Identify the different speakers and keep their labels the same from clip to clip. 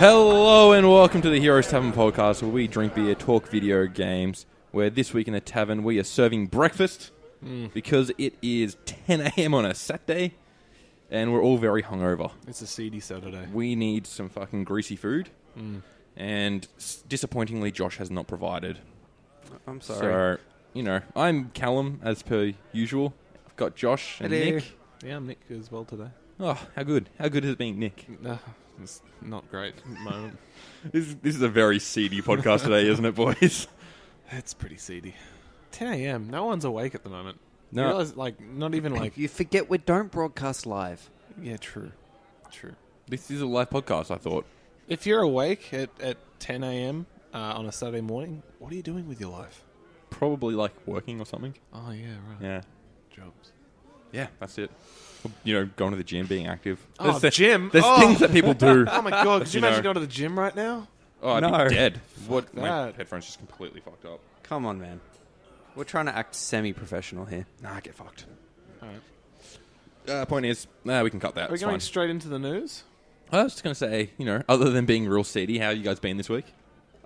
Speaker 1: Hello and welcome to the Heroes Tavern podcast, where we drink beer, talk video games. Where this week in a tavern, we are serving breakfast because it is 10 a.m. on a Saturday, and we're all very hungover.
Speaker 2: It's a seedy Saturday.
Speaker 1: We need some fucking greasy food, and s- disappointingly, Josh has not provided.
Speaker 3: I'm sorry.
Speaker 1: So, you know, I'm Callum as per usual. I've got Josh and
Speaker 3: Hello.
Speaker 1: Nick.
Speaker 2: Yeah, I'm Nick as well today.
Speaker 1: Oh, how good! How good has it been, Nick?
Speaker 2: No, it's not great at the moment.
Speaker 1: This, this is a very seedy podcast today, isn't it, boys?
Speaker 2: It's pretty seedy. 10 a.m. No one's awake at the moment.
Speaker 1: No.
Speaker 2: You realize, like, not even like.
Speaker 3: you forget we don't broadcast live.
Speaker 2: Yeah, true. True.
Speaker 1: This is a live podcast, I thought.
Speaker 2: If you're awake at, at 10 a.m. Uh, on a Saturday morning, what are you doing with your life?
Speaker 1: Probably like working or something.
Speaker 2: Oh, yeah, right.
Speaker 1: Yeah.
Speaker 2: Jobs.
Speaker 1: Yeah, that's it. You know, going to the gym, being active.
Speaker 2: Oh,
Speaker 1: There's thi-
Speaker 2: gym?
Speaker 1: There's
Speaker 2: Oh.
Speaker 1: things that people do.
Speaker 2: Oh, my God. Could you
Speaker 1: You know.
Speaker 2: imagine going to the gym right now?
Speaker 1: Oh, I'd
Speaker 3: No.
Speaker 1: be dead. What? My
Speaker 2: that.
Speaker 1: headphones just completely fucked up.
Speaker 3: Come on, man. We're trying to act semi-professional here.
Speaker 1: Nah, get fucked.
Speaker 2: All right.
Speaker 1: Uh, point is, nah, we can cut that.
Speaker 2: Are we
Speaker 1: It's
Speaker 2: going
Speaker 1: fine.
Speaker 2: straight into the news?
Speaker 1: I was just gonna say, you know, other than being real seedy, how you guys been this week?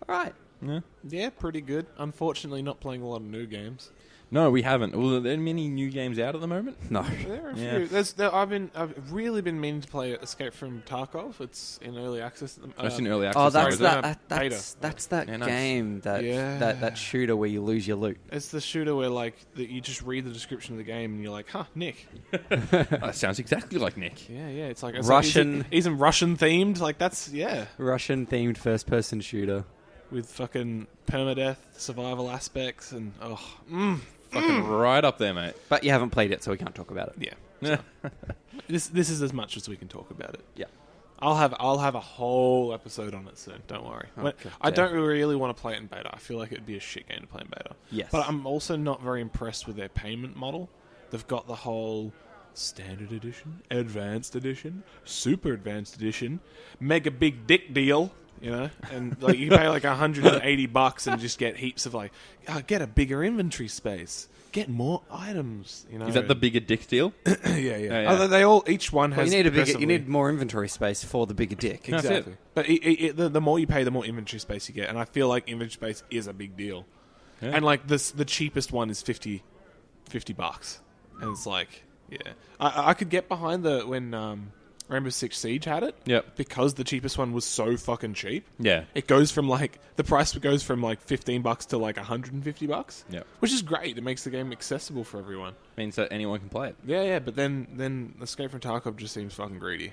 Speaker 3: All right.
Speaker 1: Yeah.
Speaker 2: Yeah, pretty good. Unfortunately, not playing a lot of new games.
Speaker 1: No, we haven't. Well, are there many new games out at the moment?
Speaker 3: No.
Speaker 2: There are a
Speaker 1: Yeah.
Speaker 2: few. There's, there, I've been, I've really been meaning to play Escape from Tarkov. It's in early access. at the- Uh,
Speaker 1: That's in early access.
Speaker 3: Oh,
Speaker 1: sorry,
Speaker 3: that's
Speaker 1: isn't it?
Speaker 2: that-
Speaker 3: that, that. That's
Speaker 2: beta.
Speaker 3: that's that
Speaker 1: Yeah, nice.
Speaker 3: game that,
Speaker 2: Yeah.
Speaker 3: that that shooter where you lose your loot.
Speaker 2: It's the shooter where like that you just read the description of the game and you're like, huh, Nick.
Speaker 1: Oh, that sounds exactly like Nick.
Speaker 2: Yeah, yeah. It's like it's
Speaker 3: Russian-
Speaker 2: Like, he's, in, Russian themed. Like that's yeah.
Speaker 3: Russian themed first person shooter.
Speaker 2: With fucking permadeath, survival aspects, and oh, mm,
Speaker 1: Fucking right up there, mate.
Speaker 3: But you haven't played it, so we can't talk about it.
Speaker 2: yeah. This this is as much as we can talk about it.
Speaker 3: Yeah.
Speaker 2: I'll have I'll have a whole episode on it soon. Don't worry. When-
Speaker 3: Okay.
Speaker 2: I don't really want to play it in beta. I feel like it'd be a shit game to play in beta.
Speaker 3: Yes.
Speaker 2: But I'm also not very impressed with their payment model. They've got the whole standard edition, advanced edition, super advanced edition, mega big dick deal. You know, and like you pay like 180 bucks and just get heaps of like, oh, get a bigger inventory space, get more items. You know,
Speaker 1: Is that the bigger dick deal?
Speaker 2: yeah, yeah.
Speaker 1: yeah.
Speaker 2: Although they all each one
Speaker 3: Oh, Well,
Speaker 2: has
Speaker 3: you need a bigger, you
Speaker 2: progressively-
Speaker 3: need more inventory space for the bigger dick.
Speaker 1: That's it.
Speaker 2: Exactly. But it, it, it, the, the more you pay, the more inventory space you get, and I feel like inventory space is a big deal.
Speaker 1: Yeah.
Speaker 2: And like this, the cheapest one is 50, 50 bucks, and it's like, yeah, I- I, I could get behind the when um, Rainbow Six Siege had it,
Speaker 1: Yep.
Speaker 2: because the cheapest one was so fucking cheap.
Speaker 1: Yeah.
Speaker 2: It goes from like the price goes from like fifteen bucks to like hundred and fifty bucks,
Speaker 1: Yep.
Speaker 2: which is great. It makes the game accessible for everyone.
Speaker 1: Means that anyone can play it.
Speaker 2: Yeah, yeah, but then then Escape from Tarkov just seems fucking greedy,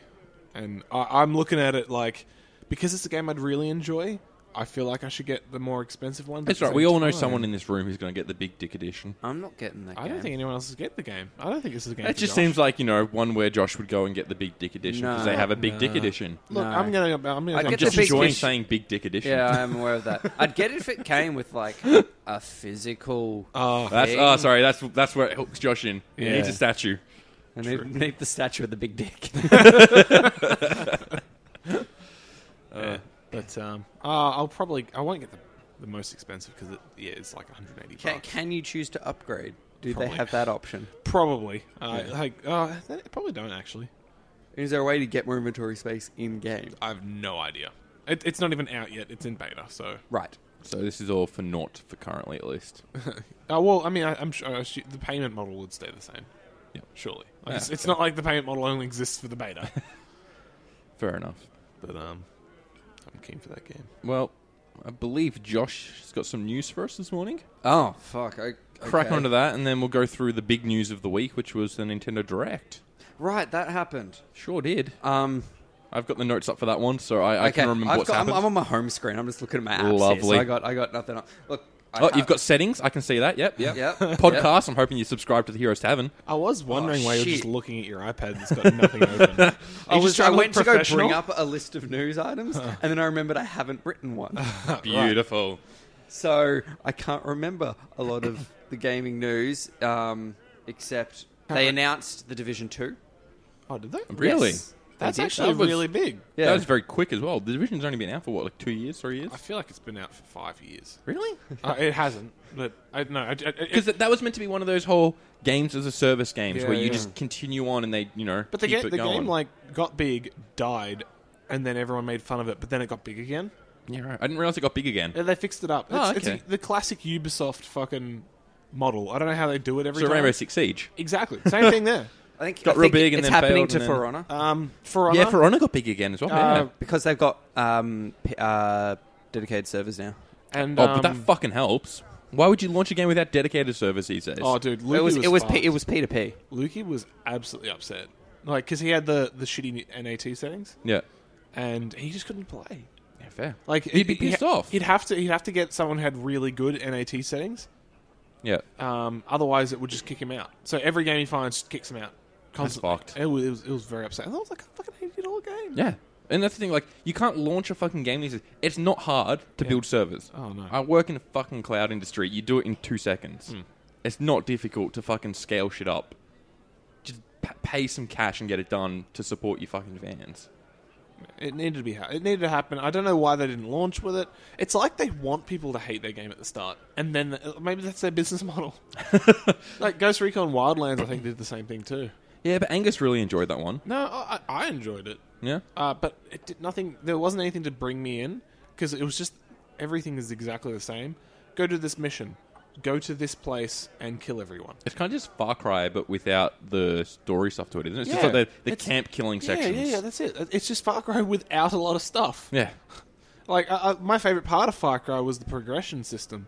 Speaker 2: and I, I'm looking at it like because it's a game I'd really enjoy. I feel like I should get the more expensive one.
Speaker 1: That's right. We all know someone in this room who's going to get the big dick edition.
Speaker 3: I'm not getting that.
Speaker 2: I don't
Speaker 3: game.
Speaker 2: think anyone else has get the game. I don't think this is a game.
Speaker 1: That
Speaker 2: for
Speaker 1: just
Speaker 2: Josh.
Speaker 1: seems like you know one where Josh would go and get the big dick edition because
Speaker 3: No.
Speaker 1: they have a big dick
Speaker 2: No.
Speaker 1: edition.
Speaker 2: Look,
Speaker 3: No.
Speaker 2: I'm gonna. I'm gonna.
Speaker 3: I
Speaker 2: I'm
Speaker 3: get
Speaker 1: Just
Speaker 3: the big
Speaker 1: enjoying
Speaker 3: dick-
Speaker 1: saying big dick edition.
Speaker 3: Yeah, I am aware of that. I'd get it if it came with like a physical.
Speaker 2: Oh,
Speaker 1: That's
Speaker 3: Thing.
Speaker 1: oh sorry. That's that's where it hooks Josh in. He
Speaker 2: Yeah.
Speaker 1: needs a statue.
Speaker 3: I need, need the statue of the big dick.
Speaker 2: yeah. uh, but um, uh, I'll probably. I won't get the, the most expensive because it, yeah, it's like 180.
Speaker 3: Can,
Speaker 2: bucks.
Speaker 3: can you choose to upgrade? Do they
Speaker 2: Probably.
Speaker 3: have that option?
Speaker 2: probably. Uh,
Speaker 1: Yeah.
Speaker 2: Like, uh, they probably don't actually.
Speaker 3: Is there a way to get more inventory space in game?
Speaker 2: I have no idea. It, it's not even out yet. It's in beta, so
Speaker 3: Right.
Speaker 1: So this is all for naught for currently at least.
Speaker 2: Oh well, I mean, I, I'm sure I assu- the payment model would stay the same.
Speaker 1: Yep.
Speaker 2: surely. Like,
Speaker 1: Yeah.
Speaker 2: it's, it's not like the payment model only exists for the beta.
Speaker 1: Fair enough.
Speaker 2: but um, I'm keen for that game.
Speaker 1: Well, I believe Josh has got some news for us this morning.
Speaker 3: Oh fuck! I,
Speaker 1: Crack
Speaker 3: okay.
Speaker 1: onto that, and then we'll go through the big news of the week, which was the Nintendo Direct.
Speaker 3: Right, that happened.
Speaker 1: Sure did.
Speaker 3: Um,
Speaker 1: I've got the notes up for that one, so I, I
Speaker 3: okay.
Speaker 1: can remember
Speaker 3: I've
Speaker 1: what's
Speaker 3: got, I'm,
Speaker 1: happened.
Speaker 3: I'm on my home screen. I'm just looking at my apps. here,
Speaker 1: Lovely.
Speaker 3: so I got I got nothing. On. Look. I
Speaker 1: Oh,
Speaker 3: have-
Speaker 1: you've got settings. I can see that. Yep, yep.
Speaker 3: Yep.
Speaker 1: Podcast. I'm hoping you subscribe to the Heroes Tavern.
Speaker 2: I was wondering why you were
Speaker 3: shit.
Speaker 2: just looking at your iPad that's got nothing open.
Speaker 3: I
Speaker 2: You just
Speaker 3: was.
Speaker 2: trying
Speaker 3: I
Speaker 2: to
Speaker 3: went to
Speaker 2: look
Speaker 3: go
Speaker 2: professional?
Speaker 3: bring up a list of news items, and then I remembered I haven't written one,
Speaker 1: Beautiful.
Speaker 3: so I can't remember a lot of the gaming news. Um, except they announced the Division Two.
Speaker 2: Oh, did they?
Speaker 1: Really?
Speaker 3: Yes, they
Speaker 2: That's
Speaker 3: did.
Speaker 2: actually
Speaker 1: That was-
Speaker 2: really big.
Speaker 3: Yeah.
Speaker 1: That was very quick as well. The division's only been out for what, like two years, three years?
Speaker 2: I feel like it's been out for five years.
Speaker 1: Really?
Speaker 2: uh, it hasn't, but I no. I, I, it,
Speaker 1: Because that was meant to be one of those whole games as a service games
Speaker 2: Yeah,
Speaker 1: where you
Speaker 2: yeah.
Speaker 1: just continue on and they, you know,
Speaker 2: but the,
Speaker 1: keep
Speaker 2: ga-
Speaker 1: it
Speaker 2: the
Speaker 1: going.
Speaker 2: game like got big, died, and then everyone made fun of it. But then it got big again.
Speaker 1: Yeah, right. I didn't realize it got big again.
Speaker 2: And they fixed it up. It's,
Speaker 1: Oh,
Speaker 2: it's
Speaker 1: okay.
Speaker 2: the classic Ubisoft fucking model. I don't know how they do it every
Speaker 1: So
Speaker 2: time.
Speaker 1: Rainbow Six Siege.
Speaker 2: Exactly. Same thing there.
Speaker 3: I think
Speaker 1: Got
Speaker 3: I
Speaker 1: real
Speaker 3: think
Speaker 1: big and
Speaker 3: it's
Speaker 1: then
Speaker 3: happening
Speaker 1: failed
Speaker 3: to
Speaker 1: and then-
Speaker 3: For Honor
Speaker 2: Um, for Honor,
Speaker 1: Yeah, For Honor got big again as well. yeah.
Speaker 2: Uh,
Speaker 3: because they've got um, p- uh, dedicated servers now.
Speaker 2: and
Speaker 1: Oh,
Speaker 2: um,
Speaker 1: but that fucking helps. Why would you launch a game without dedicated servers these days?
Speaker 2: oh, dude, Lukey
Speaker 3: it was,
Speaker 2: was
Speaker 3: it was
Speaker 2: fucked.
Speaker 3: P, it was P to P.
Speaker 2: Lukey was absolutely upset, like because he had the the shitty NAT settings
Speaker 1: yeah.
Speaker 2: and he just couldn't play.
Speaker 1: Yeah, fair.
Speaker 2: Like
Speaker 1: He'd be
Speaker 2: he-
Speaker 1: pissed off.
Speaker 2: He'd have to he'd have to get someone who had really good NAT settings.
Speaker 1: Yeah.
Speaker 2: Um, otherwise, it would just kick him out. So every game he finds kicks him out. Constantly.
Speaker 1: fucked.
Speaker 2: It was, it was it was very upset. I was like, I fucking hated it all game.
Speaker 1: Yeah. And that's the thing, like, you can't launch a fucking game these days. It's not hard to build servers.
Speaker 2: Oh, no. Hmm.
Speaker 1: I work in a fucking cloud industry. You do it in two seconds. It's not difficult to fucking scale shit up. Just p- pay some cash and get it done to support your fucking fans.
Speaker 2: It needed to be. Ha- it needed to happen. I don't know why they didn't launch with it. It's like they want people to hate their game at the start, and then uh, maybe that's their business model. like Ghost Recon Wildlands, I think did the same thing too.
Speaker 1: Yeah, but Angus really enjoyed that one.
Speaker 2: No, I, I I enjoyed it,
Speaker 1: Yeah?
Speaker 2: uh, but it did nothing. There wasn't anything to bring me in because it was just everything is exactly the same. Go to this mission, go to this place, and kill everyone.
Speaker 1: It's kind of just Far Cry, but without the story stuff to it, isn't it? It's just
Speaker 2: Yeah.
Speaker 1: like the, the
Speaker 2: It's-
Speaker 1: camp killing
Speaker 2: Yeah,
Speaker 1: sections.
Speaker 2: yeah, yeah. That's it. It's just Far Cry without a lot of stuff.
Speaker 1: yeah.
Speaker 2: Like I, I, my favorite part of Far Cry was the progression system,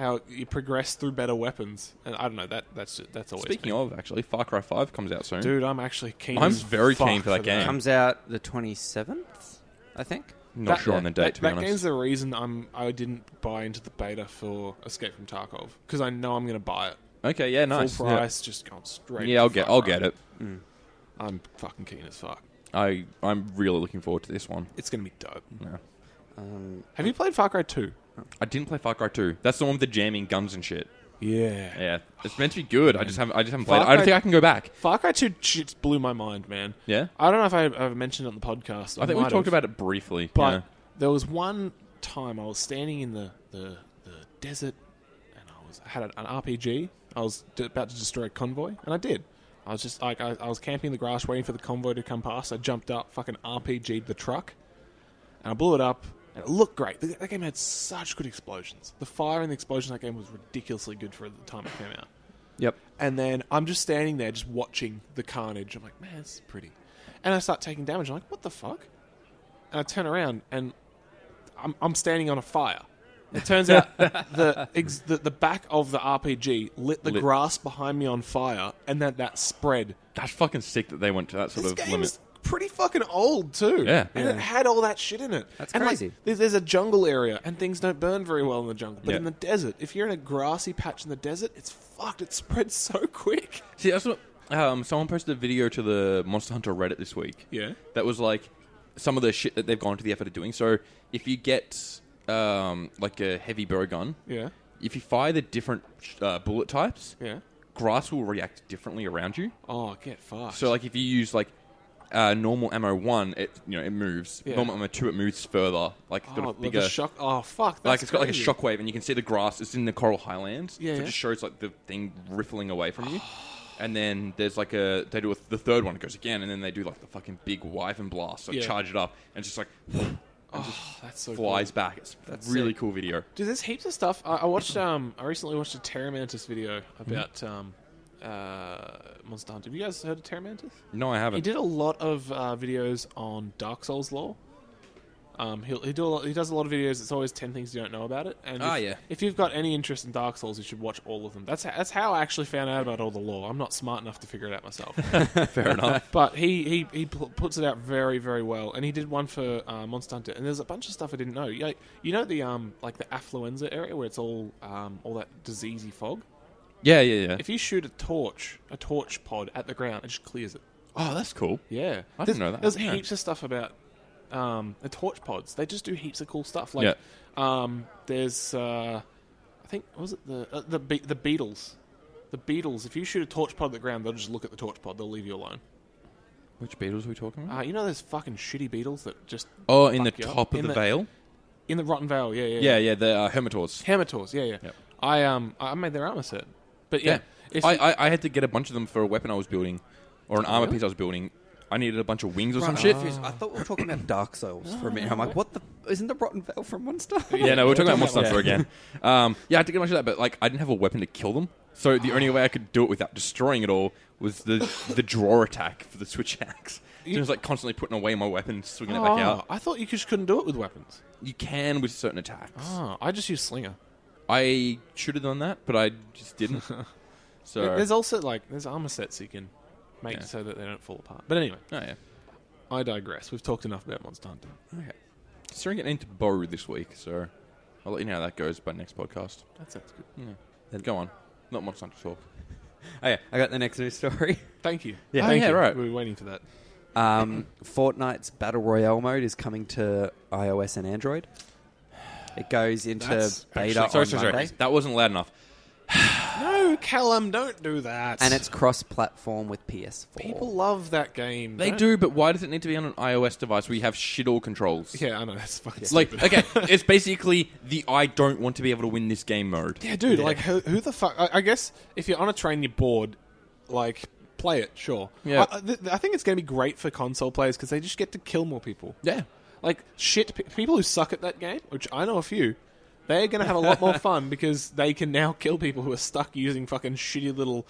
Speaker 2: how you progress through better weapons. And I don't know that that's that's always.
Speaker 1: Speaking of, actually, Far Cry 5 comes out soon.
Speaker 2: dude, I'm actually keen.
Speaker 1: I'm
Speaker 2: as
Speaker 1: very
Speaker 2: fuck
Speaker 1: keen for that game.
Speaker 3: Comes out the twenty seventh, I think.
Speaker 1: Not
Speaker 2: That-
Speaker 1: sure on the date,
Speaker 2: that,
Speaker 1: to be
Speaker 2: that
Speaker 1: honest.
Speaker 2: game's the reason I'm I didn't buy into the beta for Escape from Tarkov because I know I'm going to buy it
Speaker 1: Okay, yeah, nice.
Speaker 2: full
Speaker 1: Yeah.
Speaker 2: price, just going straight.
Speaker 1: Yeah,
Speaker 2: to
Speaker 1: I'll get,
Speaker 2: Far
Speaker 1: I'll
Speaker 2: Cry.
Speaker 1: get it.
Speaker 2: I'm fucking keen as fuck.
Speaker 1: I, I'm really looking forward to this one.
Speaker 2: It's going to be dope.
Speaker 1: Yeah.
Speaker 3: Um,
Speaker 2: Have you played Far Cry Two?
Speaker 1: I didn't play Far Cry 2. That's the one with the jamming guns and shit.
Speaker 2: Yeah.
Speaker 1: Yeah, it's meant to be good. I just haven't, I just haven't played it.
Speaker 2: Far
Speaker 1: I don't
Speaker 2: Cry-
Speaker 1: think I can go back.
Speaker 2: Far Cry Two just blew my mind, man.
Speaker 1: Yeah?
Speaker 2: I don't know if I ever mentioned it on the podcast.
Speaker 1: I think we
Speaker 2: might
Speaker 1: talked
Speaker 2: have.
Speaker 1: about it briefly.
Speaker 2: But
Speaker 1: yeah.
Speaker 2: there was one time I was standing in the, the, the desert and I was I had an RPG. I was d- about to destroy a convoy, and I did. I was just like I, I was camping in the grass, waiting for the convoy to come past. I jumped up, fucking RPG'd the truck, and I blew it up. And it looked great. Th- That game had such good explosions. The fire and the explosion in that game was ridiculously good for the time it came out.
Speaker 1: Yep.
Speaker 2: And then I'm just standing there, just watching the carnage. I'm like, man, this is pretty. And I start taking damage. I'm like, what the fuck? And I turn around and I'm, I'm standing on a fire. It turns out the, ex- the the back of the RPG lit the
Speaker 1: Lit.
Speaker 2: grass behind me on fire, and that that spread.
Speaker 1: That's fucking sick that they went to that sort
Speaker 2: This
Speaker 1: of
Speaker 2: game
Speaker 1: limit.
Speaker 2: is pretty fucking old too.
Speaker 1: Yeah.
Speaker 2: and it
Speaker 3: Yeah.
Speaker 2: had all that shit in it.
Speaker 3: That's
Speaker 2: and like,
Speaker 3: crazy.
Speaker 2: there's, there's a jungle area, and things don't burn very well in the jungle. But
Speaker 1: Yeah.
Speaker 2: in the desert, if you're in a grassy patch in the desert, it's fucked. It spreads so quick.
Speaker 1: See, that's what um, someone posted a video to the Monster Hunter Reddit this week.
Speaker 2: Yeah.
Speaker 1: that was like some of the shit that they've gone to the effort of doing. So if you get um, like a heavy bow gun,
Speaker 2: Yeah.
Speaker 1: if you fire the different uh, bullet types,
Speaker 2: Yeah.
Speaker 1: grass will react differently around you.
Speaker 2: Oh, get fucked.
Speaker 1: So like if you use like uh, normal ammo one, it you know it moves.
Speaker 2: Yeah.
Speaker 1: Normal ammo two, it moves further. Like it's got
Speaker 2: oh,
Speaker 1: a
Speaker 2: the-
Speaker 1: bigger.
Speaker 2: the shock. Oh, fuck. That's
Speaker 1: like it's got
Speaker 2: crazy.
Speaker 1: like a shockwave, and you can see the grass. It's in the coral highlands,
Speaker 2: Yeah,
Speaker 1: so
Speaker 2: yeah.
Speaker 1: it just shows like the thing rippling away from you. and then there's like a they do a, the third one, it goes again, and then they do like the fucking big wyvern blast, like
Speaker 2: Yeah.
Speaker 1: charge it up, and it's just like
Speaker 2: Oh, that's so
Speaker 1: flies
Speaker 2: Cool.
Speaker 1: back. It's really
Speaker 3: sick.
Speaker 1: cool video.
Speaker 2: Dude, there's heaps of stuff. I, I watched. Um, I recently watched a Terra Mantis video
Speaker 1: Mm-hmm.
Speaker 2: about um, uh, Monster Hunter. Have you guys heard of Terra Mantis?
Speaker 1: No, I
Speaker 2: He
Speaker 1: haven't.
Speaker 2: did a lot of uh, videos on Dark Souls lore. Um, he'll, he do a lot, he does a lot of videos. It's always ten things you don't know about it. And
Speaker 1: Ah,
Speaker 2: if,
Speaker 1: yeah.
Speaker 2: if you've got any interest in Dark Souls, you should watch all of them. That's how, that's how I actually found out about all the lore. I'm not smart enough to figure it out myself.
Speaker 1: Fair enough.
Speaker 2: But he, he, he pl- puts it out very very well, and he did one for uh, Monster Hunter, and there's a bunch of stuff I didn't know. Like, you know the um like the affluenza area where it's all um all that diseasy fog.
Speaker 1: Yeah, yeah, yeah.
Speaker 2: If you shoot a torch, a torch pod at the ground, it just clears it.
Speaker 1: oh, that's cool.
Speaker 2: Yeah,
Speaker 1: I didn't
Speaker 2: There's-
Speaker 1: know that.
Speaker 2: There's
Speaker 1: Yeah.
Speaker 2: heaps of stuff about um the torch pods. They just do heaps of cool stuff. Like um there's uh I think what was it the uh, the be- the beetles. The beetles, if you shoot a torch pod at the ground, they'll just look at the torch pod. They'll leave you alone.
Speaker 1: Which beetles are we talking about?
Speaker 2: Uh, you know those fucking shitty beetles that just
Speaker 1: oh, in the
Speaker 2: fuck yeah.
Speaker 1: top of
Speaker 2: In
Speaker 1: the,
Speaker 2: the-
Speaker 1: veil.
Speaker 2: in the Rotten Vale, yeah, yeah,
Speaker 1: Yeah, yeah. The uh, hermitaurs.
Speaker 2: Hamators, yeah, yeah.
Speaker 1: Yep.
Speaker 2: I um, I made their armor set, but yeah,
Speaker 1: Yeah.
Speaker 2: if
Speaker 1: I, I I had to get a bunch of them for a weapon I was building, or an armor
Speaker 2: Really?
Speaker 1: piece I was building. I needed a bunch of wings or
Speaker 3: Right,
Speaker 1: some
Speaker 3: I'm
Speaker 1: shit.
Speaker 3: confused. I thought we were talking about Dark Souls for a minute. I'm like, what the? Isn't the Rotten Veil from Monster?
Speaker 1: Yeah, no, we're talking about
Speaker 2: Yeah.
Speaker 1: Monster Hunter again. Um, yeah, I had to get a bunch of that, but like I didn't have a weapon to kill them, so the only way I could do it without destroying it all was the the draw attack for the switch axe. So it was like constantly putting away my weapon, and swinging it back
Speaker 2: Oh,
Speaker 1: out.
Speaker 2: I thought you just couldn't do it with weapons.
Speaker 1: You can with certain attacks.
Speaker 2: Oh, I just use slinger.
Speaker 1: I should have done that, but I just didn't. So
Speaker 2: There's also like there's armor sets you can make
Speaker 1: Yeah.
Speaker 2: so that they don't fall apart. But anyway,
Speaker 1: oh, yeah.
Speaker 2: I digress. We've talked enough about Monster Hunter.
Speaker 1: Okay. Considering getting into Boru this week, so I'll let you know how that goes by next podcast.
Speaker 2: That sounds good.
Speaker 1: Yeah. Go on. Not much time to talk.
Speaker 3: okay, I got the next news story.
Speaker 2: Thank you.
Speaker 3: Yeah.
Speaker 2: Thank
Speaker 1: Oh, yeah,
Speaker 2: you.
Speaker 1: right.
Speaker 2: We were waiting for that.
Speaker 3: Um, Fortnite's Battle Royale mode is coming to iOS and Android. It goes into
Speaker 2: That's
Speaker 3: beta
Speaker 1: sorry,
Speaker 3: on
Speaker 1: sorry, sorry.
Speaker 3: Monday,
Speaker 1: That wasn't loud enough.
Speaker 2: No, Callum, don't do that.
Speaker 3: and it's cross-platform with PS4.
Speaker 2: people love that game.
Speaker 1: They
Speaker 2: don't-
Speaker 1: do, but why does it need to be on an iOS device where you have shit all controls?
Speaker 2: Yeah, I know that's fucking
Speaker 1: Like,
Speaker 2: stupid.
Speaker 1: okay, it's basically the I don't want to be able to win this game mode.
Speaker 2: Yeah, dude. Like, who, who the fuck? I, I guess if you're on a train, you're bored. Like, play it. Sure.
Speaker 1: Yeah.
Speaker 2: I, I, th- I think it's going to be great for console players because they just get to kill more people.
Speaker 1: Yeah.
Speaker 2: Like shit, pe- people who suck at that game, which I know a few. They're going to have a lot more fun because they can now kill people who are stuck using fucking shitty little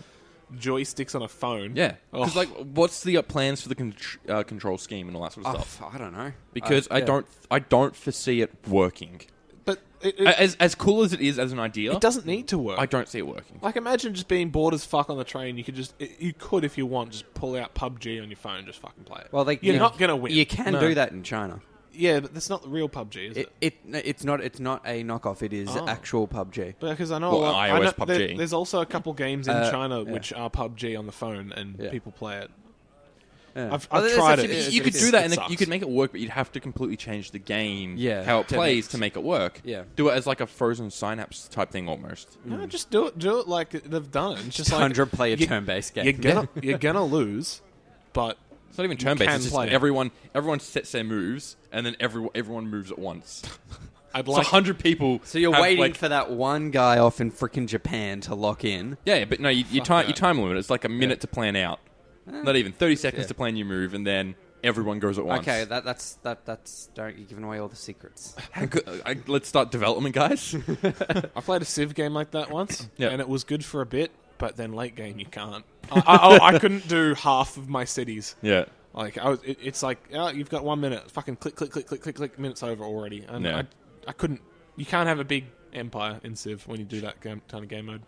Speaker 2: joysticks on a phone.
Speaker 1: Yeah. Because,
Speaker 2: Oh.
Speaker 1: like, what's the uh, plans for the con- uh, control scheme and all that sort of
Speaker 3: Oh,
Speaker 1: stuff?
Speaker 3: f- I don't know
Speaker 1: Because
Speaker 3: Uh,
Speaker 1: I
Speaker 3: yeah.
Speaker 1: don't, I don't foresee it working.
Speaker 2: but it, it,
Speaker 1: As as cool as it is as an idea,
Speaker 2: it doesn't need to work.
Speaker 1: I don't see it working.
Speaker 2: Like, imagine just being bored as fuck on the train. You could just, i- you could, if you want, just pull out PUBG on your phone, just fucking play it.
Speaker 3: Well, they,
Speaker 2: you're
Speaker 3: you-
Speaker 2: not gonna win.
Speaker 3: You can
Speaker 2: No.
Speaker 3: do that in China.
Speaker 2: Yeah, but that's not the real PUBG, is it?
Speaker 3: It, it it's not it's not a knockoff. It is
Speaker 2: Oh.
Speaker 3: actual PUBG.
Speaker 2: Because I know, a
Speaker 1: Well,
Speaker 2: lot- I
Speaker 1: iOS
Speaker 2: know- there-
Speaker 1: PUBG.
Speaker 2: there's also a couple games in
Speaker 3: Uh,
Speaker 2: China
Speaker 3: yeah.
Speaker 2: which are PUBG on the phone, and
Speaker 3: Yeah.
Speaker 2: people play it.
Speaker 3: Yeah.
Speaker 2: I've,
Speaker 3: Oh,
Speaker 2: I've
Speaker 3: that's
Speaker 2: tried
Speaker 3: actually-
Speaker 2: it.
Speaker 3: Yeah,
Speaker 1: you
Speaker 3: it
Speaker 1: could
Speaker 3: is.
Speaker 1: do that,
Speaker 2: It
Speaker 1: and it-
Speaker 2: sucks.
Speaker 1: you could make it work, but you'd have to completely change the game,
Speaker 3: Yeah.
Speaker 1: how it
Speaker 3: To
Speaker 1: plays
Speaker 3: mix.
Speaker 1: to make it work.
Speaker 3: Yeah.
Speaker 1: do it as like a frozen synapse type thing almost.
Speaker 2: No, just do it. Do it like they've done. It. It's just like
Speaker 3: Hundred player
Speaker 2: you-
Speaker 3: turn based game.
Speaker 2: You're gonna you're gonna lose, but
Speaker 1: It's not even turn based.
Speaker 2: can
Speaker 1: It's just
Speaker 2: play it.
Speaker 1: everyone everyone sets their moves, and then every, everyone moves at once.
Speaker 2: I'd
Speaker 1: Like,
Speaker 2: like.
Speaker 1: so hundred people.
Speaker 3: So you're
Speaker 1: have,
Speaker 3: waiting
Speaker 1: like-
Speaker 3: for that one guy off in freaking Japan to lock in.
Speaker 1: Yeah, yeah, Eh, but no, you, you time
Speaker 2: that.
Speaker 1: you time limit. It's like a minute to plan out. Not even thirty seconds to plan your move, and then everyone goes at once.
Speaker 3: Okay, that, that's that that's don't you're giving away all the secrets.
Speaker 1: How good- I, let's start development, guys.
Speaker 2: I played a Civ game like that once,
Speaker 1: Yeah.
Speaker 2: and it was good for a bit, but then late game you can't. I, I, I, I couldn't do half of my cities.
Speaker 1: yeah,
Speaker 2: Like I was, it, it's like oh, you've got one minute. Fucking click, click, click, click, click, click. Minutes over already, and
Speaker 1: Yeah.
Speaker 2: I, I couldn't. You can't have a big empire in Civ when you do that game, kind of game mode.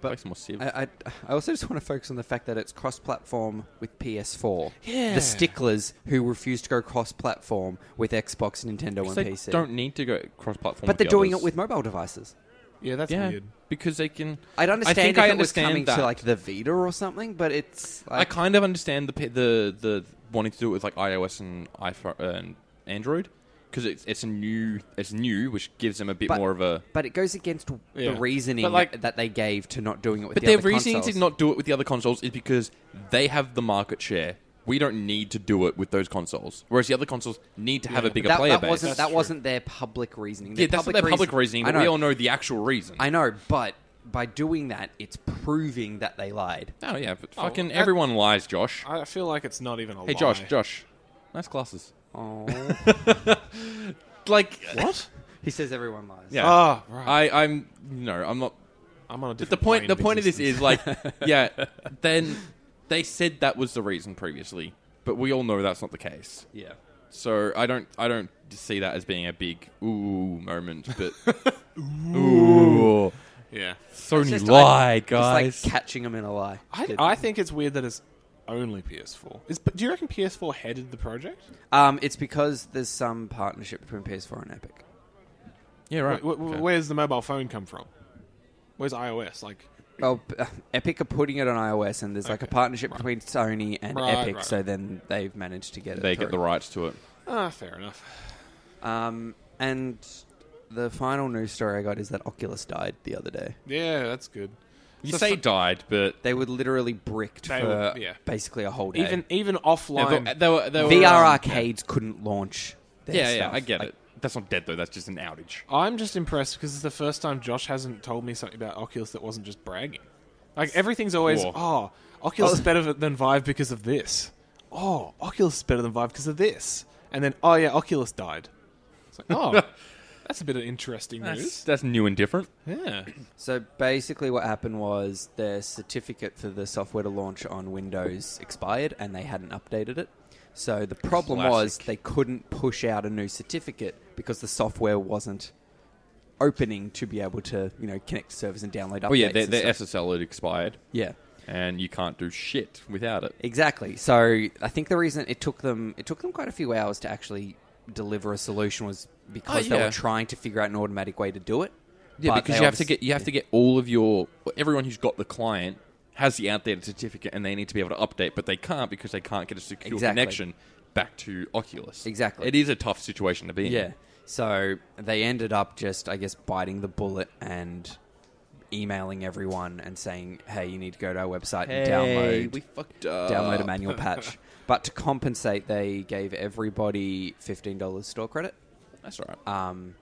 Speaker 1: but like some more Civ.
Speaker 3: I, I I also just want to focus on the fact that it's cross-platform with PS4.
Speaker 2: Yeah.
Speaker 3: The sticklers who refuse to go cross-platform with Xbox, Nintendo, and
Speaker 1: they
Speaker 3: PC.
Speaker 1: don't need to go cross-platform,
Speaker 3: but
Speaker 1: with
Speaker 3: they're
Speaker 1: the
Speaker 3: doing
Speaker 1: others.
Speaker 3: it with mobile devices.
Speaker 2: Yeah, that's
Speaker 1: yeah,
Speaker 2: weird.
Speaker 1: because they can.
Speaker 3: I'd understand
Speaker 1: think
Speaker 3: if
Speaker 1: I
Speaker 3: it was
Speaker 1: understand
Speaker 3: coming
Speaker 1: that.
Speaker 3: to like the Vita or something, but it's like,
Speaker 1: I kind of understand the pe- the the wanting to do it with like iOS and iPhone uh, and Android because it's it's a new it's new, which gives them a bit
Speaker 3: But-
Speaker 1: more of a.
Speaker 3: But it goes against
Speaker 2: Yeah.
Speaker 3: the reasoning
Speaker 1: But, like-
Speaker 3: that they gave to not doing it with
Speaker 1: But
Speaker 3: the
Speaker 1: their
Speaker 3: other
Speaker 1: reasoning
Speaker 3: consoles.
Speaker 1: to not do it with the other consoles is because they have the market share. We don't need to do it with those consoles, whereas the other consoles need to have a
Speaker 2: but
Speaker 1: bigger
Speaker 3: that,
Speaker 1: player
Speaker 3: that
Speaker 1: base.
Speaker 3: wasn't
Speaker 2: That's
Speaker 3: that
Speaker 2: true.
Speaker 3: wasn't their public reasoning.
Speaker 1: yeah, that's not their public reasoning.
Speaker 3: I
Speaker 1: But
Speaker 3: know.
Speaker 1: we all know the actual reason.
Speaker 3: I know, but by doing that, it's proving that they lied.
Speaker 1: oh yeah, but fucking
Speaker 2: that-
Speaker 1: everyone lies, Josh.
Speaker 2: I feel like it's not even a.
Speaker 1: hey,
Speaker 2: lie.
Speaker 1: Josh, Josh, nice glasses.
Speaker 3: Oh,
Speaker 1: Like
Speaker 2: What?
Speaker 3: he says everyone lies.
Speaker 1: Yeah.
Speaker 2: Ah, right.
Speaker 1: I, I'm no, I'm not
Speaker 2: I'm on a
Speaker 1: the
Speaker 2: different
Speaker 1: point
Speaker 2: plane
Speaker 1: the point of this
Speaker 2: existence.
Speaker 1: is like yeah then they said that was the reason previously but we all know that's not the case
Speaker 3: yeah.
Speaker 1: so i don't i don't see that as being a big ooh moment but ooh
Speaker 2: yeah.
Speaker 1: sony
Speaker 3: Just,
Speaker 1: lie
Speaker 3: like,
Speaker 1: guys
Speaker 3: It's like catching them in a lie.
Speaker 2: I,
Speaker 3: Good.
Speaker 2: I think it's weird that it's only PS4. Is but do you reckon PS4 headed the project?
Speaker 3: um, it's because there's some partnership between PS4 and Epic.
Speaker 1: yeah right
Speaker 2: Wh- wh-
Speaker 1: okay.
Speaker 2: Where's the mobile phone come from? Where's iOS? Like,
Speaker 3: Well, p- uh, Epic are putting it on iOS, and there's like a
Speaker 2: Okay.
Speaker 3: partnership between Sony and
Speaker 2: Right,
Speaker 3: Epic,
Speaker 2: right.
Speaker 3: so then they've managed to get it.
Speaker 1: they get the
Speaker 3: through.
Speaker 1: rights to it
Speaker 2: ah, fair enough.
Speaker 3: Um, and the final news story I got is that Oculus died the other day.
Speaker 2: Yeah, that's good.
Speaker 1: you
Speaker 2: So
Speaker 1: say
Speaker 2: fu-
Speaker 1: died but
Speaker 3: They were literally bricked
Speaker 2: They
Speaker 3: for
Speaker 2: were- yeah.
Speaker 3: basically a whole day.
Speaker 2: even even
Speaker 1: Yeah,
Speaker 2: offline.
Speaker 1: they, they were, they were,
Speaker 3: VR
Speaker 1: um,
Speaker 3: arcades couldn't launch. Their
Speaker 1: yeah yeah,
Speaker 3: stuff.
Speaker 1: i get
Speaker 3: Like,
Speaker 1: it that's not dead though that's just an outage
Speaker 2: I'm just impressed because it's the first time Josh hasn't told me something about Oculus that wasn't just bragging. Like everything's always,
Speaker 1: Whoa.
Speaker 2: oh, Oculus
Speaker 3: Oh.
Speaker 2: is better than Vive because of this. oh, Oculus is better than Vive because of this. And then, oh yeah, Oculus died. It's like, oh, that's a bit of interesting
Speaker 1: That's,
Speaker 2: news.
Speaker 1: that's new and different.
Speaker 2: Yeah.
Speaker 3: So basically, what happened was their certificate for the software to launch on Windows expired, and they hadn't updated it. So the problem was
Speaker 1: Classic.
Speaker 3: they couldn't push out a new certificate because the software wasn't opening to be able to, you know, connect to servers and download updates.
Speaker 1: Well, yeah, their,
Speaker 3: and
Speaker 1: their
Speaker 3: stuff.
Speaker 1: SSL had expired,
Speaker 3: yeah.
Speaker 1: and you can't do shit without it.
Speaker 3: Exactly. So I think the reason it took them it took them quite a few hours to actually deliver a solution was because they
Speaker 1: Oh, yeah.
Speaker 3: were trying to figure out an automatic way to do it.
Speaker 1: Yeah,
Speaker 3: But
Speaker 1: because
Speaker 3: they
Speaker 1: you have to
Speaker 3: obvious-
Speaker 1: get you have to get all of your everyone who's got the client has the outdated certificate, and they need to be able to update, but they can't because they can't get a secure
Speaker 3: Exactly.
Speaker 1: connection back to Oculus.
Speaker 3: Exactly.
Speaker 1: it is a tough situation to be in.
Speaker 3: Yeah. So they ended up just, I guess, biting the bullet and emailing everyone and saying, "Hey, you need to go to our website and
Speaker 1: Hey,
Speaker 3: download
Speaker 1: we fucked up.
Speaker 3: download a manual patch." But to compensate, they gave everybody fifteen dollars store credit.
Speaker 1: That's all right.
Speaker 3: Um,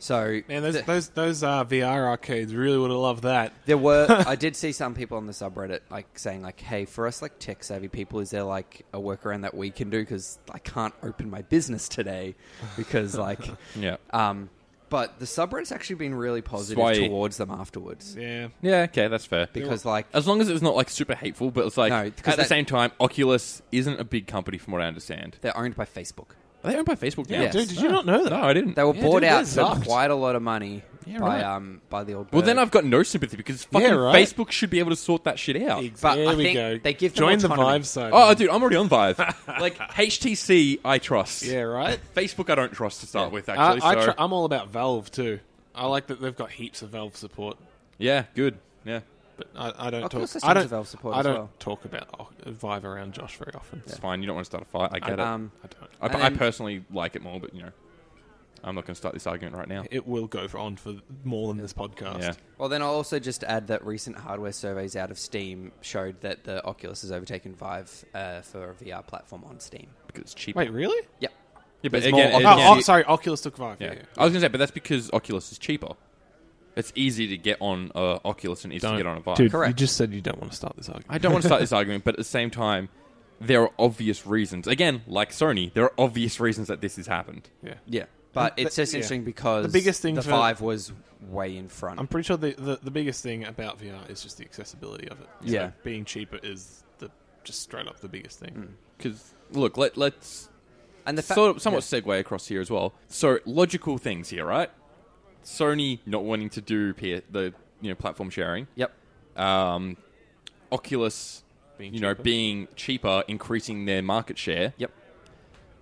Speaker 3: so
Speaker 2: Man, those
Speaker 3: th-
Speaker 2: those those uh, VR arcades really would have loved that.
Speaker 3: there were I did see some people on the subreddit like saying like, "Hey, for us like tech savvy people, is there like a workaround that we can do because I can't open my business today because like."
Speaker 1: Yeah.
Speaker 3: Um, but the subreddit's actually been really positive
Speaker 1: Sway.
Speaker 3: towards them afterwards
Speaker 2: Yeah.
Speaker 1: Yeah. Okay, that's fair.
Speaker 3: because, like,
Speaker 1: As long as it's not like super hateful, but it's like
Speaker 3: No,
Speaker 1: at
Speaker 3: 'cause
Speaker 1: the
Speaker 3: that-
Speaker 1: same time, Oculus isn't a big company from what I understand.
Speaker 3: they're owned by Facebook.
Speaker 1: Are they owned by Facebook now?
Speaker 3: Yeah, Yes.
Speaker 2: Dude, did you not know that?
Speaker 1: No, I didn't.
Speaker 3: They were
Speaker 2: Yeah,
Speaker 3: bought
Speaker 2: dude,
Speaker 3: out
Speaker 2: that
Speaker 3: for
Speaker 2: sucked.
Speaker 3: quite a lot of money
Speaker 1: Yeah,
Speaker 3: by
Speaker 1: right.
Speaker 3: um by the old.
Speaker 1: well, then
Speaker 3: bird.
Speaker 1: I've got no sympathy because fucking
Speaker 2: Yeah, right.
Speaker 1: Facebook should be able to sort that shit out.
Speaker 3: But
Speaker 2: there
Speaker 3: I
Speaker 2: we
Speaker 3: think
Speaker 2: go.
Speaker 3: they give them
Speaker 2: Join the
Speaker 3: autonomy.
Speaker 2: Vive side.
Speaker 1: Oh, dude, I'm already on Vive. like HTC, I trust.
Speaker 2: Yeah, right.
Speaker 1: Facebook, I don't trust to start with.
Speaker 2: I,
Speaker 1: Actually,
Speaker 2: I
Speaker 1: so
Speaker 2: tr- I'm all about Valve too. I like that they've got heaps of Valve support,
Speaker 1: yeah, good. Yeah,
Speaker 2: but I, I don't
Speaker 3: Oculus has
Speaker 2: talk. I
Speaker 3: tons
Speaker 2: don't
Speaker 3: of Valve support
Speaker 2: I
Speaker 3: as
Speaker 2: don't
Speaker 3: well.
Speaker 2: talk about O- Vive around Josh very often.
Speaker 1: it's fine. You don't want to start a fight. I get
Speaker 3: um,
Speaker 2: I don't.
Speaker 1: it. I,
Speaker 3: and
Speaker 1: I
Speaker 3: then-
Speaker 1: personally like it more, but you know, I'm not going to start this argument right now.
Speaker 2: It will go for on for more than this podcast.
Speaker 1: Yeah,
Speaker 3: Well, then I'll also just add that recent hardware surveys out of Steam showed that the Oculus has overtaken Vive uh, for a VR platform on Steam.
Speaker 1: because it's cheap.
Speaker 2: Wait, really?
Speaker 3: Yep.
Speaker 1: yeah, but
Speaker 3: there's
Speaker 1: again,
Speaker 3: more
Speaker 1: it-
Speaker 2: Oh,
Speaker 3: Oculus.
Speaker 1: yeah,
Speaker 2: oh, sorry, Oculus took Vive.
Speaker 1: yeah.
Speaker 2: Yeah.
Speaker 1: I was going to say, but that's because Oculus is cheaper. It's easy to get on uh, Oculus and easy to get on a Vive.
Speaker 2: Dude,
Speaker 3: Correct.
Speaker 2: you just said you don't want to start this argument.
Speaker 1: I don't want to start this argument, but at the same time, there are obvious reasons. Again, like Sony, there are obvious reasons that this has happened.
Speaker 2: yeah.
Speaker 3: Yeah, but
Speaker 2: And
Speaker 3: it's
Speaker 2: the-
Speaker 3: just
Speaker 2: yeah.
Speaker 3: interesting because
Speaker 2: The biggest thing
Speaker 3: the
Speaker 2: for-
Speaker 3: Vive was way in front.
Speaker 2: I'm pretty sure the, the, the biggest thing about VR is just the accessibility of it. So
Speaker 3: Yeah.
Speaker 2: being cheaper is the just straight up the biggest thing.
Speaker 1: Hmm. Because look, let let's
Speaker 3: and the fact,
Speaker 1: sort of somewhat segue across here as well. So logical things here, right? Sony not wanting to do peer, the you know platform sharing.
Speaker 3: Yep.
Speaker 1: Um, Oculus,
Speaker 2: Being
Speaker 1: you know,
Speaker 2: cheaper.
Speaker 1: being cheaper, increasing their market share.
Speaker 3: Yep.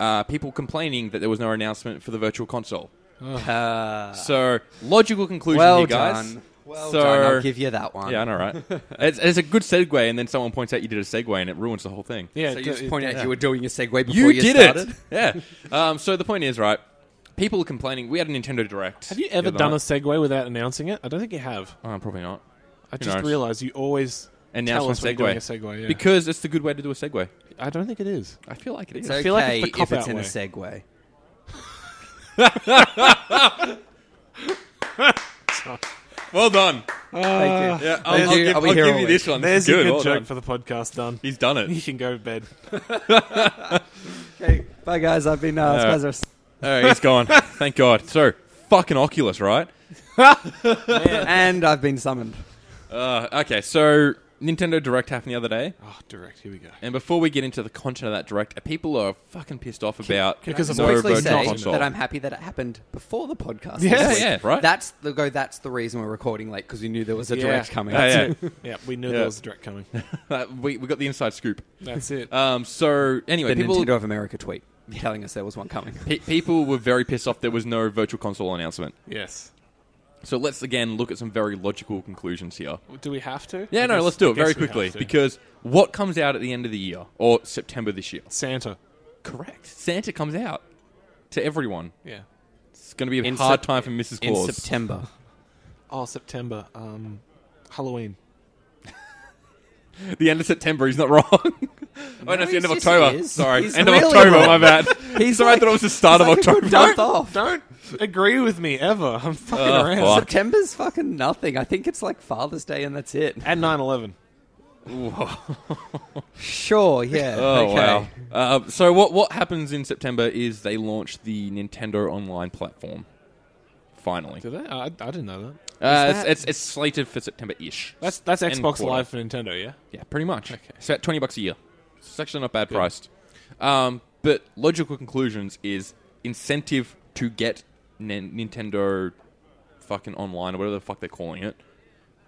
Speaker 1: Uh, people complaining that there was no announcement for the virtual console.
Speaker 3: Uh,
Speaker 1: So logical conclusion
Speaker 3: well
Speaker 1: here, guys.
Speaker 3: done. Well
Speaker 1: So-
Speaker 3: done. I'll give you that one.
Speaker 1: Yeah, I know, right? it's, it's a good segue, and then someone points out you did a segue, and it ruins the whole thing.
Speaker 2: Yeah,
Speaker 3: So you
Speaker 2: d-
Speaker 3: just
Speaker 2: it-
Speaker 3: pointed out
Speaker 2: yeah.
Speaker 3: you were doing a segue before you,
Speaker 1: You, did
Speaker 3: started.
Speaker 1: it. Yeah. Um, so the point is, right? People are complaining. We had a Nintendo Direct.
Speaker 2: Have you ever done a segue without announcing it? I don't think you have.
Speaker 1: Oh, probably not.
Speaker 2: I just
Speaker 1: knows?
Speaker 2: realized you always
Speaker 1: And now
Speaker 2: tell
Speaker 1: it's
Speaker 2: us
Speaker 1: my
Speaker 2: when you're doing a
Speaker 1: segue.
Speaker 2: segue. Yeah.
Speaker 1: Because it's the good way to do a segue.
Speaker 2: I don't think it is.
Speaker 1: I feel like it is.
Speaker 3: It's okay
Speaker 2: feel like it's the
Speaker 3: if it's
Speaker 2: cop-out
Speaker 3: in a
Speaker 2: way.
Speaker 3: segue.
Speaker 1: well done.
Speaker 3: Thank you.
Speaker 1: Yeah, I'll, I'll
Speaker 3: you.
Speaker 1: give,
Speaker 3: I'll be
Speaker 1: I'll
Speaker 3: here
Speaker 1: give
Speaker 3: all
Speaker 1: you
Speaker 3: week.
Speaker 1: this one.
Speaker 2: There's
Speaker 1: good.
Speaker 2: a good
Speaker 1: well
Speaker 2: joke
Speaker 1: done.
Speaker 2: for the podcast done.
Speaker 1: He's done
Speaker 2: You
Speaker 1: it.
Speaker 2: can go to bed.
Speaker 3: Okay, bye guys. I've been uh,
Speaker 1: right.
Speaker 3: Spazzers.
Speaker 1: All right, he's gone. Thank God. So, fucking Oculus, right?
Speaker 3: and I've been summoned.
Speaker 1: Uh, okay, so Nintendo Direct happened the other day.
Speaker 2: Oh, direct. Here we go.
Speaker 1: And before we get into the content of that Direct, uh, people are fucking pissed off about
Speaker 2: can I Because
Speaker 1: no
Speaker 2: just of
Speaker 3: quickly
Speaker 1: virtual
Speaker 2: Virgin
Speaker 3: say
Speaker 1: console.
Speaker 3: that I'm happy that it happened before the podcast.
Speaker 2: Yeah,
Speaker 3: this week.
Speaker 1: yeah, right.
Speaker 3: That's the go. That's the reason we're recording late because we knew there was a
Speaker 2: Yeah.
Speaker 3: direct coming.
Speaker 1: Yeah, yeah.
Speaker 2: Yeah, we knew
Speaker 1: Yeah.
Speaker 2: there was a direct coming.
Speaker 1: Uh, we, we got the inside scoop.
Speaker 2: That's it.
Speaker 1: Um, so anyway,
Speaker 3: The
Speaker 1: people
Speaker 3: Nintendo of America tweet telling us there was one coming.
Speaker 1: pe- people were very pissed off there was no virtual console announcement.
Speaker 2: yes.
Speaker 1: So let's again look at some very logical conclusions here.
Speaker 2: Do we have to?
Speaker 1: Yeah,
Speaker 2: I
Speaker 1: no,
Speaker 2: guess-
Speaker 1: let's do
Speaker 2: I
Speaker 1: it very
Speaker 2: guess we
Speaker 1: quickly
Speaker 2: have to.
Speaker 1: because what comes out at the end of the year or September this year?
Speaker 2: Santa.
Speaker 1: Correct. Santa comes out to everyone.
Speaker 2: Yeah.
Speaker 1: It's going to be a
Speaker 3: In
Speaker 1: hard
Speaker 3: Sep-
Speaker 1: time for Mrs.
Speaker 3: In
Speaker 1: Claus.
Speaker 3: September,
Speaker 2: Oh, September. Um, Halloween.
Speaker 1: the end of September, he's not wrong. oh, no, it's the end of
Speaker 3: he's- yes, he
Speaker 1: October.
Speaker 3: is.
Speaker 1: Sorry,
Speaker 3: He's
Speaker 1: end
Speaker 3: really
Speaker 1: of October.
Speaker 3: wrong.
Speaker 1: My bad.
Speaker 3: He's
Speaker 1: Sorry, I
Speaker 3: like-
Speaker 1: thought it was the start of
Speaker 3: It's like a
Speaker 1: October.
Speaker 3: good dump off.
Speaker 2: Don't agree with me ever. I'm fucking
Speaker 1: Oh,
Speaker 2: around.
Speaker 1: fuck.
Speaker 3: September's fucking nothing. I think it's like Father's Day and that's it.
Speaker 2: And 9 11.
Speaker 3: Sure, yeah.
Speaker 1: Oh
Speaker 3: okay.
Speaker 1: wow! Uh, so what what happens in September is they launch the Nintendo Online platform. Finally,
Speaker 2: Do they? I, I didn't know that.
Speaker 1: uh,
Speaker 3: that-
Speaker 1: it's, it's it's slated for September ish.
Speaker 2: That's that's
Speaker 1: End
Speaker 2: Xbox
Speaker 1: quarter.
Speaker 2: Live for Nintendo, yeah.
Speaker 1: Yeah, pretty much.
Speaker 2: Okay.
Speaker 1: It's about 20 bucks a year. It's actually not bad priced. Um, but logical conclusions is incentive to get Nin- Nintendo fucking online or whatever the fuck they're calling it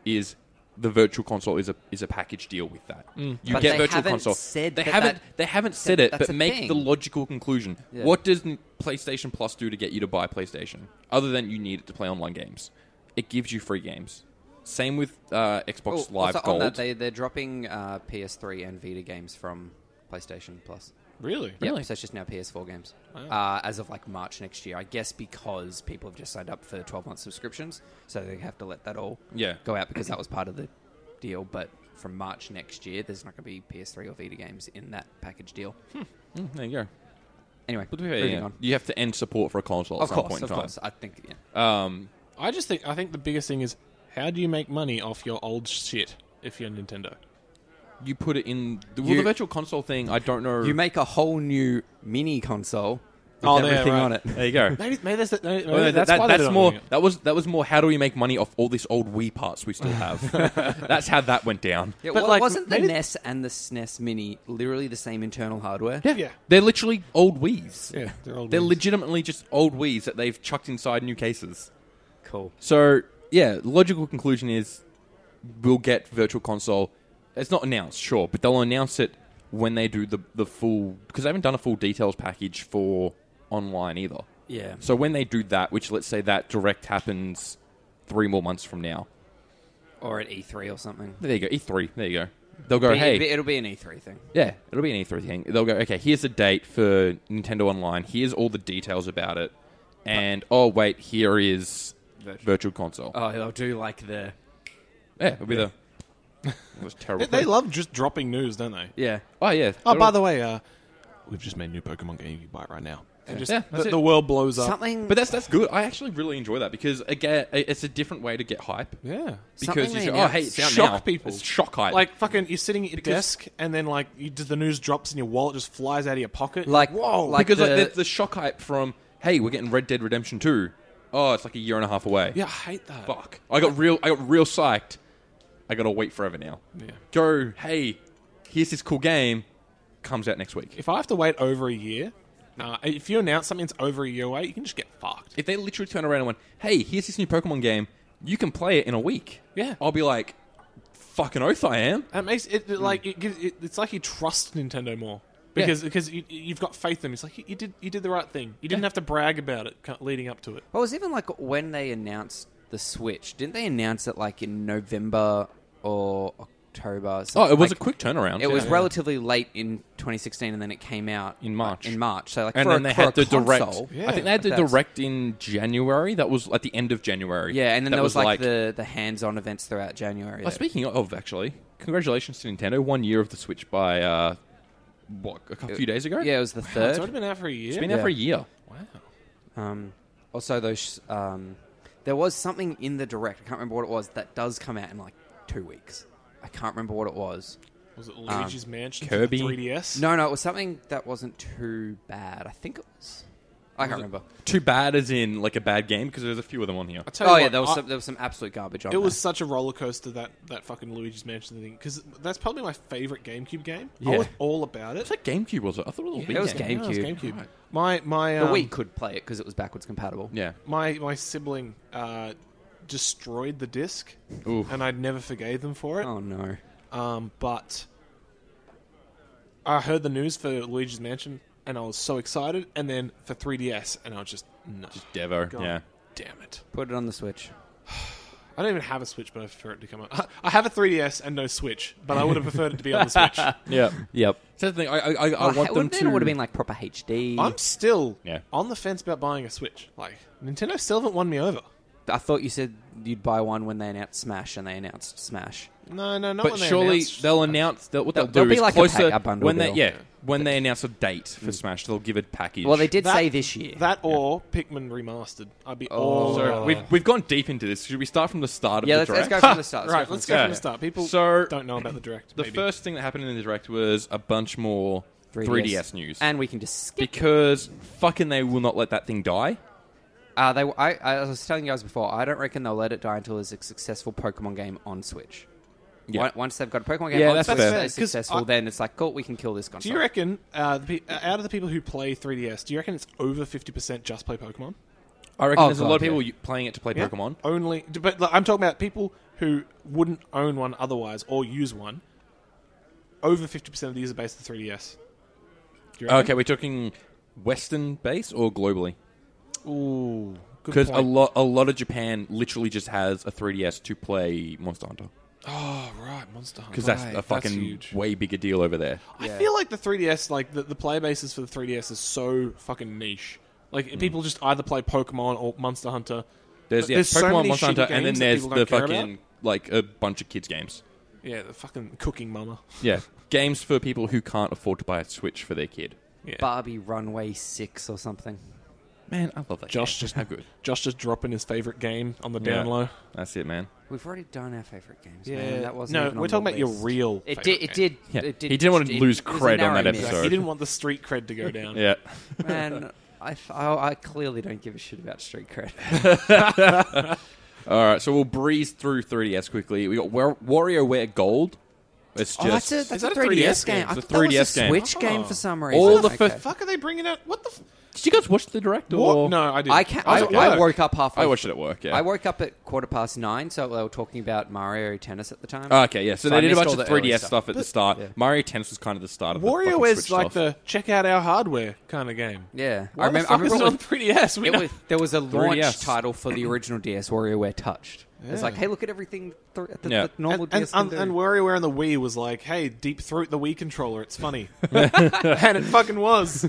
Speaker 1: is the virtual console is a is a package deal with that. You
Speaker 3: But
Speaker 1: get
Speaker 3: they
Speaker 1: virtual
Speaker 3: haven't
Speaker 1: console.
Speaker 3: said
Speaker 1: they
Speaker 3: that
Speaker 1: haven't
Speaker 3: that-
Speaker 1: they haven't said it,
Speaker 3: that's
Speaker 1: but
Speaker 3: a
Speaker 1: make the
Speaker 3: thing.
Speaker 1: logical conclusion.
Speaker 3: Yeah.
Speaker 1: What does n- PlayStation Plus do to get you to buy PlayStation other than you need it to play online games? It gives you free games. Same with uh, Xbox
Speaker 3: Oh,
Speaker 1: Live
Speaker 3: also
Speaker 1: Gold.
Speaker 3: on that, they, they're dropping uh, PS3 and Vita games from PlayStation Plus.
Speaker 2: Really?
Speaker 3: Yep,
Speaker 1: Really?
Speaker 3: so it's just now PS4 games.
Speaker 2: Wow.
Speaker 3: Uh, as of like March next year, I guess because people have just signed up for 12 month subscriptions, so they have to let that all
Speaker 1: Yeah.
Speaker 3: go out because that was part of the deal. But from March next year, there's not going to be PS3 or Vita games in that package deal.
Speaker 1: Mm, there you go.
Speaker 3: Anyway,
Speaker 1: But to be fair,
Speaker 3: moving
Speaker 1: yeah,
Speaker 3: on.
Speaker 1: you have to end support for a console at
Speaker 3: Of
Speaker 1: some
Speaker 3: course,
Speaker 1: point in
Speaker 3: of
Speaker 1: time.
Speaker 3: course. I think yeah.
Speaker 1: Um,
Speaker 2: I just think I think the biggest thing is how do you make money off your old shit if you're Nintendo?
Speaker 1: you put it in the, well,
Speaker 3: You-
Speaker 1: the virtual console thing. I don't know.
Speaker 3: you make a whole new mini console with
Speaker 2: Oh, there,
Speaker 3: everything
Speaker 2: right.
Speaker 3: on it.
Speaker 1: there you go.
Speaker 2: Maybe maybe that's maybe
Speaker 1: Well,
Speaker 2: that's,
Speaker 1: that-
Speaker 2: why
Speaker 1: that's
Speaker 2: they're
Speaker 1: more.
Speaker 2: Doing it.
Speaker 1: That was that was more. How do we make money off all these old Wii parts we still have? that's how that went down.
Speaker 3: Yeah,
Speaker 2: But,
Speaker 3: well,
Speaker 2: like,
Speaker 3: wasn't the
Speaker 2: maybe-
Speaker 3: NES and the SNES Mini literally the same internal hardware?
Speaker 2: Yeah.
Speaker 1: they're literally old Wii's.
Speaker 2: Yeah, they're old
Speaker 1: they're
Speaker 2: Wiis.
Speaker 1: legitimately just old Wii's that they've chucked inside new cases.
Speaker 3: Cool.
Speaker 1: So yeah, logical conclusion is we'll get Virtual Console. It's not announced, sure, but they'll announce it when they do the the full because they haven't done a full details package for online either.
Speaker 3: Yeah.
Speaker 1: So when they do that, which let's say that direct happens three more months from now,
Speaker 3: Or at E3 or something.
Speaker 1: there you go, E three, there you go. They'll go,
Speaker 3: But
Speaker 1: hey,
Speaker 3: it'd be- it'll be an E3 thing.
Speaker 1: yeah, it'll be an E three thing. They'll go, okay, here's a date for Nintendo Online. Here's all the details about it, and oh wait, here is Virtual, Console.
Speaker 3: Oh, they'll do like the
Speaker 1: yeah, it'll be the. It was terrible.
Speaker 2: They, they love just dropping news, don't they?
Speaker 3: yeah.
Speaker 1: Oh yeah.
Speaker 2: Oh, by the way, uh, we've just made new Pokemon game. You can buy it right now. And just
Speaker 1: Yeah, that's
Speaker 2: the,
Speaker 1: it.
Speaker 2: the world blows up.
Speaker 3: Something,
Speaker 1: But that's that's good. I actually really enjoy that because again, i- it's a different way to get hype.
Speaker 2: Yeah.
Speaker 1: Because
Speaker 3: Something
Speaker 1: you
Speaker 3: they
Speaker 1: say, "Oh, hey, it's out
Speaker 2: shock
Speaker 1: now."
Speaker 2: people.
Speaker 1: It's shock hype.
Speaker 2: Like fucking, you're sitting at your
Speaker 1: Because-
Speaker 2: desk, and then like you, just the news drops in your wallet, just flies out of your pocket.
Speaker 3: Like-
Speaker 2: whoa,
Speaker 3: like-
Speaker 1: because like
Speaker 3: the-
Speaker 1: the, the shock hype from hey, we're getting Red Dead Redemption Two. Oh, it's like a year and a half away.
Speaker 2: yeah, I hate that.
Speaker 1: Fuck. I got real. I got real psyched. I gotta wait forever now.
Speaker 2: Yeah.
Speaker 1: Go. Hey, here's this cool game. Comes out next week.
Speaker 2: If I have to wait over a year, nah, if you announce something that's over a year away, you can just get fucked.
Speaker 1: If they literally turn around and went, hey, here's this new Pokemon game. You can play it in a week.
Speaker 2: Yeah.
Speaker 1: I'll be like, fucking oath, I am.
Speaker 2: That makes it it, like it, gives, it, it's like you trust Nintendo more because because you, you've got faith in them. It's like you, you did you did the right thing. You didn't have to brag about it ca- leading up to it.
Speaker 3: well, it was even like when they announced the Switch. Didn't they announce it like in November or October?
Speaker 1: Oh, it was
Speaker 3: like,
Speaker 1: a quick turnaround.
Speaker 3: It was
Speaker 1: yeah.
Speaker 3: relatively late in 2016, and then it came out
Speaker 1: In March.
Speaker 3: In March, so like
Speaker 1: and
Speaker 3: for
Speaker 1: then
Speaker 3: a,
Speaker 1: they
Speaker 3: for
Speaker 1: had
Speaker 3: a
Speaker 1: the
Speaker 3: console-
Speaker 1: direct.
Speaker 2: Yeah.
Speaker 1: I think they had the
Speaker 3: That's-
Speaker 1: direct in January. That was at the end of January.
Speaker 3: Yeah, and then
Speaker 1: That
Speaker 3: there was like, the the hands-on events throughout January.
Speaker 1: Oh,
Speaker 3: that-
Speaker 1: speaking of, actually, congratulations to Nintendo. One year of the Switch by uh, what a couple, few days ago.
Speaker 3: yeah, it was the
Speaker 2: It's already
Speaker 3: third.
Speaker 2: been out for a year.
Speaker 1: it's been out for a year.
Speaker 2: wow.
Speaker 3: Um, also, those um, there was something in the direct. I can't remember what it was. That does come out in like two weeks. I can't remember what it was.
Speaker 2: Was it Luigi's Mansion? for
Speaker 1: Kirby?
Speaker 2: the 3DS.
Speaker 3: Um, No, no, it was something that wasn't too bad. I think it was. I can't remember.
Speaker 1: Too bad, as in like a bad game, because there's a few of them on here.
Speaker 2: I tell you
Speaker 3: Oh
Speaker 2: what,
Speaker 3: yeah, there was
Speaker 2: I-
Speaker 3: some, there was some absolute garbage on
Speaker 2: It
Speaker 3: there.
Speaker 2: was such a roller coaster that that fucking Luigi's Mansion thing because that's probably my favorite GameCube game. I
Speaker 1: Yeah.
Speaker 2: was all about it.
Speaker 1: It's like GameCube was it? I thought it was a Wii
Speaker 3: it was
Speaker 1: game.
Speaker 3: GameCube.
Speaker 2: No, it was GameCube. My my
Speaker 3: But
Speaker 2: um,
Speaker 3: we could play it because it was backwards compatible.
Speaker 1: Yeah.
Speaker 2: my my sibling uh, destroyed the disc,
Speaker 1: Oof.
Speaker 2: and I'd never forgave them for it.
Speaker 3: Oh no.
Speaker 2: Um, but I heard the news for Luigi's Mansion, and I was so excited, and then for 3DS, and I was just no,
Speaker 1: Devo.
Speaker 2: God
Speaker 1: Yeah.
Speaker 2: damn it.
Speaker 3: Put it on the Switch.
Speaker 2: I don't even have a Switch, but I prefer it to come up. I- I have a 3DS and no Switch, but I would have preferred it to be on the Switch.
Speaker 1: Yep. Yep. So the thing, I, I, I, I
Speaker 3: Well,
Speaker 1: want
Speaker 3: Oh, it
Speaker 1: them
Speaker 3: would,
Speaker 1: to.
Speaker 3: would have been like proper HD.
Speaker 2: I'm still
Speaker 1: Yeah.
Speaker 2: on the fence about buying a Switch. Like Nintendo still haven't won me over.
Speaker 3: I thought you said you'd buy one when they announced Smash, and they announced Smash.
Speaker 2: No, no, not
Speaker 1: but
Speaker 2: when they
Speaker 1: surely
Speaker 2: announced-
Speaker 1: they'll announce that what they'll,
Speaker 3: There'll
Speaker 1: do
Speaker 3: be
Speaker 1: is
Speaker 3: like a
Speaker 1: closer
Speaker 3: pack- a bundle
Speaker 1: when they
Speaker 3: deal.
Speaker 1: yeah when they announce a date for Smash, they'll give a package.
Speaker 3: Well, they did
Speaker 2: That-
Speaker 3: say this year.
Speaker 2: That or Pikmin remastered. I'd be all
Speaker 3: Oh.
Speaker 1: So we've we've gone deep into this. Should we start from the start of
Speaker 3: yeah,
Speaker 1: the
Speaker 3: let's, let's
Speaker 1: direct?
Speaker 3: go from the start.
Speaker 2: right. Let's go
Speaker 1: Yeah.
Speaker 2: from the start. People
Speaker 1: So-
Speaker 2: don't know about the direct.
Speaker 1: the
Speaker 2: maybe.
Speaker 1: first thing that happened in the direct was a bunch more 3DS, news
Speaker 3: and we can just skip.
Speaker 1: because fucking they will not let that thing die.
Speaker 3: Uh, they, I, I was telling you guys before, I don't reckon they'll let it die until there's a successful Pokemon game on Switch.
Speaker 1: Yeah.
Speaker 3: Once- Once they've got a Pokemon game
Speaker 1: Yeah,
Speaker 3: on
Speaker 1: that's
Speaker 3: Switch
Speaker 1: fair.
Speaker 3: that is
Speaker 2: 'Cause
Speaker 3: successful,
Speaker 2: I-
Speaker 3: then it's like, cool, we can kill this
Speaker 2: Do
Speaker 3: console.
Speaker 2: you reckon uh, the, pe- uh, out of the people who play 3DS, do you reckon it's over 50% just play Pokemon?
Speaker 1: I reckon
Speaker 3: Oh,
Speaker 1: there's a lot of
Speaker 3: God,
Speaker 1: people
Speaker 3: yeah.
Speaker 1: u- playing it to play
Speaker 2: Yeah?
Speaker 1: Pokemon.
Speaker 2: Only, d- but like, I'm talking about people who wouldn't own one otherwise or use one. Over 50% of the user base of the 3DS. Do you reckon?
Speaker 1: Okay, we're talking Western base or globally?
Speaker 2: Ooh, good
Speaker 1: Because
Speaker 2: point.
Speaker 1: a lot a lot of Japan literally just has a 3DS to play Monster Hunter
Speaker 2: oh, right, Monster Hunter.
Speaker 1: because that's
Speaker 2: Right,
Speaker 1: a fucking
Speaker 2: huge.
Speaker 1: way bigger deal over there.
Speaker 2: I
Speaker 3: Yeah.
Speaker 2: feel like the 3DS, like the, the player bases for the 3DS, is so fucking niche. Like people just either play Pokemon or Monster Hunter.
Speaker 1: Mm. There's,
Speaker 2: But
Speaker 1: yeah,
Speaker 2: there's so
Speaker 1: Pokemon,
Speaker 2: many
Speaker 1: Monster Hunter,
Speaker 2: shitty
Speaker 1: and then
Speaker 2: games that
Speaker 1: there's
Speaker 2: people
Speaker 1: the
Speaker 2: don't care
Speaker 1: fucking like a bunch of kids games.
Speaker 2: Yeah, the fucking cooking mama.
Speaker 1: Yeah, games for people who can't afford to buy a Switch for their kid.
Speaker 2: Yeah.
Speaker 3: Barbie Runway 6 or something.
Speaker 1: Man, I love that.
Speaker 2: Josh
Speaker 1: game.
Speaker 2: just-
Speaker 1: how good.
Speaker 2: Josh just dropping his favorite game on the
Speaker 1: Yeah.
Speaker 2: down low.
Speaker 1: That's it, man.
Speaker 3: We've already done our favorite games, man. That wasn't
Speaker 2: no,
Speaker 3: even
Speaker 2: we're
Speaker 3: on
Speaker 2: talking
Speaker 3: the
Speaker 2: about your
Speaker 3: list.
Speaker 2: real. favorite
Speaker 3: It did, it
Speaker 2: game.
Speaker 3: did.
Speaker 1: Yeah.
Speaker 3: It did.
Speaker 1: He didn't want to
Speaker 3: it-
Speaker 1: lose
Speaker 3: it was a
Speaker 1: cred on
Speaker 3: narrow
Speaker 1: that
Speaker 3: miss.
Speaker 1: episode.
Speaker 2: He didn't want the street cred to go down.
Speaker 1: Yeah,
Speaker 3: Man, I, f- I- I clearly don't give a shit about street cred.
Speaker 1: All right, so we'll breeze through 3DS quickly. We got War- WarioWare Gold. It's just
Speaker 3: oh, that's a, that's
Speaker 2: that
Speaker 3: a
Speaker 2: a
Speaker 3: 3DS game.
Speaker 2: game?
Speaker 3: I
Speaker 1: It's a
Speaker 3: thought that was a
Speaker 1: 3DS game.
Speaker 3: Switch game
Speaker 2: Oh.
Speaker 3: for some reason.
Speaker 1: All the
Speaker 3: Okay.
Speaker 1: fir-
Speaker 2: Fuck are they bringing out? What the? F-
Speaker 1: Did you guys watch the direct? Or
Speaker 2: what? No, I did.
Speaker 3: I can't. I,
Speaker 1: was at
Speaker 3: I
Speaker 1: work.
Speaker 3: woke up halfway.
Speaker 1: I watched it at work. Yeah,
Speaker 3: I woke up at quarter past nine, so they were talking about Mario Tennis at the time.
Speaker 1: Ah, Okay, yeah. So,
Speaker 3: So I
Speaker 1: they did a
Speaker 3: missed
Speaker 1: bunch
Speaker 3: all
Speaker 1: of
Speaker 3: the early
Speaker 1: 3DS stuff,
Speaker 3: stuff.
Speaker 1: at the start.
Speaker 3: yeah.
Speaker 1: Mario Tennis was kind of the start of the
Speaker 2: Wario
Speaker 1: fucking
Speaker 2: is
Speaker 1: Switch
Speaker 2: like
Speaker 1: stuff.
Speaker 2: the check out our hardware kind of game.
Speaker 3: yeah,
Speaker 2: Why
Speaker 3: I remember.
Speaker 2: The
Speaker 3: I
Speaker 2: fuck
Speaker 3: remember
Speaker 2: is it
Speaker 3: it
Speaker 2: on
Speaker 3: was-
Speaker 2: 3DS. We
Speaker 3: it
Speaker 2: know-
Speaker 3: was, there was a launch
Speaker 1: 3DS.
Speaker 3: title for the original DS WarioWare Touched. It's like,
Speaker 2: Yeah.
Speaker 3: hey, look at everything th- that
Speaker 1: Yeah.
Speaker 3: the normal
Speaker 2: and, and,
Speaker 3: DS can
Speaker 2: and,
Speaker 3: do.
Speaker 2: and WarioWare on the Wii was like, "Hey, deep throat the Wii controller. It's funny," and it fucking was.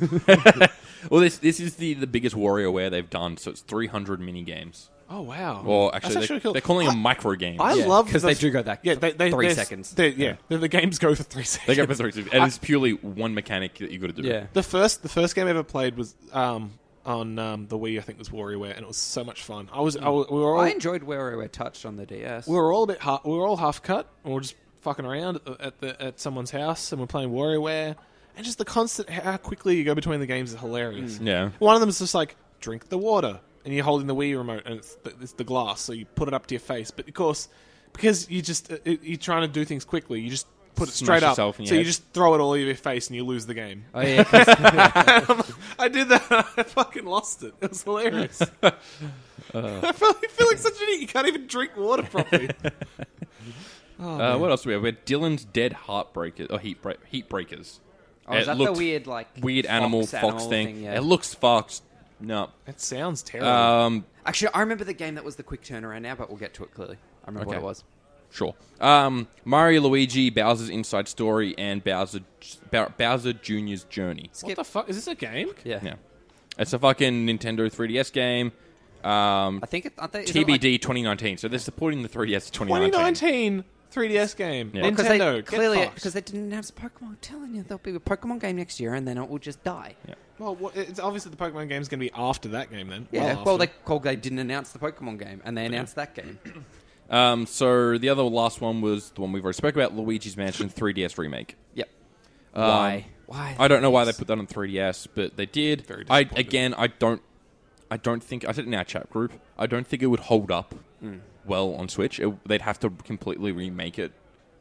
Speaker 1: well, this this is the the biggest WarioWare they've done. So it's 300 mini games.
Speaker 2: Oh wow!
Speaker 1: Or
Speaker 2: That's
Speaker 1: actually, they,
Speaker 2: actually cool.
Speaker 1: they're calling
Speaker 2: I,
Speaker 1: them micro games.
Speaker 2: I
Speaker 3: Yeah,
Speaker 2: love
Speaker 3: 'cause they
Speaker 2: this-
Speaker 3: do go that
Speaker 2: Yeah, they, they,
Speaker 3: three
Speaker 2: they're-
Speaker 3: seconds.
Speaker 2: they're- yeah, The, the games go for three seconds.
Speaker 1: they go for three. And it's purely one mechanic that you got to do.
Speaker 3: yeah,
Speaker 2: The first the first game I ever played was um, on um, the Wii. I think was WarioWare, and it was so much fun. I was, I was we were all
Speaker 3: I enjoyed WarioWare Touched on the DS.
Speaker 2: we were all a bit ha- we were all half cut, and we are just fucking around at, the, at, the, at someone's house, and we're playing WarioWare, and just the constant how quickly you go between the games is
Speaker 3: Mm.
Speaker 2: hilarious.
Speaker 1: Yeah.
Speaker 2: One of them is just like drink the water, and you're holding the Wii remote, and it's the, it's the glass, so you put it up to your face. But of course, because you just uh, it- you're trying to do things quickly, you just put it
Speaker 1: Smash
Speaker 2: straight up, so
Speaker 1: yourself in your
Speaker 2: you
Speaker 1: head.
Speaker 2: just throw it all over your face, and you lose the game.
Speaker 3: oh yeah, 'cause-
Speaker 2: I did that. and I fucking lost it. It was hilarious. I feel, I feel like such an idiot. You can't even drink water properly. Oh,
Speaker 1: uh, what else do we have? We have Dylan's Dead Heartbreakers or Heat, Break- Heat Breakers.
Speaker 3: oh, is
Speaker 1: It
Speaker 3: that the
Speaker 1: looked
Speaker 3: weird like
Speaker 1: weird
Speaker 3: fox
Speaker 1: animal fox thing.
Speaker 3: yeah.
Speaker 1: It looks foxed. No.
Speaker 2: That sounds terrible.
Speaker 1: Um,
Speaker 3: Actually, I remember the game that was the quick turnaround now, but we'll get to it clearly. I remember what
Speaker 1: Okay.
Speaker 3: it was.
Speaker 1: Sure. Um, Mario Luigi, Bowser's Inside Story, and Bowser Bow- Bowser Jr.'s Journey.
Speaker 2: what the fuck? Is this a game?
Speaker 3: Yeah,
Speaker 1: Yeah. It's a fucking Nintendo 3DS game. Um,
Speaker 3: I think it, aren't they, isn't it
Speaker 1: TBD
Speaker 3: like
Speaker 1: 2019. So they're supporting the 3DS 2019.
Speaker 2: 2019 3DS game.
Speaker 1: Yeah. Well,
Speaker 3: Because
Speaker 2: Nintendo.
Speaker 3: they
Speaker 2: get
Speaker 3: clearly
Speaker 2: fucked.
Speaker 3: because they didn't announce Pokemon. I'm telling you, there'll be a Pokemon game next year, and then it will just die. Yeah.
Speaker 2: well, what- it's obviously the Pokemon game's going to be after that game then.
Speaker 3: Well,
Speaker 2: after.
Speaker 3: they called they didn't announce the Pokemon game, and they announced that game.
Speaker 1: Um, so the other last one was the one we've already spoke about, Luigi's Mansion 3DS remake.
Speaker 3: Yep. why? Why?
Speaker 1: Um, I don't know why they put that on 3DS, but they did.
Speaker 2: Very
Speaker 1: I
Speaker 2: disappointed.
Speaker 1: again, I don't, I don't think I said in our chat group. I don't think it would hold up
Speaker 2: Mm.
Speaker 1: well on Switch. It, they'd have to completely remake it,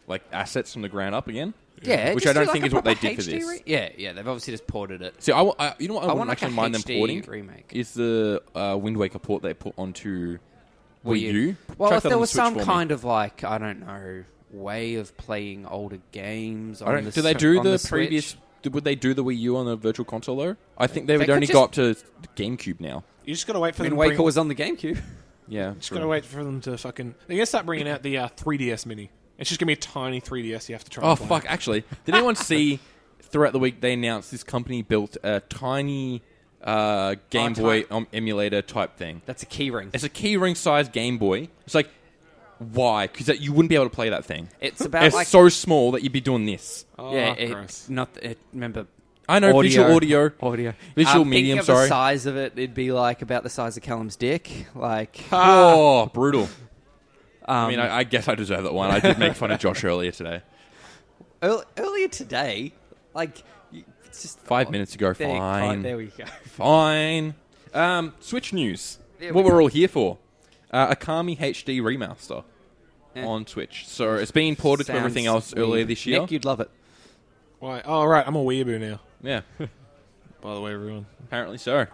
Speaker 1: like assets from the ground up again.
Speaker 3: Yeah,
Speaker 1: which
Speaker 3: just
Speaker 1: I don't
Speaker 3: do, like,
Speaker 1: think
Speaker 3: a
Speaker 1: is what they
Speaker 3: proper
Speaker 1: did for
Speaker 3: HD
Speaker 1: this.
Speaker 3: re- yeah, yeah, they've obviously just ported it.
Speaker 1: See, I, wa- I- you know what I, wouldn't
Speaker 3: want, like, a
Speaker 1: actually mind them
Speaker 3: HD
Speaker 1: porting
Speaker 3: remake.
Speaker 1: is the uh, Wind Waker port they put onto Wii
Speaker 3: Weird.
Speaker 1: U.
Speaker 3: Well,
Speaker 1: Chuck
Speaker 3: if
Speaker 1: that
Speaker 3: there
Speaker 1: on the
Speaker 3: was
Speaker 1: Switch
Speaker 3: some
Speaker 1: for me.
Speaker 3: kind of like I don't know way of playing older games.
Speaker 1: I
Speaker 3: On
Speaker 1: don't,
Speaker 3: the
Speaker 1: do they
Speaker 3: Sw-
Speaker 1: do
Speaker 3: on
Speaker 1: the,
Speaker 3: Switch.
Speaker 1: previous? Would they do the Wii U on the Virtual Console though? I think they would
Speaker 3: could
Speaker 1: only
Speaker 3: just-
Speaker 1: go up to GameCube now.
Speaker 2: you just got to wait for
Speaker 3: Wind
Speaker 2: them.
Speaker 3: Waker
Speaker 2: Bring,
Speaker 3: was on the GameCube.
Speaker 1: Yeah,
Speaker 2: just got to wait for them to fucking. They're going to start bringing out the uh, 3DS Mini. It's just going to be a tiny 3DS. You have to try.
Speaker 1: Oh
Speaker 2: and play.
Speaker 1: fuck! Actually, did anyone see throughout the week they announced this company built a tiny uh, Game
Speaker 3: Oh,
Speaker 1: Boy um, emulator type thing.
Speaker 3: That's a key ring.
Speaker 1: It's a keyring size Game Boy. It's like, why? Because you wouldn't be able to play that thing.
Speaker 3: It's about
Speaker 1: it's
Speaker 3: like
Speaker 1: so small that you'd be doing this.
Speaker 3: yeah,
Speaker 2: Oh,
Speaker 3: it,
Speaker 2: gross.
Speaker 3: not it, remember.
Speaker 1: I know visual audio.
Speaker 3: audio, Um,
Speaker 1: Visual
Speaker 3: think
Speaker 1: medium,
Speaker 3: of
Speaker 1: sorry.
Speaker 3: the size of it, it'd be like about the size of Callum's dick. Like,
Speaker 1: Oh, brutal. I
Speaker 3: um,
Speaker 1: mean, I, I guess I deserve that one. I did make fun of Josh earlier today.
Speaker 3: earl- earlier today, like, you- it's just
Speaker 1: Five
Speaker 3: oh,
Speaker 1: minutes ago,
Speaker 3: There,
Speaker 1: fine.
Speaker 3: oh, there we go.
Speaker 1: Fine. Um, Switch news.
Speaker 3: There
Speaker 1: what
Speaker 3: we
Speaker 1: we're
Speaker 3: go.
Speaker 1: all here for. Uh, Akami HD remaster
Speaker 3: Eh.
Speaker 1: on Switch. So it's been ported to
Speaker 3: Sounds
Speaker 1: everything else
Speaker 3: weird.
Speaker 1: earlier this year.
Speaker 3: Nick, you'd love it.
Speaker 2: Why? Oh, right. I'm a weeaboo now.
Speaker 1: yeah,
Speaker 2: By the way, everyone.
Speaker 1: apparently so.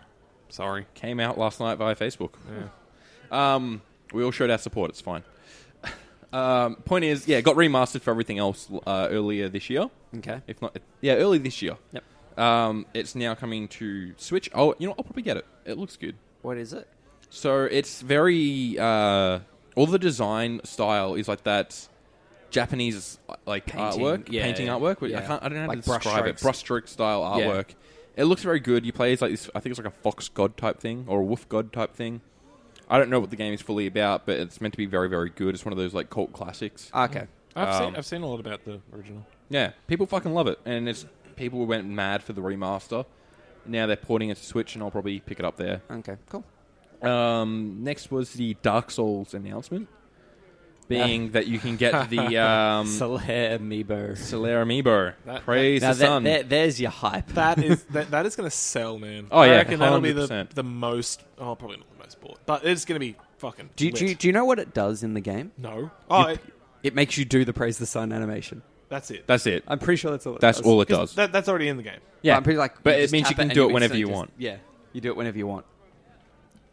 Speaker 2: Sorry.
Speaker 1: Came out last night via Facebook.
Speaker 2: Yeah.
Speaker 1: Um, we all showed our support. It's fine. Um, point is, yeah, it got remastered for everything else uh, earlier this year.
Speaker 3: Okay.
Speaker 1: If not, yeah, early this year.
Speaker 3: Yep.
Speaker 1: Um, it's now coming to Switch. Oh, you know, I'll probably get it. It looks good.
Speaker 3: What is it?
Speaker 1: So it's very uh, all the design style is like that Japanese like
Speaker 3: Painting,
Speaker 1: artwork,
Speaker 3: yeah.
Speaker 1: painting artwork. which I
Speaker 3: Yeah.
Speaker 1: can't, I don't know how
Speaker 3: Like
Speaker 1: to describe it. Brushstroke style
Speaker 3: Yeah.
Speaker 1: artwork. It looks very good. You play as like this. I think it's like a fox god type thing or a wolf god type thing. I don't know what the game is fully about, but it's meant to be very, very good. It's one of those like cult classics.
Speaker 3: Ah, Okay.
Speaker 2: I've
Speaker 1: Um,
Speaker 2: seen I've seen a lot about the original.
Speaker 1: Yeah, people fucking love it, and it's people went mad for the remaster. Now they're porting it to Switch, and I'll probably pick it up there.
Speaker 3: Okay. Cool.
Speaker 1: Um, next was the Dark Souls announcement, being that you can get the um,
Speaker 3: Solaire Amiibo.
Speaker 1: Solaire Amiibo.
Speaker 2: That-
Speaker 1: Praise
Speaker 3: Now
Speaker 1: the
Speaker 3: that-
Speaker 1: sun.
Speaker 3: there- there's your hype.
Speaker 2: That is that, that is going to sell, man.
Speaker 1: Oh, yeah,
Speaker 2: I reckon that'll be the
Speaker 1: 100%.
Speaker 2: the most. Oh, probably not the most bought, but it's going to be fucking.
Speaker 3: do, you, do, you,
Speaker 2: lit.
Speaker 3: do you know what it does in the game?
Speaker 2: No. Oh,
Speaker 3: You-
Speaker 2: it-
Speaker 3: It makes you do the praise the sun animation.
Speaker 2: that's it.
Speaker 1: that's it.
Speaker 3: I'm pretty sure that's all. It
Speaker 1: That's
Speaker 3: does.
Speaker 1: all it does.
Speaker 2: That, that's already in the game.
Speaker 1: yeah,
Speaker 3: I'm pretty like,
Speaker 1: but it
Speaker 3: just
Speaker 1: means you
Speaker 3: tap
Speaker 1: can
Speaker 3: and
Speaker 1: do it
Speaker 3: you
Speaker 1: whenever you
Speaker 3: instantly
Speaker 1: want.
Speaker 3: just- yeah, you do it whenever you want.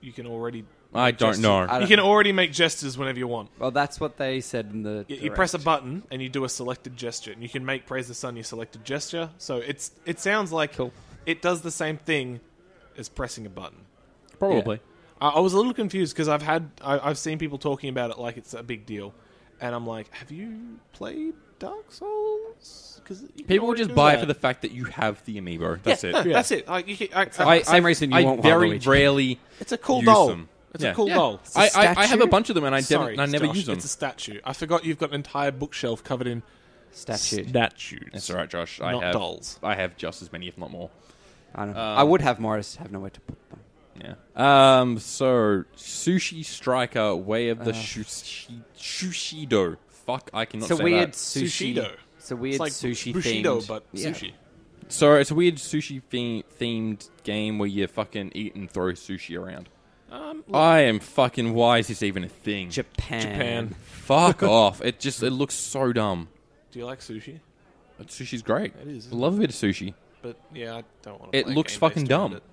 Speaker 2: You can already.
Speaker 1: I
Speaker 2: make
Speaker 1: don't
Speaker 2: gestures.
Speaker 1: know.
Speaker 3: I
Speaker 2: You
Speaker 3: don't-
Speaker 2: can already make gestures whenever you want.
Speaker 3: Well, that's what they said in the.
Speaker 2: You, you press a button and you do a selected gesture, and you can make praise the sun your selected gesture. So it's it sounds like
Speaker 3: Cool.
Speaker 2: it does the same thing as pressing a button.
Speaker 1: Probably.
Speaker 2: I, I was a little confused because I've had I, I've seen people talking about it like it's a big deal, and I'm like, have you played Dark Souls? Because
Speaker 1: People will just buy it for the fact that you have the Amiibo. That's it.
Speaker 2: That's it. Like, you can, I, I-
Speaker 3: like- Same reason you
Speaker 1: I
Speaker 3: want
Speaker 1: very
Speaker 3: Waluigi.
Speaker 1: rarely.
Speaker 2: it's a cool
Speaker 1: use
Speaker 2: doll.
Speaker 1: them.
Speaker 2: It's
Speaker 1: Yeah.
Speaker 2: a cool
Speaker 1: Yeah.
Speaker 2: doll.
Speaker 3: a
Speaker 1: I, I, I have a
Speaker 3: statue?
Speaker 1: bunch of them and I, never-
Speaker 2: Sorry,
Speaker 1: and I never
Speaker 2: Josh,
Speaker 1: use them.
Speaker 2: It's a statue. I forgot you've got an entire bookshelf covered in
Speaker 3: statue.
Speaker 2: statues.
Speaker 1: That's all right, Josh. I
Speaker 2: Not
Speaker 1: have
Speaker 2: dolls.
Speaker 1: I have just as many, if not more.
Speaker 3: I don't know. I would have more. I just have nowhere to put them.
Speaker 1: Yeah. Um. So, Sushi Striker, Way of the Shushi, Shushido. Fuck, I cannot
Speaker 3: Uh. It's a
Speaker 1: say
Speaker 3: weird
Speaker 1: that.
Speaker 3: sushi.
Speaker 2: Sushido.
Speaker 3: It's a weird
Speaker 2: it's like
Speaker 3: sushi
Speaker 2: Bushido,
Speaker 3: themed.
Speaker 2: but
Speaker 3: Yeah.
Speaker 2: sushi.
Speaker 1: So it's a weird sushi theme- themed game where you fucking eat and throw sushi around.
Speaker 2: Um,
Speaker 1: I am fucking. Why is this even a thing?
Speaker 3: Japan.
Speaker 2: Japan.
Speaker 1: Fuck off! It just it looks so dumb.
Speaker 2: Do you like sushi?
Speaker 1: But Sushi's great.
Speaker 2: It is,
Speaker 1: I
Speaker 2: isn't
Speaker 1: love a bit of sushi.
Speaker 2: But yeah, I don't want to.
Speaker 1: It
Speaker 2: play a
Speaker 1: looks
Speaker 2: game
Speaker 1: fucking
Speaker 2: based around
Speaker 1: dumb.
Speaker 2: it.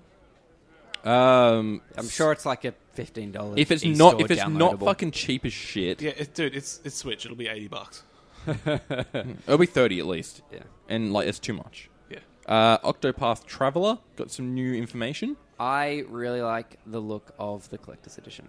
Speaker 1: Um,
Speaker 3: I'm sure it's like a fifteen dollars.
Speaker 1: if it's not if it's not fucking cheap as shit,
Speaker 2: Yeah, it, dude, it's it's Switch. It'll be eighty bucks.
Speaker 1: it'll be thirty at least.
Speaker 3: Yeah.
Speaker 1: and like it's too much.
Speaker 2: Yeah.
Speaker 1: Uh, Octopath Traveler got some new information.
Speaker 3: I really like the look of the collector's edition.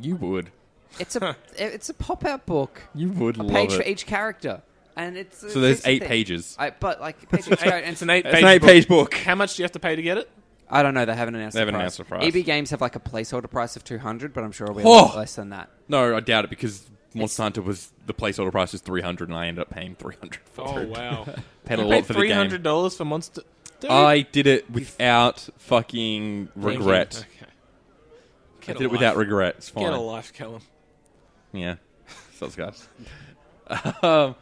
Speaker 1: You would.
Speaker 3: It's a it's a pop out book.
Speaker 1: You would
Speaker 3: a
Speaker 1: love
Speaker 3: page
Speaker 1: it.
Speaker 3: for each character, and it's
Speaker 1: So there's
Speaker 3: it's a
Speaker 1: eight
Speaker 3: thing.
Speaker 1: pages.
Speaker 3: I, but like page for each character, and
Speaker 2: It's an eight.
Speaker 1: It's an eight-page book.
Speaker 2: How much do you have to pay to get it?
Speaker 3: I don't know. They haven't announced.
Speaker 1: They haven't
Speaker 3: the price.
Speaker 1: announced the price.
Speaker 3: EB Games have like a placeholder price of two hundred, but I'm sure it'll be a
Speaker 1: Oh.
Speaker 3: lot less than that.
Speaker 1: No, I doubt it because Monster
Speaker 3: It's-
Speaker 1: Hunter was the placeholder price is three hundred, and I ended up paying three hundred for
Speaker 2: Oh
Speaker 1: it.
Speaker 2: wow!
Speaker 1: Paid a
Speaker 2: you
Speaker 1: lot for the
Speaker 2: three
Speaker 1: game.
Speaker 2: hundred dollars for Monster. Dude.
Speaker 1: I did it without fucking regret.
Speaker 2: Okay.
Speaker 1: I
Speaker 2: Get
Speaker 1: did
Speaker 2: a
Speaker 1: it without
Speaker 2: life.
Speaker 1: regret. It's
Speaker 2: Get a
Speaker 1: fine.
Speaker 2: life, Callum.
Speaker 1: Yeah, so it's good. um,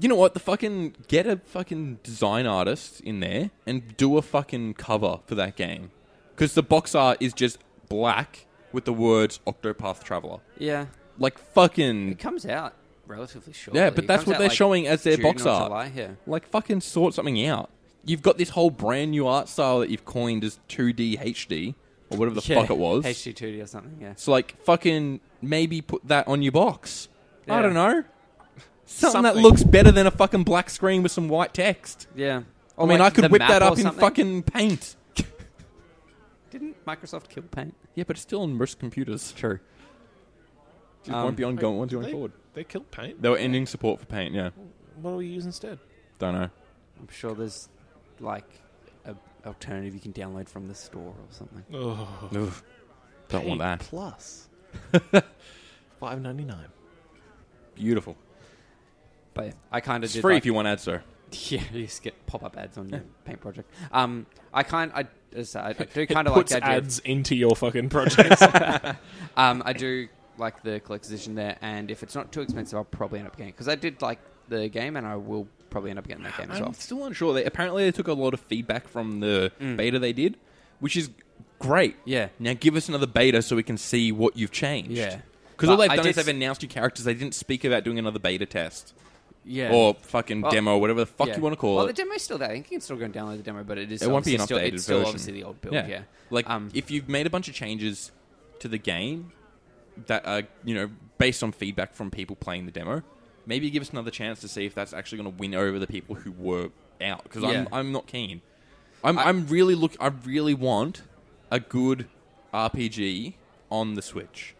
Speaker 1: you know what? The fucking get a fucking design artist in there and do a fucking cover for that game because the box art is just black with the words Octopath Traveler.
Speaker 3: Yeah,
Speaker 1: Like fucking
Speaker 3: it comes out relatively short.
Speaker 1: Yeah, but that's what they're showing as their
Speaker 3: June
Speaker 1: box
Speaker 3: or
Speaker 1: art.
Speaker 3: July, yeah.
Speaker 1: Like fucking sort something out. You've got this whole brand new art style that you've coined as 2D HD or whatever the fuck it was.
Speaker 3: HD 2D or something. Yeah,
Speaker 1: So like fucking maybe put that on your box. I
Speaker 3: Yeah.
Speaker 1: don't know. Something, that
Speaker 2: Something.
Speaker 1: looks better than a fucking black screen with some white text.
Speaker 3: yeah.
Speaker 1: I mean, I could whip that up in
Speaker 3: fucking.
Speaker 1: fucking paint.
Speaker 3: Didn't Microsoft kill Paint?
Speaker 1: Yeah, but it's still on most computers.
Speaker 3: True.
Speaker 1: It
Speaker 3: Um,
Speaker 1: won't be ongoing, going
Speaker 2: they,
Speaker 1: forward.
Speaker 2: They killed paint.
Speaker 1: They were ending support for paint, yeah.
Speaker 2: What do we use instead?
Speaker 1: Don't know.
Speaker 3: I'm sure there's like a, alternative you can download from the store or something.
Speaker 2: Oh.
Speaker 1: Oof. Don't want that.
Speaker 2: Plus. Five ninety nine.
Speaker 1: Beautiful.
Speaker 3: But yeah, I kind of
Speaker 1: It's
Speaker 3: did
Speaker 1: free
Speaker 3: like-
Speaker 1: if you want ads, sir.
Speaker 3: Yeah, you just get pop up ads on your paint project. Um, I kind I, as I, said, I I do
Speaker 2: It
Speaker 3: kind of like
Speaker 2: puts
Speaker 3: the idea. of-
Speaker 2: ads into your fucking projects.
Speaker 3: Um, I do like the collector's there, and if it's not too expensive, I'll probably end up getting because I did like the game, and I will probably end up getting that game as
Speaker 1: I'm
Speaker 3: well.
Speaker 1: still unsure. They, apparently, they took a lot of feedback from the
Speaker 3: Mm.
Speaker 1: beta they did, which is great.
Speaker 3: Yeah.
Speaker 1: Now give us another beta so we can see what you've changed.
Speaker 3: Yeah.
Speaker 1: Because all
Speaker 3: But
Speaker 1: they've
Speaker 3: I
Speaker 1: done is
Speaker 3: did
Speaker 1: they've announced new characters. They didn't speak about doing another beta test
Speaker 3: Yeah.
Speaker 1: or fucking
Speaker 3: Well,
Speaker 1: demo, whatever the fuck
Speaker 3: Yeah.
Speaker 1: you want to call
Speaker 3: Well,
Speaker 1: it.
Speaker 3: the demo's still there. I think you can still go and download the demo, but it is.
Speaker 1: It won't be an
Speaker 3: obviously still,
Speaker 1: updated
Speaker 3: It's still
Speaker 1: version.
Speaker 3: obviously the old build. Yeah.
Speaker 1: Like
Speaker 3: Um,
Speaker 1: if you've made a bunch of changes to the game that are you know based on feedback from people playing the demo, maybe give us another chance to see if that's actually going to win over the people who were out. Because I'm
Speaker 3: Yeah.
Speaker 1: I'm not keen. I'm I, am i am really look. I really want a good RPG on the Switch.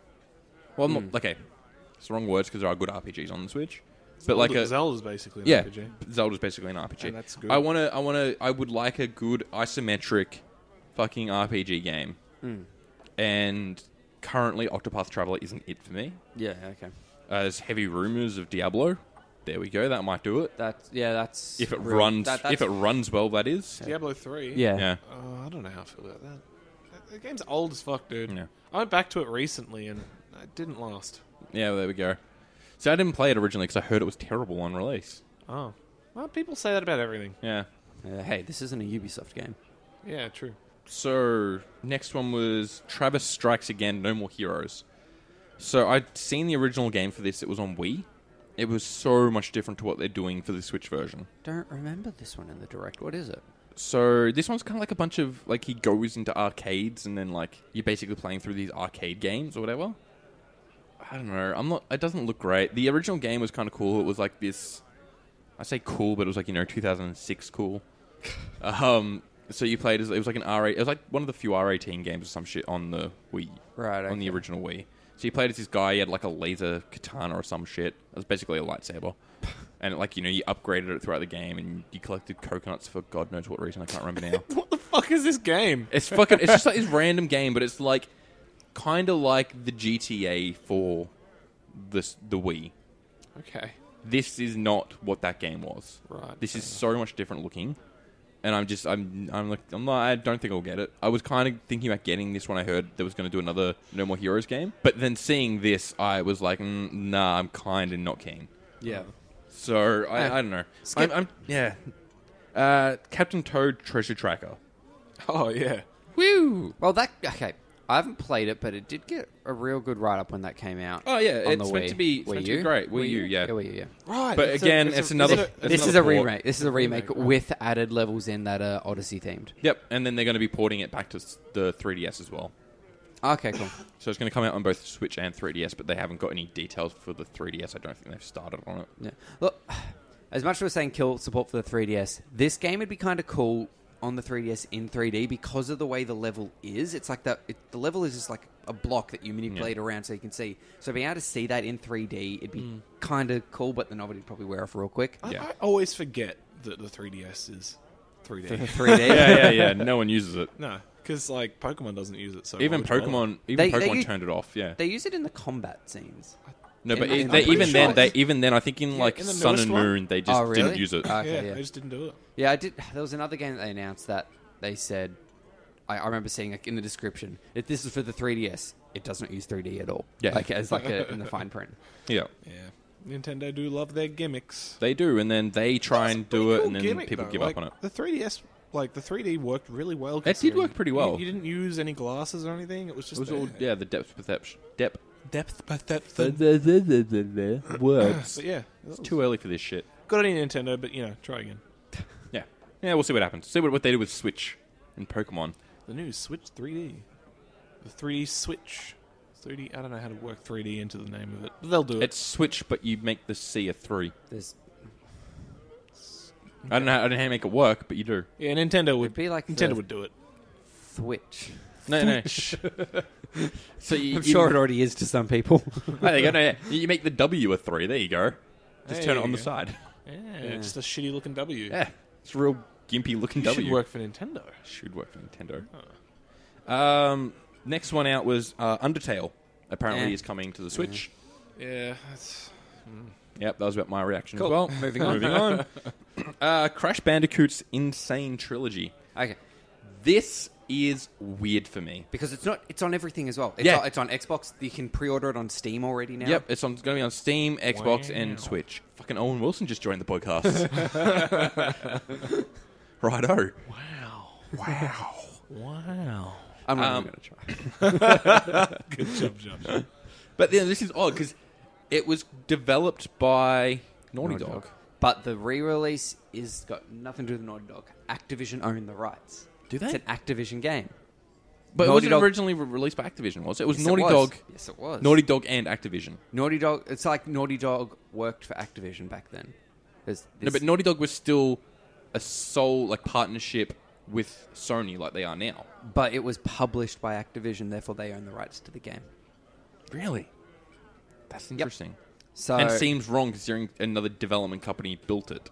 Speaker 1: Well, I'm not
Speaker 3: Hmm.
Speaker 1: okay. It's the wrong words because there are good RPGs on the Switch, but like a
Speaker 2: Zelda's basically an
Speaker 1: yeah,
Speaker 2: RPG.
Speaker 1: Zelda's basically an RPG.
Speaker 2: And that's good.
Speaker 1: I want to. I want to. I would like a good isometric, fucking RPG game. And currently, Octopath Traveler isn't it for me.
Speaker 3: yeah. Okay.
Speaker 1: Uh, there's heavy rumors of Diablo. There we go. That might do it.
Speaker 3: That's yeah. That's
Speaker 1: If it
Speaker 3: real.
Speaker 1: runs,
Speaker 3: That-
Speaker 1: if it
Speaker 3: that's-
Speaker 1: runs well, that is.
Speaker 2: Diablo three.
Speaker 3: yeah.
Speaker 1: Yeah.
Speaker 2: Oh, I don't know how I feel about that. That- The game's old as fuck, dude.
Speaker 1: Yeah.
Speaker 2: I went back to it recently and it didn't last.
Speaker 1: Yeah. There we go. So I didn't play it originally because I heard it was terrible on release.
Speaker 2: Oh. Well, people say that about everything.
Speaker 1: Yeah.
Speaker 3: Uh, hey, this isn't a Ubisoft game.
Speaker 2: Yeah, true.
Speaker 1: So next one was Travis Strikes Again, No More Heroes. So I'd seen the original game for this. It was on Wii. It was so much different to what they're doing for the Switch version.
Speaker 3: Don't remember this one in the direct. What is it?
Speaker 1: So this one's kind of like a bunch of like he goes into arcades and then like you're basically playing through these arcade games or whatever. I don't know. I'm not. It doesn't look great. The original game was kind of cool. It was like this. I say cool, but it was like you know 2006 cool. um. So you played as it was like an R8. It was like one of the few R18 games or some shit on the Wii.
Speaker 3: Right,
Speaker 1: On the
Speaker 3: okay.
Speaker 1: original Wii. So you played as this guy. He had like a laser katana or some shit. It was basically a lightsaber. And like you know, you upgraded it throughout the game, and you collected coconuts for God knows what reason. I can't remember now.
Speaker 2: What the fuck is this game?
Speaker 1: It's fucking. It's just like this random game, but it's like kind of like the GTA for this the Wii.
Speaker 2: Okay.
Speaker 1: This is not what that game was.
Speaker 2: Right.
Speaker 1: This is so much different looking, and I'm just I'm I'm like I'm not. I don't think I'll get it. I was kind of thinking about getting this when I heard there was going to do another No More Heroes game, but then seeing this, I was like, mm, nah, I'm kind of not keen.
Speaker 3: Yeah.
Speaker 1: So I,
Speaker 3: Yeah.
Speaker 1: I don't know.
Speaker 3: Skip-
Speaker 1: I'm, I'm yeah. Uh, Captain Toad Treasure Tracker.
Speaker 2: Oh, yeah.
Speaker 1: Woo!
Speaker 3: Well, that okay. I haven't played it, but it did get a real good write up when that came out.
Speaker 1: Oh, yeah,
Speaker 3: on
Speaker 1: it's
Speaker 3: the
Speaker 1: meant
Speaker 3: Wii.
Speaker 1: to be- it's
Speaker 3: Wii
Speaker 1: meant to
Speaker 3: U?
Speaker 1: be great. Wii U, yeah.
Speaker 3: yeah, Wii U, yeah.
Speaker 2: Right.
Speaker 1: But again, it's another- It's
Speaker 3: This
Speaker 1: not
Speaker 3: is
Speaker 1: a
Speaker 3: a
Speaker 1: port.
Speaker 3: remake. This is a remake
Speaker 2: remake, right.
Speaker 3: with added levels in that are Odyssey themed.
Speaker 1: Yep, and then they're going to be porting it back to s- the 3DS as well.
Speaker 3: Okay, cool.
Speaker 1: So it's going to come out on both Switch and 3DS, but they haven't got any details for the 3DS. I don't think they've started on it.
Speaker 3: Yeah. Look, as much as we're saying kill support for the 3DS, this game would be kind of cool on the 3DS in 3D because of the way the level is. It's like that. It, the level is just like a block that you manipulate around so you can see. So being able to see that in 3D, it'd be
Speaker 1: Mm.
Speaker 3: kind of cool, but the novelty'd probably wear off real quick.
Speaker 2: I,
Speaker 1: Yeah.
Speaker 2: I always forget that the 3DS is 3D.
Speaker 3: 3D.
Speaker 1: yeah, yeah, yeah. No one uses it.
Speaker 2: no, because, like, Pokemon doesn't use it so
Speaker 1: Even
Speaker 2: much, does it?
Speaker 1: Pokemon, even
Speaker 3: They- they
Speaker 1: Pokemon
Speaker 3: u-
Speaker 1: turned it off. Yeah.
Speaker 3: They use it in the combat scenes.
Speaker 1: no, but
Speaker 3: they-
Speaker 1: e-
Speaker 3: I'm
Speaker 1: they,
Speaker 3: pretty
Speaker 1: even
Speaker 3: sure
Speaker 1: then, they
Speaker 3: it's-
Speaker 1: even then, I think in like
Speaker 2: in the
Speaker 1: Sun
Speaker 2: newest
Speaker 1: and
Speaker 2: one?
Speaker 1: Moon, they just
Speaker 3: Oh, really?
Speaker 1: didn't use it.
Speaker 3: Okay,
Speaker 2: Yeah,
Speaker 3: yeah.
Speaker 2: they just didn't do it.
Speaker 3: Yeah, I did. There was another game that they announced that they said. I, I remember seeing like in the description, if this is for the 3DS, it does not use 3D at all.
Speaker 1: Yeah.
Speaker 3: like as like a, in the fine print.
Speaker 1: yeah,
Speaker 2: Yeah. Nintendo do love their gimmicks.
Speaker 1: they do, and then they try and do it, and then people give up on it.
Speaker 2: The 3DS, like, the 3D worked really well.
Speaker 1: did
Speaker 2: considering
Speaker 1: work pretty
Speaker 2: you-
Speaker 1: well.
Speaker 2: You, didn't use any glasses or anything. It was
Speaker 1: It
Speaker 2: just
Speaker 1: was all
Speaker 2: there.
Speaker 1: yeah, the depth perception. Depth.
Speaker 2: depth, but depth. and- uh,
Speaker 1: Words.
Speaker 2: But yeah,
Speaker 1: It's too early for this shit.
Speaker 2: good on you, Nintendo. But you know, try again.
Speaker 1: Yeah. Yeah, we'll see what happens. See what, what they do with Switch and Pokemon.
Speaker 2: The new Switch 3D, the 3D Switch, 3D. I don't know how to work 3D into the name of it, but they'll do it.
Speaker 1: It's Switch, but you make the C a three.
Speaker 3: There's
Speaker 1: I don't know. How, I don't know how to make it work, but you do.
Speaker 2: yeah, Nintendo would
Speaker 3: It'd be like
Speaker 2: Nintendo
Speaker 3: the-
Speaker 2: would do it.
Speaker 3: Switch.
Speaker 1: No, no. so you,
Speaker 3: I'm sure it already is to some people.
Speaker 1: Oh, there you go. No, yeah. You you make the W a three. There you go. Just turn it
Speaker 2: There
Speaker 1: on
Speaker 2: you
Speaker 1: the
Speaker 2: go.
Speaker 1: side.
Speaker 2: Yeah, just a shitty looking W.
Speaker 1: Yeah, it's real gimpy looking
Speaker 2: You
Speaker 1: W.
Speaker 2: should work for Nintendo.
Speaker 1: Should work for Nintendo. Um, next one out was uh, Undertale. Apparently,
Speaker 3: Eh.
Speaker 1: is coming to the Switch.
Speaker 2: Yeah, that's,
Speaker 1: Yep, that was about my reaction
Speaker 3: Cool.
Speaker 1: as well.
Speaker 3: Moving on.
Speaker 1: Moving on. uh, Crash Bandicoot's Insane Trilogy.
Speaker 3: Okay.
Speaker 1: This is weird for me.
Speaker 3: Because it's not. It's on everything as well. It's,
Speaker 1: Yeah.
Speaker 3: on, it's on Xbox. You can pre-order it on Steam already now.
Speaker 1: Yep, it's, on, it's going to be on Steam, Xbox,
Speaker 2: Wow.
Speaker 1: and Switch. Fucking Owen Wilson just joined the podcast. Righto.
Speaker 2: wow, wow, wow.
Speaker 3: I'm not
Speaker 1: Um,
Speaker 3: even going to try.
Speaker 2: Good job, Josh.
Speaker 1: But then this is odd because it was developed by Naughty,
Speaker 3: Naughty
Speaker 1: Dog.
Speaker 3: Dog. But the re-release is got nothing to do with Naughty Dog. Activision own the rights.
Speaker 1: Do they?
Speaker 3: It's an Activision game.
Speaker 1: But
Speaker 3: Naughty
Speaker 1: it wasn't
Speaker 3: Dog-
Speaker 1: originally re- released by Activision, was it? It was
Speaker 3: Yes, it
Speaker 1: Naughty
Speaker 3: was.
Speaker 1: Dog.
Speaker 3: Yes, it was.
Speaker 1: Naughty Dog and Activision.
Speaker 3: Naughty Dog. It's like Naughty Dog worked for Activision back then. There's
Speaker 1: No,
Speaker 3: this-
Speaker 1: but Naughty Dog was still a sole like partnership with Sony, like they are now.
Speaker 3: but it was published by Activision, therefore they own the rights to the game.
Speaker 1: Really, that's interesting,
Speaker 3: So
Speaker 1: and seems wrong considering another development company built it.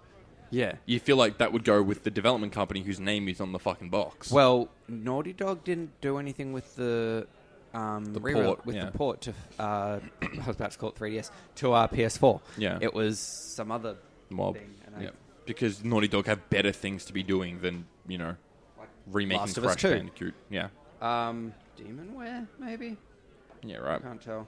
Speaker 3: yeah.
Speaker 1: You feel like that would go with the development company whose name is on the fucking box.
Speaker 3: Well, Naughty Dog didn't do anything with the um,
Speaker 1: The
Speaker 3: re-rel-
Speaker 1: port,
Speaker 3: with
Speaker 1: yeah.
Speaker 3: the port to uh, I was about to call it 3DS to our PS4.
Speaker 1: Yeah.
Speaker 3: it was some other
Speaker 1: mob,
Speaker 3: thing, and I-
Speaker 1: yeah, because Naughty Dog have better things to be doing than you know
Speaker 3: like
Speaker 1: remaking
Speaker 3: Last of Us
Speaker 1: Crash
Speaker 3: 2.
Speaker 1: Bandicoot. Yeah,
Speaker 3: um, Demonware maybe.
Speaker 1: yeah, right.
Speaker 3: Can't tell.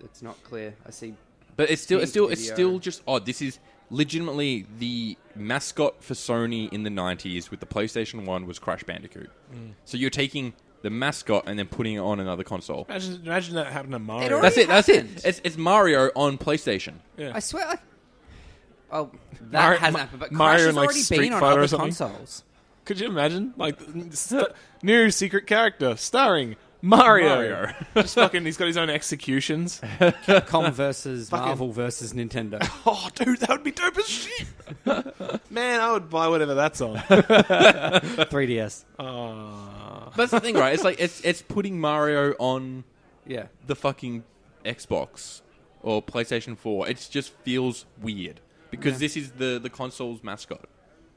Speaker 3: It's not clear. I see.
Speaker 1: But it's still,
Speaker 3: Big
Speaker 1: it's still, it's
Speaker 3: video.
Speaker 1: still just odd. This is legitimately the mascot for Sony in the '90s with the PlayStation One was Crash Bandicoot.
Speaker 3: Mm.
Speaker 1: So you're taking the mascot and then putting it on another console.
Speaker 2: Imagine, imagine that happened to Mario.
Speaker 3: already-
Speaker 1: That's it. That's it.
Speaker 3: happened.
Speaker 1: It's, it's Mario on PlayStation.
Speaker 2: yeah.
Speaker 3: I swear. I, oh, that
Speaker 2: Mario-
Speaker 3: hasn't
Speaker 2: Ma-
Speaker 3: happened. But
Speaker 2: Mario
Speaker 3: Crash has
Speaker 2: and, like,
Speaker 3: already
Speaker 2: Street
Speaker 3: been on
Speaker 2: Fighter or
Speaker 3: other
Speaker 2: something?
Speaker 3: consoles.
Speaker 2: Could you imagine? Like, st- new secret character starring Mario.
Speaker 1: Mario.
Speaker 2: Just fucking, he's got his own executions.
Speaker 3: Capcom versus Marvel versus Nintendo.
Speaker 2: Oh, dude, that would be dope as shit. Man, I would buy whatever that's on.
Speaker 3: 3DS.
Speaker 2: Oh.
Speaker 1: But that's the thing, right? It's like it's it's putting Mario on
Speaker 3: Yeah.
Speaker 1: the fucking Xbox or PlayStation 4. It just feels weird because this is the the console's mascot.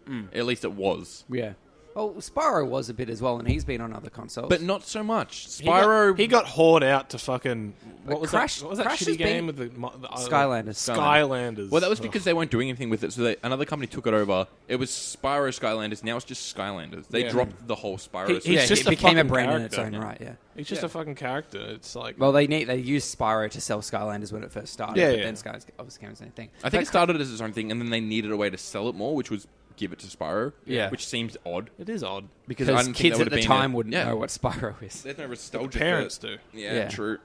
Speaker 2: Mm.
Speaker 1: At least it was.
Speaker 3: Yeah. Oh, Spyro was a bit as well, and he's been on other consoles.
Speaker 1: But not so much.
Speaker 2: He got-
Speaker 1: Spyro
Speaker 2: he got, hoard out to fucking. What
Speaker 3: But
Speaker 2: was
Speaker 3: Crash-
Speaker 2: that, what was that
Speaker 3: Crash has
Speaker 2: shitty game
Speaker 3: been-
Speaker 2: with the, mo- the other-
Speaker 3: Skylanders.
Speaker 2: Skylanders.
Speaker 1: Well, that was
Speaker 2: Ugh.
Speaker 1: because they weren't doing anything with it, so they, another company took it over. It was Spyro Skylanders. Now it's just Skylanders. They
Speaker 2: Yeah.
Speaker 1: dropped the whole Spyro.
Speaker 2: He- he's
Speaker 1: series.
Speaker 3: yeah,
Speaker 2: just
Speaker 3: it
Speaker 2: a
Speaker 3: became a
Speaker 2: fucking
Speaker 3: brand in its own
Speaker 2: character.
Speaker 3: right. Yeah.
Speaker 2: he's just
Speaker 1: yeah.
Speaker 2: a fucking character. It's like
Speaker 3: Well, they need they used Spyro to sell Skylanders when it first started.
Speaker 2: Yeah,
Speaker 3: but
Speaker 2: yeah.
Speaker 3: Then Skylanders obviously came as anything.
Speaker 1: I think it started as its own thing, and then they needed a way to sell it more, which was give it to Spyro.
Speaker 3: Yeah.
Speaker 1: which seems odd
Speaker 2: it is odd.
Speaker 1: because I
Speaker 3: because
Speaker 1: didn't think
Speaker 3: kids
Speaker 1: that would
Speaker 3: at the
Speaker 1: have
Speaker 3: time
Speaker 1: been a-
Speaker 3: wouldn't
Speaker 1: yeah.
Speaker 3: know what Spyro is.
Speaker 1: There's no nostalgia. for
Speaker 2: Parents
Speaker 1: it.
Speaker 2: do.
Speaker 1: Yeah,
Speaker 3: Yeah.
Speaker 1: true.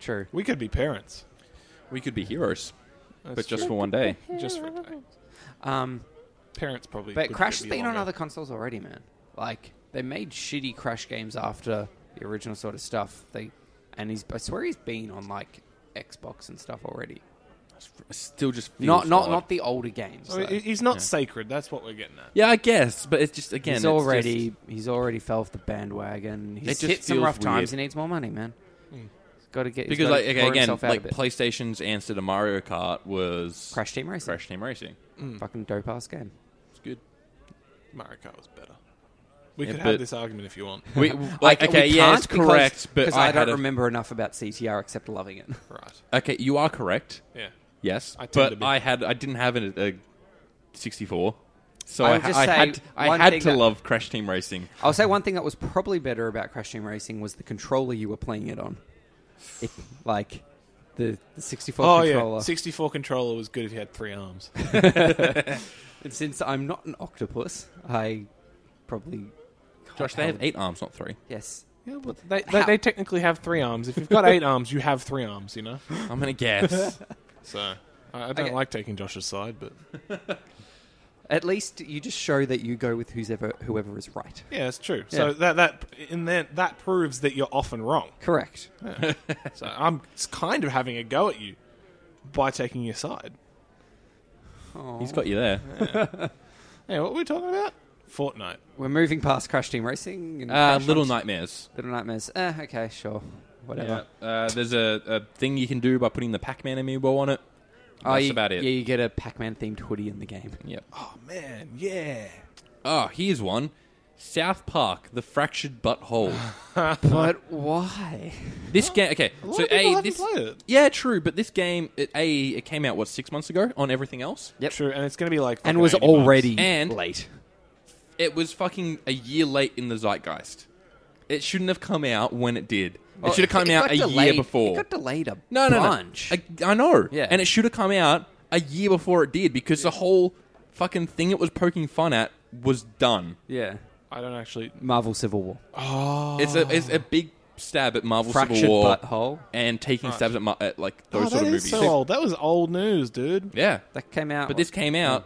Speaker 3: True.
Speaker 2: We could be parents,
Speaker 1: We could be heroes,
Speaker 2: That's
Speaker 1: but just
Speaker 2: true.
Speaker 1: for one day.
Speaker 2: just for a day.
Speaker 3: Um,
Speaker 2: Parents probably.
Speaker 3: but
Speaker 2: could
Speaker 3: Crash has
Speaker 2: be
Speaker 3: been on
Speaker 2: longer.
Speaker 3: other consoles already, man. Like they made shitty Crash games after the original sort of stuff. They and he's I swear he's been on like Xbox and stuff already.
Speaker 1: Still, just feels
Speaker 3: Not not
Speaker 1: odd.
Speaker 3: not the older games.
Speaker 2: So
Speaker 3: though.
Speaker 2: Oh, he- he's not sacred. That's what we're getting at.
Speaker 1: Yeah, I guess, but it's just again,
Speaker 3: he's
Speaker 1: it's
Speaker 3: already
Speaker 1: just-
Speaker 3: he's already fell off the bandwagon.
Speaker 1: It
Speaker 3: He's
Speaker 1: just
Speaker 3: hit some
Speaker 1: feels
Speaker 3: rough times. He
Speaker 1: weird.
Speaker 3: needs more money, man.
Speaker 2: Hmm.
Speaker 3: He's got to get he's
Speaker 1: because
Speaker 3: gotta
Speaker 1: like okay,
Speaker 3: pour
Speaker 1: again,
Speaker 3: himself out a
Speaker 1: like
Speaker 3: bit.
Speaker 1: PlayStation's answer to Mario Kart was
Speaker 3: Crash Team Racing,
Speaker 1: Crash Team Racing.
Speaker 2: Hmm.
Speaker 3: fucking dope ass game.
Speaker 1: It's good.
Speaker 2: Mario Kart was better. We
Speaker 1: Yeah,
Speaker 2: could
Speaker 1: but-
Speaker 2: have this argument if you want.
Speaker 1: We, like,
Speaker 3: I-
Speaker 1: okay,
Speaker 3: we
Speaker 1: yeah,
Speaker 3: can't
Speaker 1: it's correct,
Speaker 3: because,
Speaker 1: but
Speaker 3: because
Speaker 1: I,
Speaker 3: I,
Speaker 1: had
Speaker 3: don't
Speaker 1: a-
Speaker 3: remember enough about CTR except loving it.
Speaker 2: right.
Speaker 1: Okay, you are correct.
Speaker 2: Yeah.
Speaker 1: Yes,
Speaker 2: I tend to
Speaker 1: but
Speaker 2: be-
Speaker 1: I had I didn't have an, a 64, so
Speaker 3: I
Speaker 1: I,
Speaker 3: would
Speaker 1: ha-
Speaker 3: just
Speaker 1: I
Speaker 3: say
Speaker 1: had I
Speaker 3: one
Speaker 1: had
Speaker 3: thing
Speaker 1: to
Speaker 3: that-
Speaker 1: love Crash Team Racing.
Speaker 3: I'll say one thing that was probably better about Crash Team Racing was the controller you were playing it on. It, like the, the 64
Speaker 2: Oh
Speaker 3: controller.
Speaker 2: yeah, sixty-four controller was good if you had three arms.
Speaker 3: And since I'm not an octopus, I probably
Speaker 1: Josh, they have eight arms, not three.
Speaker 3: Yes.
Speaker 2: yeah, but they,
Speaker 3: How-
Speaker 2: they, they technically have three arms. If you've got eight arms, you have three arms. You know.
Speaker 1: I'm gonna guess.
Speaker 2: So I, I don't
Speaker 3: Okay.
Speaker 2: like taking Josh's side, but
Speaker 3: At least you just show that you go with who's ever, whoever is right.
Speaker 2: yeah, it's true.
Speaker 3: Yeah.
Speaker 2: So that that in there that proves that you're often wrong.
Speaker 3: Correct.
Speaker 2: So I'm s- kind of having a go at you by taking your side.
Speaker 1: He's got you there.
Speaker 2: Hey, what were we talking about? Fortnite.
Speaker 3: We're moving past Crash Team Racing. And
Speaker 1: Uh,
Speaker 3: Crash
Speaker 1: Little
Speaker 3: Hunt-
Speaker 1: Nightmares.
Speaker 3: Little Nightmares. Eh, okay, sure. Whatever.
Speaker 1: Yeah. Uh, there's a, a thing you can do by putting the Pac-Man amiibo on it.
Speaker 3: Oh,
Speaker 1: That's
Speaker 3: you-
Speaker 1: about it.
Speaker 3: Yeah, you get a Pac Man themed hoodie in the game.
Speaker 1: Yep.
Speaker 2: Oh man, yeah.
Speaker 1: Oh, here's one. South Park: The Fractured Butthole.
Speaker 3: But why?
Speaker 1: This game, okay.
Speaker 2: lot
Speaker 1: so
Speaker 2: of people
Speaker 1: a
Speaker 2: haven't
Speaker 1: this,
Speaker 2: played it.
Speaker 1: yeah, true. But this game, it, a it came out what six months ago on everything else.
Speaker 3: Yep.
Speaker 2: True, and it's going to be like
Speaker 3: And
Speaker 2: fucking
Speaker 3: was
Speaker 2: 80 bucks.
Speaker 3: already
Speaker 1: And-
Speaker 3: late.
Speaker 1: It was fucking a year late in the zeitgeist. It shouldn't have come out when it did. it should have come out
Speaker 3: Oh, got
Speaker 1: a year
Speaker 3: delayed-
Speaker 1: before.
Speaker 3: It got delayed a
Speaker 1: no, no,
Speaker 3: bunch.
Speaker 1: no. I, I know.
Speaker 3: Yeah.
Speaker 1: And it should have come out a year before it did because the whole fucking thing it was poking fun at was done.
Speaker 3: yeah.
Speaker 2: I don't actually.
Speaker 3: Marvel Civil War.
Speaker 2: Oh,
Speaker 1: It's a it's a big stab at Marvel
Speaker 3: Fractured
Speaker 1: Civil War
Speaker 3: butthole.
Speaker 1: and taking stabs at, Mar- at like
Speaker 2: oh
Speaker 1: those
Speaker 2: that
Speaker 1: sort of
Speaker 2: is
Speaker 1: movies.
Speaker 2: so old. That was old news, dude.
Speaker 1: Yeah.
Speaker 3: That came out.
Speaker 1: But this came out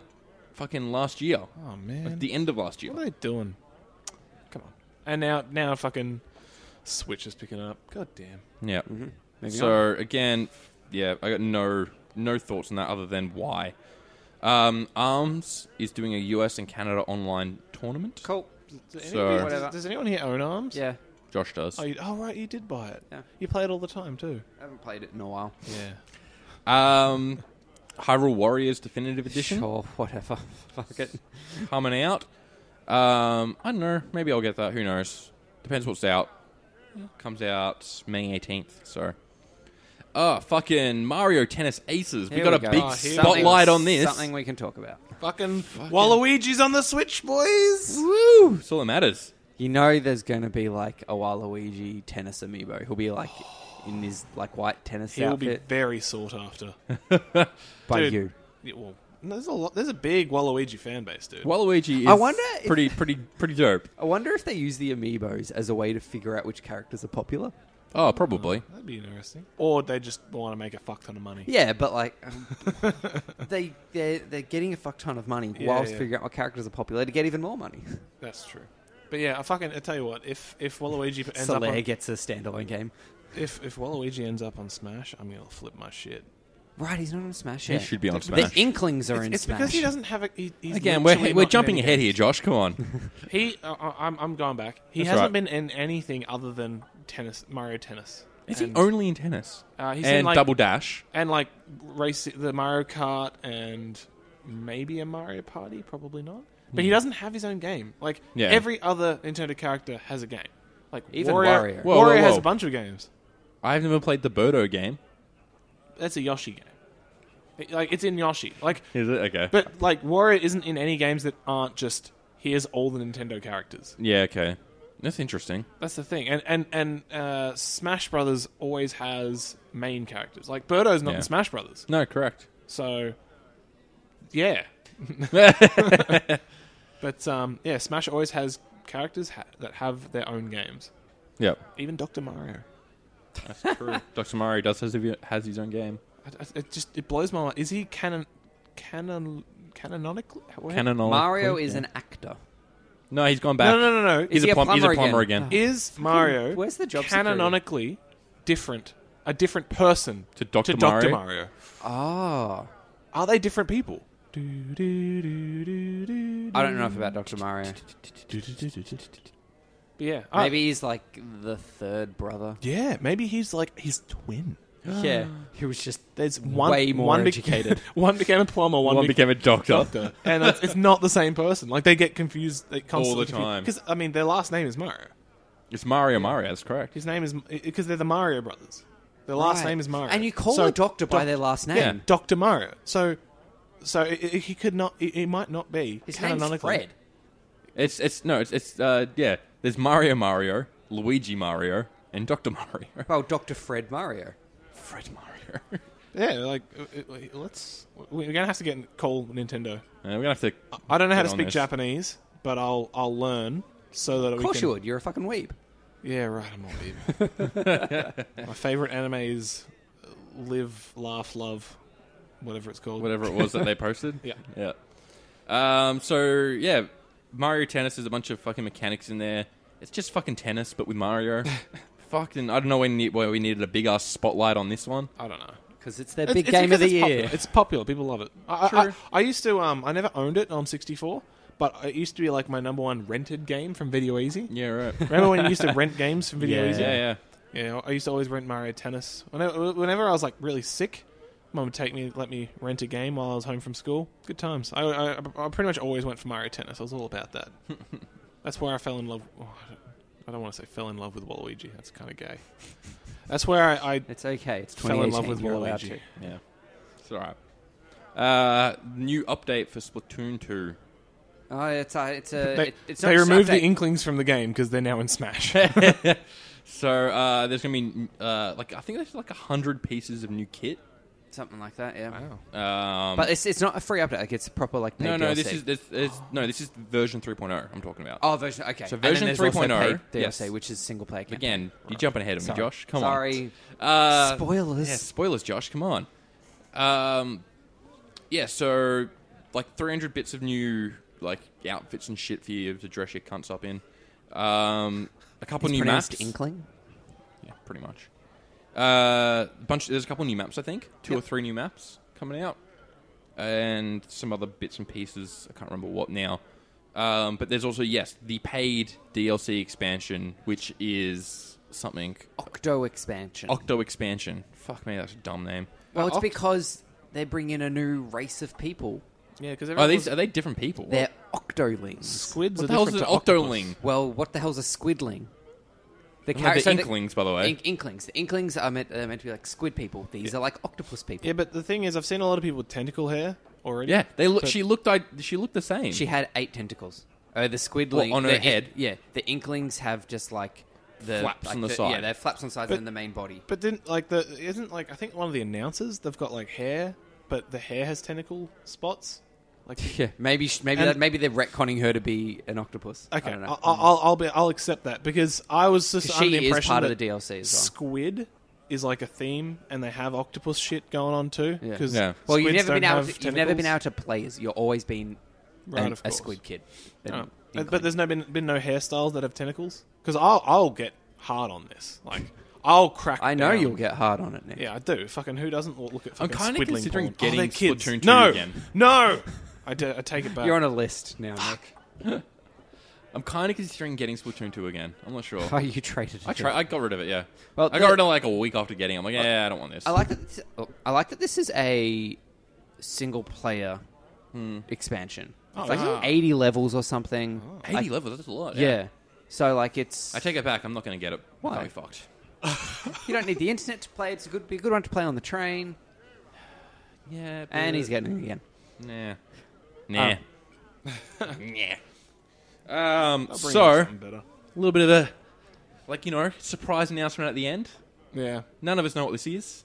Speaker 1: fucking last year.
Speaker 2: Oh man,
Speaker 1: Like the end of last year.
Speaker 2: what are they doing? Come on. And now, now fucking Switch is picking up. God damn.
Speaker 1: Yeah.
Speaker 3: Mm-hmm. Moving
Speaker 1: So again, yeah, I got no no thoughts on that other than why. Um, Arms is doing a US and Canada online tournament.
Speaker 3: Cool.
Speaker 2: Does,
Speaker 1: So-
Speaker 2: anybody-
Speaker 3: Whatever.
Speaker 2: does, does anyone here own Arms?
Speaker 3: Yeah.
Speaker 1: Josh does.
Speaker 2: Oh, you, oh, right, you did buy it.
Speaker 3: Yeah.
Speaker 2: You play it all the time too.
Speaker 3: I haven't played it in a while.
Speaker 2: Yeah.
Speaker 1: Um, Hyrule Warriors Definitive Edition
Speaker 3: Sure, whatever. Fuck it.
Speaker 1: coming out. Um, I don't know. Maybe I'll get that. Who knows? Depends what's out. Comes out May 18th. So. Oh, fucking Mario Tennis Aces. We
Speaker 3: Here
Speaker 1: got
Speaker 3: we
Speaker 1: a
Speaker 3: go.
Speaker 1: big
Speaker 2: Oh, here we go.
Speaker 1: spotlight on this.
Speaker 3: Something we can talk about.
Speaker 2: Fucking, Waluigi's on the Switch, boys.
Speaker 1: Woo! That's all that matters.
Speaker 3: You know, there's going to be like a Waluigi tennis amiibo. He'll be like in his like white tennis
Speaker 2: He'll be
Speaker 3: outfit
Speaker 2: very sought after.
Speaker 3: by
Speaker 2: dude.
Speaker 3: you.
Speaker 2: Yeah, well, there's a lot. There's a big Waluigi fan base, dude.
Speaker 1: Waluigi is
Speaker 3: I wonder if-
Speaker 1: pretty, pretty, pretty dope.
Speaker 3: I wonder if they use the amiibos as a way to figure out which characters are popular.
Speaker 1: Oh, probably.
Speaker 2: That'd be interesting. Or they just want to make a fuck ton of money.
Speaker 3: Yeah, but like um, they they're, they're getting a fuck ton of money
Speaker 2: Yeah,
Speaker 3: whilst
Speaker 2: yeah.
Speaker 3: figuring out what characters are popular to get even more money.
Speaker 2: That's true. But yeah, I fucking I tell you what, if if Waluigi ends up
Speaker 3: Soleil
Speaker 2: on,
Speaker 3: gets a standalone game.
Speaker 2: if if Waluigi ends up on Smash, I'm gonna flip my shit.
Speaker 3: Right, he's not on Smash
Speaker 1: He
Speaker 3: yet.
Speaker 1: should be on
Speaker 3: The
Speaker 1: Smash.
Speaker 3: Inklings are
Speaker 2: It's,
Speaker 3: in
Speaker 2: it's
Speaker 3: Smash.
Speaker 2: because he doesn't have a. He, he's
Speaker 1: Again, we're,
Speaker 2: literally
Speaker 1: we're
Speaker 2: not in
Speaker 1: jumping
Speaker 2: any
Speaker 1: ahead
Speaker 2: games.
Speaker 1: here, Josh. Come on.
Speaker 2: He, uh, uh, I'm I'm going back. He
Speaker 1: That's
Speaker 2: hasn't
Speaker 1: right.
Speaker 2: been in anything other than tennis, Mario Tennis.
Speaker 1: Is he
Speaker 2: And-
Speaker 1: only in tennis?
Speaker 2: Uh, he's
Speaker 1: and
Speaker 2: in like,
Speaker 1: Double Dash.
Speaker 2: and like race the Mario Kart and maybe a Mario Party, probably not. But he doesn't have his own game. Like
Speaker 1: Hmm. Yeah.
Speaker 2: every other Nintendo character has a game. Like
Speaker 3: Even
Speaker 2: Wario,
Speaker 3: Wario.
Speaker 1: Whoa, whoa,
Speaker 2: has
Speaker 1: whoa.
Speaker 2: a bunch of games.
Speaker 1: I've never played the Birdo game.
Speaker 2: That's a Yoshi game. It- like it's in Yoshi. Like
Speaker 1: Is it? Okay.
Speaker 2: but like Wario isn't in any games that aren't just here's all the Nintendo characters.
Speaker 1: yeah, okay. That's interesting.
Speaker 2: That's the thing. And and and uh, Smash Brothers always has main characters. Like Birdo's not
Speaker 1: Yeah.
Speaker 2: in Smash Brothers.
Speaker 1: No, correct.
Speaker 2: So yeah. But um, yeah, Smash always has characters ha- that have their own games.
Speaker 1: Yep.
Speaker 2: Even Doctor Mario.
Speaker 1: That's true. Dr. Mario does has, has his own game.
Speaker 2: I, I- it just it blows my mind. Is he canon, canon, canonically? what-
Speaker 1: Canonically,
Speaker 3: Mario is
Speaker 1: yeah.
Speaker 3: an actor.
Speaker 1: No, he's gone back.
Speaker 2: no, no, no, no.
Speaker 1: He's,
Speaker 3: Is he
Speaker 1: a,
Speaker 3: a
Speaker 1: plum- he's a
Speaker 3: plumber
Speaker 1: plumber again.
Speaker 3: again? Uh-huh.
Speaker 2: Is Mario
Speaker 3: where's the job security?
Speaker 2: canonically different? A different person
Speaker 1: To Dr.
Speaker 2: To
Speaker 1: Mario?
Speaker 2: Doctor Mario.
Speaker 3: Oh.
Speaker 2: Are they different people? Do, do, do, do, do,
Speaker 3: I don't know enough about Dr. Mario.
Speaker 2: But yeah, I-
Speaker 3: Maybe he's like the third brother.
Speaker 2: yeah, maybe he's like his twin.
Speaker 3: Yeah, he was just
Speaker 2: There's one
Speaker 3: Way more
Speaker 2: one be-
Speaker 3: educated.
Speaker 2: one became a plumber. One,
Speaker 1: One
Speaker 2: became.
Speaker 1: became a doctor.
Speaker 2: doctor, and it's, it's not the same person. Like they get confused they constantly
Speaker 1: time.
Speaker 2: Because I mean, their last name is Mario.
Speaker 1: It's Mario Mario, that's correct.
Speaker 2: His name is because they're the Mario brothers. Their last
Speaker 3: Right.
Speaker 2: name is Mario,
Speaker 3: And you call a doctor by their last name.
Speaker 2: Yeah, Doctor Mario. So, so i i he could not. He he might not be
Speaker 3: His name's
Speaker 2: canonically.
Speaker 3: Fred.
Speaker 1: It's, it's, no, it's, it's, uh, yeah. There's Mario Mario, Luigi Mario, and Dr. Mario.
Speaker 3: Well, Dr. Fred Mario.
Speaker 1: Fred Mario. Uh,
Speaker 2: Yeah, like uh, uh, let's. We're gonna have to get call Nintendo.
Speaker 1: we're going to have to.
Speaker 2: I don't know how
Speaker 1: Get
Speaker 2: to
Speaker 1: on
Speaker 2: speak
Speaker 1: this.
Speaker 2: Japanese, but I'll I'll learn so that
Speaker 3: Of
Speaker 2: we
Speaker 3: course
Speaker 2: can.
Speaker 3: you would. You're a fucking weeb.
Speaker 2: Yeah, right. I'm all My favorite anime is uh, Live, Laugh, Love, whatever it's called.
Speaker 1: whatever it was that they posted.
Speaker 2: Yeah.
Speaker 1: Yeah. Um, so yeah, Mario Tennis there's a bunch of fucking mechanics in there. It's just fucking tennis, but with Mario. fucking, I don't know why we, need, why we needed a big ass spotlight on this one.
Speaker 2: I don't know.
Speaker 3: Because it's their big game of the
Speaker 2: because it's
Speaker 3: year.
Speaker 2: Popular. It's popular. People love it. I, I,
Speaker 1: True.
Speaker 2: I, I used to. Um, I never owned it on 64, but it used to be like my number one rented game from Video Easy.
Speaker 1: Yeah, right.
Speaker 2: Remember when you used to rent games from Video
Speaker 1: yeah,
Speaker 2: Easy?
Speaker 1: yeah,
Speaker 2: Yeah, I used to always rent Mario Tennis. Whenever, whenever I was like really sick, Mum would take me, let me rent a game while I was home from school. Good times. I, I, I pretty much always went for Mario Tennis. I was all about that. That's where I fell in love. oh, I don't- I don't want to say fell in love with Waluigi. That's kind of gay. That's where I, I
Speaker 3: It's okay. It's
Speaker 2: fell in love
Speaker 3: 2018,
Speaker 2: with
Speaker 3: you're allowed
Speaker 2: Waluigi.
Speaker 3: to.
Speaker 1: Yeah. It's alright. Uh, new update for Splatoon 2.
Speaker 3: Oh, it's a, it's a.
Speaker 2: They,
Speaker 3: it- it's not
Speaker 2: they
Speaker 3: just an
Speaker 2: removed the
Speaker 3: update.
Speaker 2: Inklings from the game because they're now in Smash.
Speaker 1: So uh, there's going to be, uh, like, I think there's like 100 pieces of new kit.
Speaker 3: something like that. Yeah,
Speaker 2: wow.
Speaker 1: Um,
Speaker 3: but it's it's not a free update. Like it's proper like
Speaker 1: no,
Speaker 3: paid
Speaker 1: no,
Speaker 3: DLC.
Speaker 1: this is this, this, no, this is version 3.0. I'm talking about.
Speaker 3: oh version okay.
Speaker 1: So
Speaker 3: And then
Speaker 1: version
Speaker 3: there's also
Speaker 1: 3.0,
Speaker 3: paid DLC,
Speaker 1: yes.
Speaker 3: which is single player. campaign.
Speaker 1: Again, you're jumping ahead of me,
Speaker 2: Sorry.
Speaker 1: Josh. Come
Speaker 3: sorry,
Speaker 1: on. Uh,
Speaker 3: spoilers.
Speaker 1: Yeah, spoilers, Josh. Come on. Um, yeah, so like 300 bits of new like outfits and shit for you to dress your cunts up in. Um, a couple
Speaker 3: It's
Speaker 1: new
Speaker 3: pronounced
Speaker 1: maps.
Speaker 3: Inkling.
Speaker 1: Yeah, pretty much. Uh, bunch. There's a couple new maps, I think. Two or
Speaker 3: Yep.
Speaker 1: three new maps coming out, and some other bits and pieces. I can't remember what now. Um, but there's also yes, the paid DLC expansion, which is something
Speaker 3: Octo expansion.
Speaker 1: Octo expansion. Fuck me, that's a dumb name.
Speaker 3: well, it's
Speaker 2: Oct-
Speaker 3: because they bring in a new race of people.
Speaker 2: Yeah, because
Speaker 1: Are these are they different people?
Speaker 3: They're octolings.
Speaker 2: squids
Speaker 1: what
Speaker 2: are
Speaker 1: the hell's an
Speaker 2: different to
Speaker 1: octoling?
Speaker 2: octopus.
Speaker 3: Well, what the hell's a squidling? The
Speaker 1: No,
Speaker 3: character
Speaker 1: they're inklings, by the way.
Speaker 3: Ink- inklings. The inklings are meant, are meant to be like squid people. These are like octopus people.
Speaker 2: Yeah, but the thing is, I've seen a lot of people with tentacle hair already.
Speaker 1: yeah, they look.
Speaker 2: But-
Speaker 1: She looked. I, she looked the same.
Speaker 3: She had eight tentacles. Oh, the squidling
Speaker 1: Well, on
Speaker 3: the
Speaker 1: her
Speaker 3: in-
Speaker 1: head.
Speaker 3: yeah, the inklings have just like the
Speaker 1: Flaps
Speaker 3: like
Speaker 1: on the
Speaker 3: Yeah,
Speaker 1: side.
Speaker 3: they have flaps on sides
Speaker 2: But-
Speaker 3: and the main body.
Speaker 2: But didn't like the isn't like I think one of the announcers they've got like hair, but the hair has tentacle spots. Like
Speaker 3: Yeah, maybe sh- maybe
Speaker 2: And-
Speaker 3: that, maybe they're retconning her to be an octopus.
Speaker 2: okay,
Speaker 3: I don't know.
Speaker 2: I'll, I'll I'll be I'll accept that because I was just
Speaker 3: 'Cause
Speaker 2: under the
Speaker 3: she is
Speaker 2: impression
Speaker 3: part
Speaker 2: that
Speaker 3: of the DLC as well.
Speaker 2: squid is like a theme and they have octopus shit going on too.
Speaker 3: Yeah.
Speaker 2: Because
Speaker 1: Yeah.
Speaker 3: well, you've never been able to, you've never been able to play as you've always been
Speaker 2: Right,
Speaker 3: an-
Speaker 2: of
Speaker 3: a
Speaker 2: course.
Speaker 3: squid kid.
Speaker 2: No.
Speaker 3: An
Speaker 2: Oh. But,
Speaker 3: inkling.
Speaker 2: but there's no been, been no hairstyles that have tentacles because I'll I'll get hard on this. Like I'll crack.
Speaker 3: I know
Speaker 2: down.
Speaker 3: you'll get hard on it now.
Speaker 2: Yeah, I do. Fucking who doesn't look at
Speaker 1: I'm
Speaker 2: fucking
Speaker 1: kinda
Speaker 2: squiddling
Speaker 1: considering
Speaker 2: porn? Oh,
Speaker 1: getting
Speaker 2: they're kids.
Speaker 1: Splatoon 2
Speaker 2: no,
Speaker 1: again.
Speaker 2: No, I, do, I take it back.
Speaker 3: You're on a list now, Nick.
Speaker 1: I'm kind of considering getting Splatoon 2 again. I'm not sure.
Speaker 3: Oh, you traded it.
Speaker 1: I try. I got rid of it. Yeah.
Speaker 3: Well,
Speaker 1: I
Speaker 3: the-
Speaker 1: got rid of it like a week after getting. it. I'm like, yeah, I don't want this.
Speaker 3: I like that. This, oh, I like that this is a single player expansion. it's like
Speaker 1: wow.
Speaker 3: eighty levels or something.
Speaker 1: 80
Speaker 3: Like-
Speaker 1: E levels. That's a lot.
Speaker 3: yeah. So like it's
Speaker 1: I take it back. I'm not going to get it.
Speaker 3: Why?
Speaker 1: I'll be fucked.
Speaker 3: you don't need the internet to play. It's a good be a good one to play on the train.
Speaker 1: Yeah.
Speaker 3: And he's Oh. getting it again.
Speaker 1: Nah. Nah. nah. Um.
Speaker 2: I'll bring
Speaker 1: So
Speaker 2: up
Speaker 1: a
Speaker 2: something better.
Speaker 1: little bit of a, like you know, surprise announcement at the end.
Speaker 2: Yeah.
Speaker 1: None of us know what this is.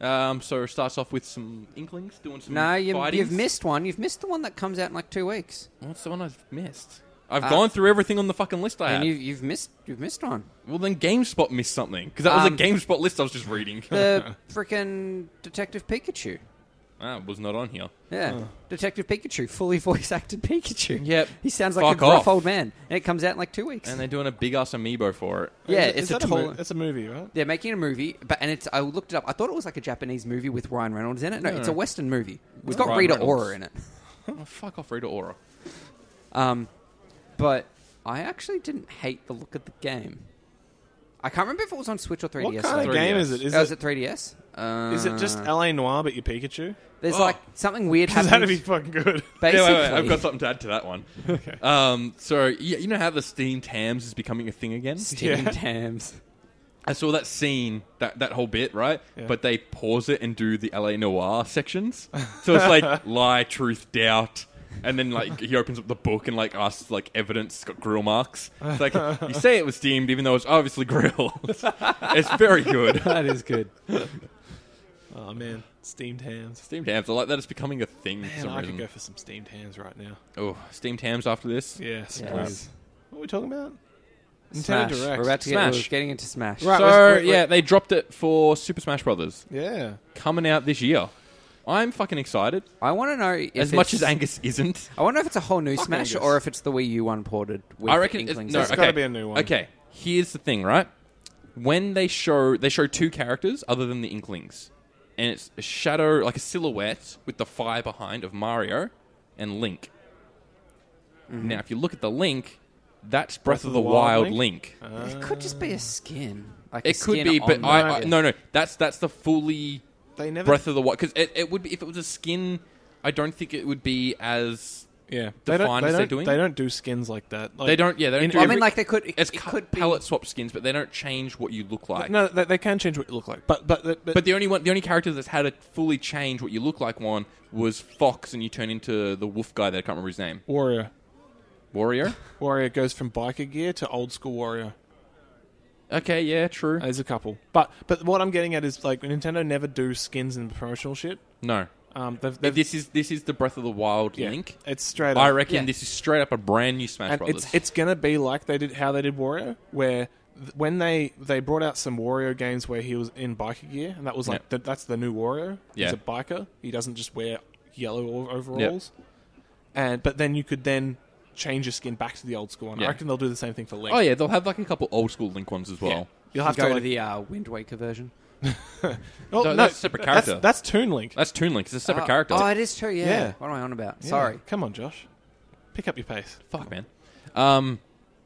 Speaker 1: Um. So it starts off with some inklings doing some.
Speaker 3: Hmm. No, you,
Speaker 1: fightings.
Speaker 3: you've missed one. You've missed the one that comes out in like two weeks,
Speaker 1: What's the one I've missed? I've
Speaker 3: Uh,
Speaker 1: gone through everything on the fucking list I
Speaker 3: and
Speaker 1: had.
Speaker 3: you, you've missed you've missed one.
Speaker 1: well, then GameSpot missed something because that was
Speaker 3: Um, Uh,
Speaker 1: a GameSpot list I was just reading.
Speaker 3: The frickin' Detective Pikachu.
Speaker 1: ah, it was not on here.
Speaker 3: Yeah, Detective Pikachu, fully voice acted Pikachu.
Speaker 1: Yep.
Speaker 3: he sounds like a
Speaker 1: Fuck
Speaker 3: gruff
Speaker 1: off.
Speaker 3: old man, and it comes out in like two weeks.
Speaker 1: And they're doing a big ass amiibo for it.
Speaker 3: yeah,
Speaker 2: Is-
Speaker 3: it's
Speaker 2: is
Speaker 3: a
Speaker 2: that
Speaker 3: tall.
Speaker 2: mo- It's a movie, right?
Speaker 3: They're making a movie, but and it's I looked it up. I thought it was like a Japanese movie with Ryan Reynolds in it. No,
Speaker 1: No.
Speaker 3: it's a Western movie. It's got
Speaker 1: Ryan
Speaker 3: Rita
Speaker 1: Reynolds.
Speaker 3: Ora in it.
Speaker 1: Oh, fuck off, Rita Ora.
Speaker 3: Um, but I actually didn't hate the look of the game. I can't remember if it was on Switch or 3DS.
Speaker 2: What kind
Speaker 3: though.
Speaker 1: 3DS.
Speaker 2: of game is it? Is
Speaker 3: Oh, is
Speaker 2: it,
Speaker 3: it 3DS? Uh,
Speaker 2: is it just LA Noir but your Pikachu?
Speaker 3: there's
Speaker 1: Oh.
Speaker 3: like something weird
Speaker 2: Because that'd
Speaker 3: happening.
Speaker 2: be fucking good.
Speaker 1: Yeah,
Speaker 3: Basically,
Speaker 1: wait, wait, I've got something to add to that one.
Speaker 2: okay.
Speaker 1: Um, so you, you know how the Steam Tams is becoming a thing again?
Speaker 3: Steam
Speaker 2: Yeah.
Speaker 3: Tams.
Speaker 1: I saw that scene, that that whole bit, right?
Speaker 2: Yeah.
Speaker 1: But they pause it and do the LA Noir sections. So it's like lie, truth, doubt. And then like he opens up the book and like asks like evidence it's got grill marks. It's like you say it was steamed even though it's obviously grilled. it's very good.
Speaker 3: That is good.
Speaker 2: Oh man, steamed hams.
Speaker 1: Steam Tams, I like that it's becoming a thing for
Speaker 2: Man,
Speaker 1: some
Speaker 2: I could
Speaker 1: reason.
Speaker 2: go for some steamed hams right now.
Speaker 1: Oh, Steam Tams after this.
Speaker 2: Yes,
Speaker 3: Yeah.
Speaker 2: please. What are we talking about? Nintendo
Speaker 3: Smash.
Speaker 2: Direct.
Speaker 3: We're about to get,
Speaker 1: Smash.
Speaker 3: we're getting into Smash.
Speaker 2: Right.
Speaker 1: so
Speaker 2: let's- wait, wait.
Speaker 1: yeah, they dropped it for Super Smash Brothers
Speaker 2: yeah.
Speaker 1: coming out this year. I'm fucking excited.
Speaker 3: I want to know if
Speaker 1: as much
Speaker 3: it's-
Speaker 1: as Angus isn't,
Speaker 3: I wonder if it's a whole new
Speaker 2: Fuck
Speaker 3: Smash
Speaker 2: Angus.
Speaker 3: or if it's the Wii U one ported. With
Speaker 1: I reckon. It,
Speaker 3: Inklings
Speaker 1: no,
Speaker 3: as
Speaker 1: okay.
Speaker 3: well.
Speaker 2: gotta be a new one.
Speaker 1: Okay, here's the thing, right? When they show they show two characters other than the Inklings, and it's a shadow like a silhouette with the fire behind of Mario and Link.
Speaker 3: Mm-hmm.
Speaker 1: Now, if you look at the Link, that's Breath, of the, Wild Link.
Speaker 3: Uh, It could just be a skin. Like a
Speaker 1: It could
Speaker 3: skin
Speaker 1: be,
Speaker 3: on
Speaker 1: but
Speaker 3: the-
Speaker 1: I, I no no that's that's the fully
Speaker 2: They never.
Speaker 1: Breath of the Wild because it, it would be if it was a skin. I don't think it would be as
Speaker 2: yeah,
Speaker 1: They
Speaker 2: they
Speaker 1: don't-
Speaker 2: don't.
Speaker 1: they
Speaker 2: They
Speaker 1: don't-
Speaker 2: don't,
Speaker 1: they
Speaker 2: do skins like that.
Speaker 1: they don't. Yeah, they don't.
Speaker 2: in
Speaker 1: do
Speaker 3: I
Speaker 2: every-
Speaker 1: every-
Speaker 3: mean, like they could. It,
Speaker 1: it's
Speaker 3: it
Speaker 1: cu-
Speaker 3: could be.
Speaker 1: palette swap skins, but they don't change what you look like.
Speaker 2: No, they, they can change what you look like, but but but,
Speaker 1: But the only one, the only character that's had to fully change what you look like one was Fox, and you turn into the wolf guy that I can't remember his name.
Speaker 2: warrior
Speaker 1: Warrior.
Speaker 2: warrior goes from biker gear to old school warrior.
Speaker 1: Okay, yeah, true.
Speaker 2: There's a couple, but but what I'm getting at is like Nintendo never do skins and promotional shit.
Speaker 1: No,
Speaker 2: Um, they've, they've
Speaker 1: this is this is the Breath of the Wild
Speaker 2: yeah,
Speaker 1: link.
Speaker 2: It's straight.
Speaker 1: I
Speaker 2: up.
Speaker 1: reckon
Speaker 3: Yeah.
Speaker 1: this is straight up a brand new Smash
Speaker 2: and
Speaker 1: Brothers.
Speaker 2: it's it's gonna be like they did how they did Wario, where th- when they they brought out some Wario games where he was in biker gear, and that was like
Speaker 1: Yeah.
Speaker 2: the, that's the new Wario.
Speaker 1: Yeah.
Speaker 2: He's a biker. He doesn't just wear yellow o- overalls. And but then you could then change your skin back to the old school one.
Speaker 1: Yeah.
Speaker 2: I reckon they'll do the same thing for Link.
Speaker 1: oh yeah, they'll have like a couple old school Link ones as well.
Speaker 2: You'll have
Speaker 3: go
Speaker 2: to
Speaker 3: to
Speaker 2: like,
Speaker 3: the uh, Wind Waker version.
Speaker 2: oh,
Speaker 1: No,
Speaker 2: no,
Speaker 1: that's a separate
Speaker 2: that's-
Speaker 1: character.
Speaker 2: That's, Toon Link.
Speaker 1: That's Toon Link. It's a separate
Speaker 3: oh,
Speaker 1: character.
Speaker 3: Oh, it is true. Yeah.
Speaker 2: Yeah.
Speaker 3: What am I on about?
Speaker 2: Yeah.
Speaker 3: Sorry.
Speaker 2: come on, Josh, pick up your pace.
Speaker 1: Fuck, man. Um,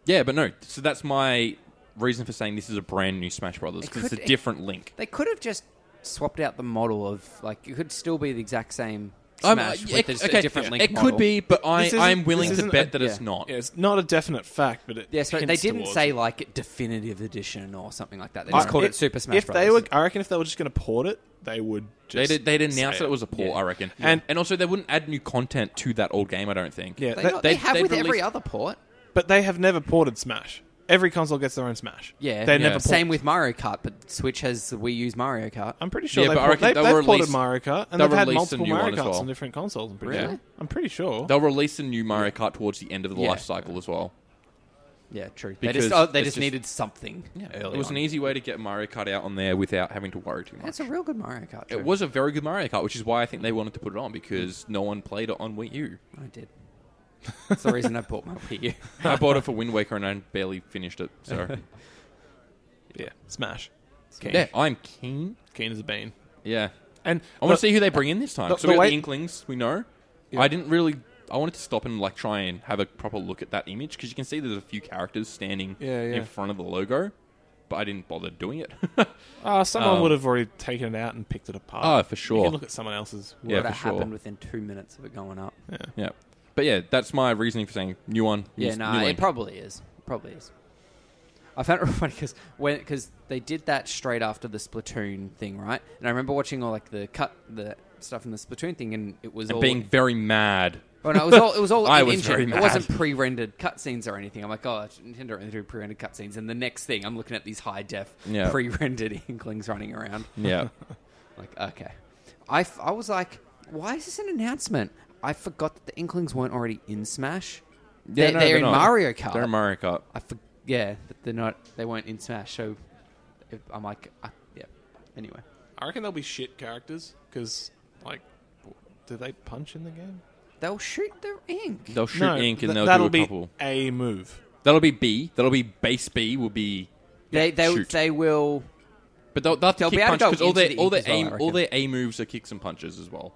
Speaker 1: yeah, but no. So that's my reason for saying this is a brand new Smash Brothers
Speaker 3: It
Speaker 1: because it's
Speaker 3: could-
Speaker 1: a
Speaker 3: it-
Speaker 1: different Link.
Speaker 3: They could have just swapped out the model of like it could still be the exact same
Speaker 1: I'm-
Speaker 3: Smash
Speaker 1: uh,
Speaker 3: with
Speaker 1: it-
Speaker 3: just a
Speaker 1: okay,
Speaker 3: different
Speaker 1: yeah.
Speaker 3: link.
Speaker 1: It
Speaker 3: model.
Speaker 1: could be, but I,
Speaker 2: This isn't-
Speaker 1: I'm willing
Speaker 2: this
Speaker 1: to
Speaker 2: isn't
Speaker 1: bet
Speaker 2: a-
Speaker 1: that it's
Speaker 3: yeah.
Speaker 1: not.
Speaker 2: Yeah, it's not a definite fact, but it
Speaker 3: Yeah, so they
Speaker 2: hints
Speaker 3: didn't
Speaker 2: towards it.
Speaker 3: say like definitive edition or something like that. They just
Speaker 2: I-
Speaker 3: called it,
Speaker 2: if-
Speaker 3: Super Smash
Speaker 2: If
Speaker 3: Brothers.
Speaker 2: they were, I reckon, if they were just going to port it, they would.
Speaker 1: They'd,
Speaker 2: Just
Speaker 1: they'd announce
Speaker 2: say
Speaker 1: that it was a port,
Speaker 2: Yeah.
Speaker 1: I reckon. And
Speaker 2: And-
Speaker 1: and also, they wouldn't add new content to that old game, I don't think.
Speaker 2: Yeah,
Speaker 3: they,
Speaker 2: that-
Speaker 3: got-
Speaker 1: they-
Speaker 3: they have
Speaker 1: they'd
Speaker 3: with every
Speaker 1: release-
Speaker 3: other port.
Speaker 2: but they have never ported Smash. Every console gets their own Smash.
Speaker 3: Yeah,
Speaker 2: they
Speaker 1: Yeah.
Speaker 2: never. Port-
Speaker 3: same with Mario Kart, but Switch has the Wii U's Mario Kart.
Speaker 2: I'm pretty sure
Speaker 1: Yeah,
Speaker 2: they
Speaker 1: but I
Speaker 2: port-
Speaker 1: reckon
Speaker 2: they,
Speaker 1: they'll
Speaker 2: they've ported
Speaker 1: release-
Speaker 2: Mario Kart and
Speaker 1: they'll
Speaker 2: they've had
Speaker 1: release a
Speaker 2: multiple
Speaker 1: new
Speaker 2: Mario
Speaker 1: one as
Speaker 2: Karts
Speaker 1: well.
Speaker 2: on different consoles. I'm pretty
Speaker 3: Really?
Speaker 2: sure. I'm pretty sure.
Speaker 1: They'll release a new Mario Kart towards the end of the
Speaker 3: Yeah.
Speaker 1: life cycle as well.
Speaker 3: Yeah, true. They
Speaker 1: Because
Speaker 3: just oh, they
Speaker 1: it's
Speaker 3: just
Speaker 1: just-
Speaker 3: needed something. early
Speaker 1: it was
Speaker 3: on.
Speaker 1: an easy way to get Mario Kart out on there without having to worry too much.
Speaker 3: That's a real good Mario Kart.
Speaker 1: It
Speaker 3: too.
Speaker 1: was a very good Mario Kart, which is why I think they wanted to put it on because no one played it on Wii U.
Speaker 3: I did. That's the reason I bought my Wii U.
Speaker 1: I bought it for Wind Waker and I barely finished it. So
Speaker 2: yeah, Smash.
Speaker 1: yeah, I'm keen.
Speaker 2: Keen as a bean.
Speaker 1: Yeah,
Speaker 2: And
Speaker 1: I want
Speaker 2: look,
Speaker 1: to see who they bring in this time.
Speaker 2: the-
Speaker 1: so
Speaker 2: the
Speaker 1: we got
Speaker 2: way-
Speaker 1: the Inklings, we know.
Speaker 2: Yeah.
Speaker 1: I didn't really. I wanted to stop and like try and have a proper look at that image because you can see there's a few characters standing
Speaker 2: Yeah, yeah.
Speaker 1: in front of the logo, but I didn't bother doing it.
Speaker 2: uh, someone
Speaker 1: um,
Speaker 2: would have already taken it out and picked it apart.
Speaker 1: oh, for
Speaker 2: You
Speaker 1: sure.
Speaker 2: can look at someone else's.
Speaker 1: Yeah, for
Speaker 3: that
Speaker 1: sure.
Speaker 3: happened within two minutes of it going up.
Speaker 1: yeah, but yeah, that's my reasoning for saying new one. new-
Speaker 3: Yeah, no,
Speaker 1: new
Speaker 3: it
Speaker 1: link.
Speaker 3: probably is. Probably is. I found it really funny because when because they did that straight after the Splatoon thing, right? And I remember watching all like the cut the stuff from the Splatoon thing, and it was
Speaker 1: and
Speaker 3: all
Speaker 1: being very mad.
Speaker 3: Oh, no, it was all it was all
Speaker 1: I
Speaker 3: in
Speaker 1: was
Speaker 3: engine.
Speaker 1: very mad.
Speaker 3: It wasn't pre-rendered cutscenes or anything. I'm like, oh, Nintendo only do pre-rendered cutscenes. And the next thing, I'm looking at these high def
Speaker 1: Yeah.
Speaker 3: pre-rendered Inklings running around.
Speaker 1: Yeah,
Speaker 3: Like, okay, I, f- I was like, why is this an announcement? I forgot that the Inklings weren't already in Smash.
Speaker 1: Yeah,
Speaker 3: they're,
Speaker 1: no,
Speaker 3: they're
Speaker 1: they're
Speaker 3: in
Speaker 1: not.
Speaker 3: Mario Kart.
Speaker 1: they're Mario Kart.
Speaker 3: I for- yeah, that they're not. They weren't in Smash, so if- I'm like, I, yeah. Anyway,
Speaker 2: I reckon they'll be shit characters because, like, do they punch in the game?
Speaker 3: they'll shoot their ink.
Speaker 1: They'll shoot
Speaker 2: no,
Speaker 1: ink and
Speaker 2: th-
Speaker 1: they'll
Speaker 2: that'll
Speaker 1: do a
Speaker 2: be
Speaker 1: couple.
Speaker 2: a move.
Speaker 1: That'll be B. That'll be base B. Will be
Speaker 3: they they
Speaker 1: shoot.
Speaker 3: they will.
Speaker 1: But they'll, they'll, have to
Speaker 3: They'll
Speaker 1: kick
Speaker 3: be able to
Speaker 1: punch
Speaker 3: go
Speaker 1: because all
Speaker 3: into
Speaker 1: their
Speaker 3: the
Speaker 1: all
Speaker 3: ink
Speaker 1: their
Speaker 3: as well,
Speaker 1: aim
Speaker 3: I
Speaker 1: all
Speaker 3: reckon. Hmm.
Speaker 1: their A moves are kicks and punches as well.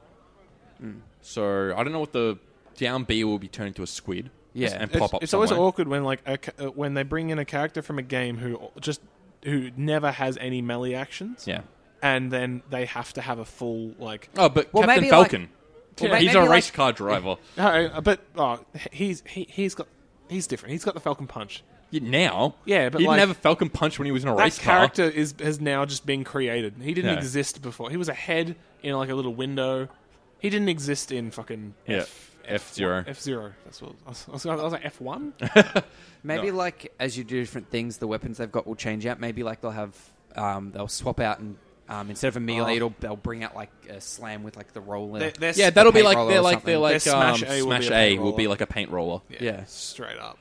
Speaker 1: So I don't know what the down B will be turned into a squid.
Speaker 3: Yeah.
Speaker 1: and
Speaker 2: It's,
Speaker 1: pop up.
Speaker 2: it's
Speaker 1: somewhere.
Speaker 2: always awkward when like a, ca- uh, when they bring in a character from a game who o- just who never has any melee actions.
Speaker 1: Yeah.
Speaker 2: and then they have to have a full like.
Speaker 1: Oh, but
Speaker 3: Well,
Speaker 1: Captain
Speaker 3: maybe, like-
Speaker 1: Falcon.
Speaker 3: Well, may-
Speaker 1: he's
Speaker 3: maybe
Speaker 1: a race
Speaker 3: like-
Speaker 1: car driver.
Speaker 2: No, but oh, h- he's he, he's got he's different. He's got the Falcon Punch.
Speaker 1: Yeah, now,
Speaker 2: Yeah, but
Speaker 1: he
Speaker 2: like-
Speaker 1: didn't have a Falcon punch when he was in a
Speaker 2: That
Speaker 1: race car.
Speaker 2: character is has now just been created. He didn't
Speaker 1: Yeah.
Speaker 2: exist before. He was a head in like a little window. He didn't exist in fucking
Speaker 1: Yeah,
Speaker 2: F
Speaker 1: F zero.
Speaker 2: F zero. That's what I was, I was, I was like F one.
Speaker 3: Maybe like as you do different things, the weapons they've got will change out. Maybe like they'll have um, they'll swap out and um, instead of a melee,
Speaker 2: Oh.
Speaker 3: it'll, they'll bring out like a slam with like the roller.
Speaker 2: They're- they're
Speaker 1: Yeah,
Speaker 2: s-
Speaker 1: that'll be
Speaker 3: paint
Speaker 1: like
Speaker 3: roller
Speaker 1: they're
Speaker 3: or
Speaker 1: like they're
Speaker 3: something.
Speaker 1: like
Speaker 2: Their
Speaker 1: um,
Speaker 2: Smash A will be
Speaker 1: Smash
Speaker 2: a
Speaker 1: A
Speaker 2: paint
Speaker 1: will
Speaker 2: roller.
Speaker 1: be like a paint roller.
Speaker 3: Yeah.
Speaker 2: straight up.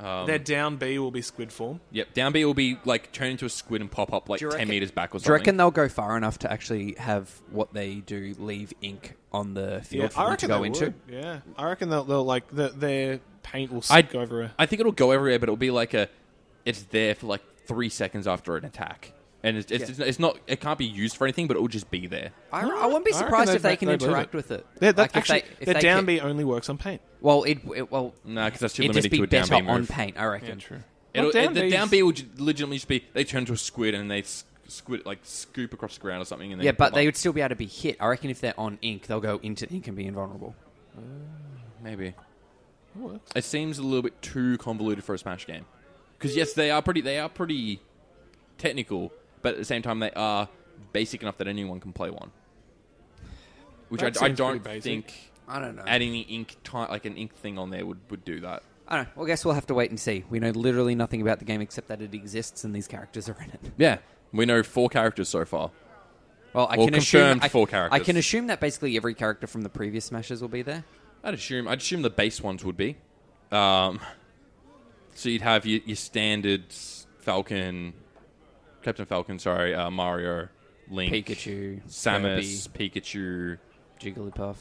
Speaker 1: Um,
Speaker 2: Their down B will be squid form.
Speaker 1: Yep, down B will be like turned into a squid and pop up like
Speaker 3: Do you
Speaker 1: ten
Speaker 3: reckon-
Speaker 1: meters back or something.
Speaker 3: do you reckon they'll go far enough to actually have what they do leave ink on the field for them to go
Speaker 2: they
Speaker 3: into?
Speaker 2: would. Yeah, I reckon they'll, they'll like the, their paint will
Speaker 1: I-
Speaker 2: stick over. A,
Speaker 1: I think it'll go everywhere, but it'll be like a. It's there for like three seconds after an attack, and it's it's, it's, not. It can't be used for anything, but it'll just be there.
Speaker 3: I,
Speaker 2: No,
Speaker 3: I wouldn't be
Speaker 2: I reckon
Speaker 3: surprised if
Speaker 2: they'd
Speaker 3: they
Speaker 2: make-
Speaker 3: can
Speaker 2: they'd leave
Speaker 3: interact
Speaker 2: it.
Speaker 3: with it.
Speaker 2: yeah, that
Speaker 3: Like, if
Speaker 2: actually,
Speaker 3: they- if
Speaker 2: their
Speaker 3: they
Speaker 2: down
Speaker 3: can-
Speaker 2: B only works on paint.
Speaker 3: Well, it, it well
Speaker 1: No, because that's too
Speaker 3: it'd
Speaker 1: limited
Speaker 3: just be
Speaker 1: to a down
Speaker 3: better
Speaker 1: B move.
Speaker 3: on paint, I reckon.
Speaker 2: true.
Speaker 1: It'll,
Speaker 2: down
Speaker 1: it- the
Speaker 2: B's-
Speaker 1: down B will ju- legitimately just be they turn into a squid and they s- squid like scoop across the ground or something. And then
Speaker 3: Yeah, but they
Speaker 1: like,
Speaker 3: would still be able to be hit. I reckon if they're on ink, they'll go into ink and be invulnerable.
Speaker 1: maybe
Speaker 2: That works.
Speaker 1: it seems a little bit too convoluted for a Smash game. Because yes, they are pretty they are pretty technical, but at the same time they are basic enough that anyone can play one. Which I,
Speaker 2: That
Speaker 1: I
Speaker 2: seems pretty
Speaker 1: don't
Speaker 2: basic.
Speaker 1: think
Speaker 3: I don't know.
Speaker 1: adding the ink ti- like an ink thing on there would, would do that.
Speaker 3: I don't know. Well, I guess we'll have to wait and see. We know literally nothing about the game except that it exists and these characters are in it.
Speaker 1: Yeah, we know four characters so far.
Speaker 3: Well, I
Speaker 1: Well,
Speaker 3: can assume
Speaker 1: confirmed
Speaker 3: I,
Speaker 1: four
Speaker 3: I can
Speaker 1: characters.
Speaker 3: assume that basically every character from the previous Smashes will be there.
Speaker 1: I'd assume I'd assume the base ones would be. Um, so you'd have your, your standard Falcon, Captain Falcon, sorry, uh, Mario, Link,
Speaker 3: Pikachu,
Speaker 1: Samus, Pikachu.
Speaker 3: Jigglypuff.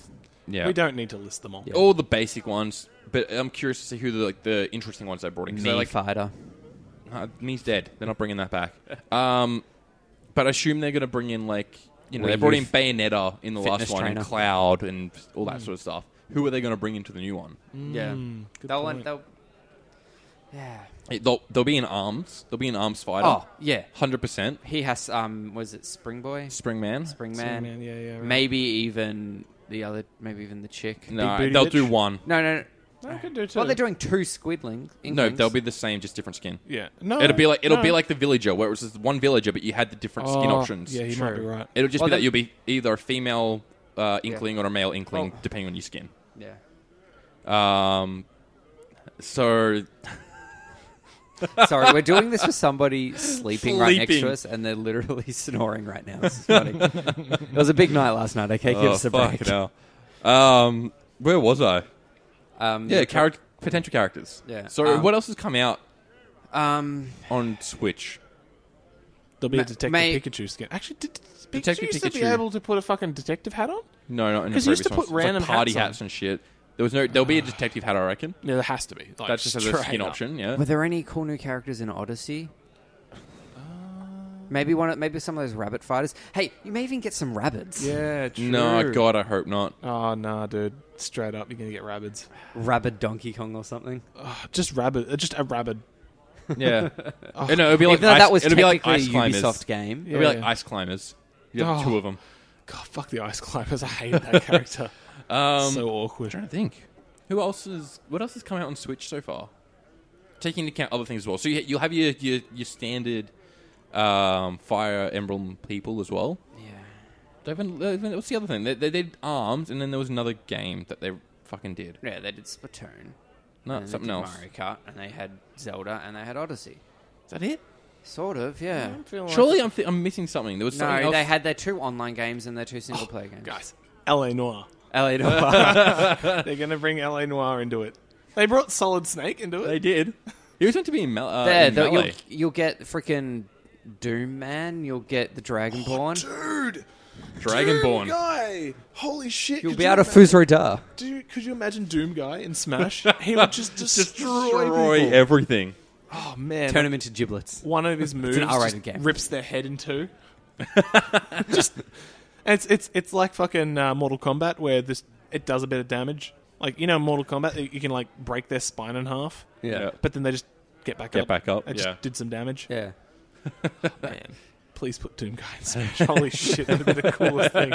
Speaker 1: Yeah,
Speaker 2: We don't need to list them all. Oh,
Speaker 1: all the basic ones. But I'm curious to see who the like the interesting ones they brought in. 'cause
Speaker 3: Knee
Speaker 1: they're like,
Speaker 3: fighter.
Speaker 1: nah, Uh, me's dead. They're not bringing that back. Um, but I assume they're going to bring in like you know
Speaker 3: Wii
Speaker 1: they brought
Speaker 3: U
Speaker 1: in Bayonetta in the last
Speaker 3: fitness
Speaker 1: one,
Speaker 3: trainer.
Speaker 1: and Cloud, and all that sort of stuff. Who are they going to bring into the new one?
Speaker 3: Yeah.
Speaker 2: Mm, hmm, good
Speaker 3: they'll,
Speaker 2: point.
Speaker 3: they'll, yeah.
Speaker 1: It- they'll, they'll be in arms. They'll be in arms fighter.
Speaker 3: Oh, yeah.
Speaker 1: Hundred percent.
Speaker 3: He has, um, was it Spring Boy?
Speaker 1: Springman.
Speaker 3: Springman.
Speaker 2: Springman, yeah, yeah, right.
Speaker 3: Maybe even the other, maybe even the chick.
Speaker 1: No,
Speaker 2: Big booty
Speaker 1: they'll
Speaker 2: bitch.
Speaker 1: do one.
Speaker 3: No, no, no.
Speaker 2: I could do two.
Speaker 3: Well, they're doing two squidlings.
Speaker 1: No, they'll be the same, just different skin.
Speaker 2: Yeah. No.
Speaker 1: It'll be like it'll
Speaker 2: Oh, no.
Speaker 1: be like the villager, where it was just one villager, but you had the different skin
Speaker 2: Oh,
Speaker 1: options.
Speaker 2: Yeah, you might be
Speaker 3: True.
Speaker 2: right.
Speaker 1: It'll just
Speaker 3: Well,
Speaker 1: be that
Speaker 3: then-
Speaker 1: you'll be either a female uh, inkling or a male inkling,
Speaker 3: Well-
Speaker 1: depending on your skin.
Speaker 3: Yeah.
Speaker 1: Um, so
Speaker 3: Sorry, we're doing this with somebody sleeping, right next
Speaker 1: Sleeping.
Speaker 3: to us, and they're literally snoring right now. This is funny. it was a big night last night. Okay, give
Speaker 1: oh,
Speaker 3: us a
Speaker 1: fuck
Speaker 3: break.
Speaker 1: it hell. Um, where was I?
Speaker 3: Um,
Speaker 1: Yeah, charac- potential characters.
Speaker 3: Yeah.
Speaker 1: So
Speaker 3: Um,
Speaker 1: what else has come out
Speaker 3: Um,
Speaker 1: on Switch?
Speaker 2: There'll be
Speaker 3: Ma-
Speaker 2: a Detective
Speaker 3: may-
Speaker 2: Pikachu skin. Actually, did, did Pikachu
Speaker 1: Detective
Speaker 2: used to be
Speaker 1: Pikachu.
Speaker 2: able to put a fucking detective hat on?
Speaker 1: No, not in the
Speaker 2: 'Cause you used
Speaker 1: previous
Speaker 2: to put
Speaker 1: ones. It's like
Speaker 2: random
Speaker 1: party
Speaker 2: hats on.
Speaker 1: hats and shit. There was no. There'll be a detective hat, I reckon.
Speaker 2: Yeah, there has to be. Like,
Speaker 1: That's just as a
Speaker 2: straight
Speaker 1: skin
Speaker 2: up.
Speaker 1: option. Yeah.
Speaker 3: were there any cool new characters in Odyssey?
Speaker 1: Uh,
Speaker 3: Maybe one. of- Maybe some of those rabbit fighters. Hey, you may even get some rabbits.
Speaker 2: Yeah, true.
Speaker 1: No, God, I hope not.
Speaker 2: Oh, nah, dude. Straight up, you're going to get rabbids.
Speaker 3: Rabbit Donkey Kong or something.
Speaker 2: Ugh, just rabbit. uh, Just a rabbit.
Speaker 1: Yeah.
Speaker 3: Oh.
Speaker 1: no, it'll be like
Speaker 3: Even though
Speaker 1: ice,
Speaker 3: that was
Speaker 1: it'll be like
Speaker 3: technically
Speaker 1: ice
Speaker 3: a
Speaker 1: climbers.
Speaker 3: Ubisoft game.
Speaker 1: It'll be like
Speaker 2: Yeah.
Speaker 1: ice climbers. You have
Speaker 2: Oh.
Speaker 1: two of them.
Speaker 2: God, fuck the ice climbers. I hate that character.
Speaker 1: Um,
Speaker 2: so
Speaker 1: trying
Speaker 2: awkward.
Speaker 1: to think. Who else is? What else has come out on Switch so far? Taking into account other things as well. So you, you'll have your your, your standard um, Fire Emblem people as well.
Speaker 3: Yeah.
Speaker 1: They've been, they've been- what's the other thing? They, they did Arms, and then there was another game that they fucking did.
Speaker 3: Yeah, they did Splatoon.
Speaker 1: No,
Speaker 3: and they
Speaker 1: Oh, something
Speaker 3: did
Speaker 1: else.
Speaker 3: Mario Kart, and they had Zelda, and they had Odyssey.
Speaker 1: Is that it?
Speaker 3: Sort of, yeah.
Speaker 1: Surely I'm, th- I'm missing something. There was something
Speaker 3: No,
Speaker 1: else. Oh,
Speaker 3: they had their two online games and their two single player games.
Speaker 2: Guys, LA Noir.
Speaker 3: LA Noire.
Speaker 2: They're going to bring LA Noir into it. They brought Solid Snake into it.
Speaker 1: They did. He was meant to be in, Mel- uh,
Speaker 3: there,
Speaker 1: in
Speaker 3: though,
Speaker 1: Melee.
Speaker 3: you'll, you'll get freaking Doom Man. You'll get the
Speaker 1: Oh,
Speaker 3: Dragonborn.
Speaker 2: Oh, Dude! Doom
Speaker 1: Dragonborn.
Speaker 2: Guy! Holy shit.
Speaker 3: you'll
Speaker 2: could
Speaker 3: be
Speaker 2: you
Speaker 3: out of
Speaker 2: imagine-
Speaker 3: Fuzrodar.
Speaker 2: Dude, could you imagine Doom Guy in Smash? he would just destroy, people.
Speaker 1: everything.
Speaker 2: Oh, man.
Speaker 3: Turn them into giblets.
Speaker 2: One of his moves
Speaker 3: an R-rated
Speaker 2: just
Speaker 3: game.
Speaker 2: rips their head in two. just it's it's it's like fucking uh, Mortal Kombat where this it does a bit of damage. Like you know, in Mortal Kombat you- you can like break their spine in half,
Speaker 1: Yeah.
Speaker 2: but then they just get back
Speaker 1: Get
Speaker 2: up.
Speaker 1: back up,
Speaker 2: It just
Speaker 1: yeah.
Speaker 2: did some damage.
Speaker 3: Yeah.
Speaker 2: Man, please put Doom Guy in Smash. Holy shit, that'd be the coolest thing.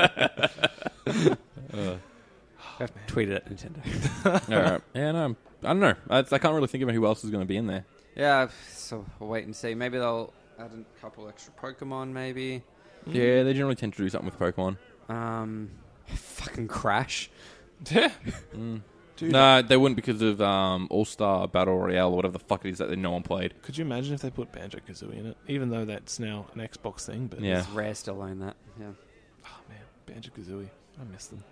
Speaker 3: I've tweeted at Nintendo.
Speaker 1: All right. Yeah, no, I'm- I don't know. I, I can't really think of who else is going to be in there.
Speaker 3: yeah, so we'll wait and see. Maybe they'll add a couple extra Pokemon, maybe.
Speaker 1: Yeah, they generally tend to do something with Pokemon.
Speaker 3: Um, fucking Crash.
Speaker 2: Yeah. Dude.
Speaker 1: No, they wouldn't because of um, All Star Battle Royale or whatever the fuck it is that they- no one played.
Speaker 2: Could you imagine if they put Banjo Kazooie in it? Even though that's now an Xbox thing, but
Speaker 1: Yeah.
Speaker 3: It's rare still own that. Yeah.
Speaker 2: Oh man, Banjo Kazooie, I miss them.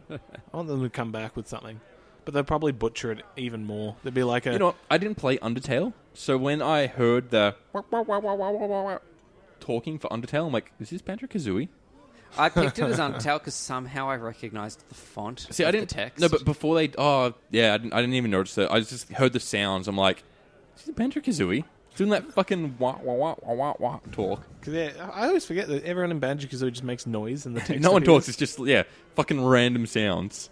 Speaker 2: I want them to come back with something, but they'll probably butcher it even more. They'd be like a
Speaker 1: You know, what? I didn't play Undertale, so when I heard the wah, wah, wah, wah, wah, wah, wah, wah, talking for Undertale, I'm like, is this Banjo Kazooie?
Speaker 3: I picked it as Undertale because somehow I recognized the font.
Speaker 1: See,
Speaker 3: of
Speaker 1: I
Speaker 3: the
Speaker 1: didn't
Speaker 3: text.
Speaker 1: No, but before they, oh yeah, I didn't, I didn't even notice that. I just heard the sounds. I'm like, is this Banjo Kazooie? Doing that fucking wah wah wah wah wah wah talk.
Speaker 2: 'cause they- I always forget that everyone in Banjo Kazooie just makes noise and the text.
Speaker 1: no one
Speaker 2: appears.
Speaker 1: talks. It's just yeah, fucking random sounds.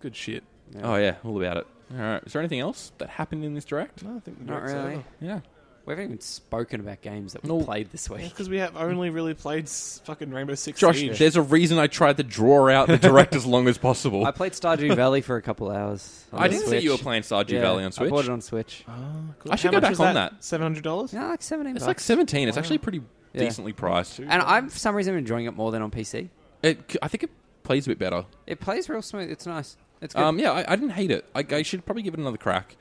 Speaker 2: Good shit.
Speaker 3: Yeah.
Speaker 1: Oh yeah, all about it. All right. Is there anything else that happened in this direct?
Speaker 2: No, I think the
Speaker 3: Not
Speaker 2: direct's
Speaker 3: really.
Speaker 2: over.
Speaker 1: Yeah.
Speaker 3: We haven't even spoken about games that we
Speaker 1: No.
Speaker 3: played this week.
Speaker 2: Because we have only really played s- fucking Rainbow Six
Speaker 1: Josh,
Speaker 2: Siege.
Speaker 1: there's a reason I tried to draw out the direct as long as possible.
Speaker 3: I played Stardew Valley for a couple hours. on
Speaker 1: I
Speaker 3: the
Speaker 1: didn't see
Speaker 3: Switch.
Speaker 1: you were playing Stardew
Speaker 3: Yeah,
Speaker 1: Valley on
Speaker 3: I bought
Speaker 1: Switch.
Speaker 3: it on Switch.
Speaker 2: Oh, cool.
Speaker 1: I should
Speaker 2: How
Speaker 1: go
Speaker 2: much
Speaker 1: back
Speaker 2: was
Speaker 1: on that.
Speaker 2: Seven hundred dollars.
Speaker 3: Yeah, like seventeen
Speaker 1: It's like
Speaker 3: bucks.
Speaker 1: 17. It's actually pretty
Speaker 3: Yeah.
Speaker 1: decently priced.
Speaker 3: and I'm for some reason enjoying it more than on PC.
Speaker 1: It, c- I think it plays a bit better.
Speaker 3: It plays real smooth. It's nice. It's good.
Speaker 1: Um, yeah, I, I didn't hate it. I, I should probably give it another crack.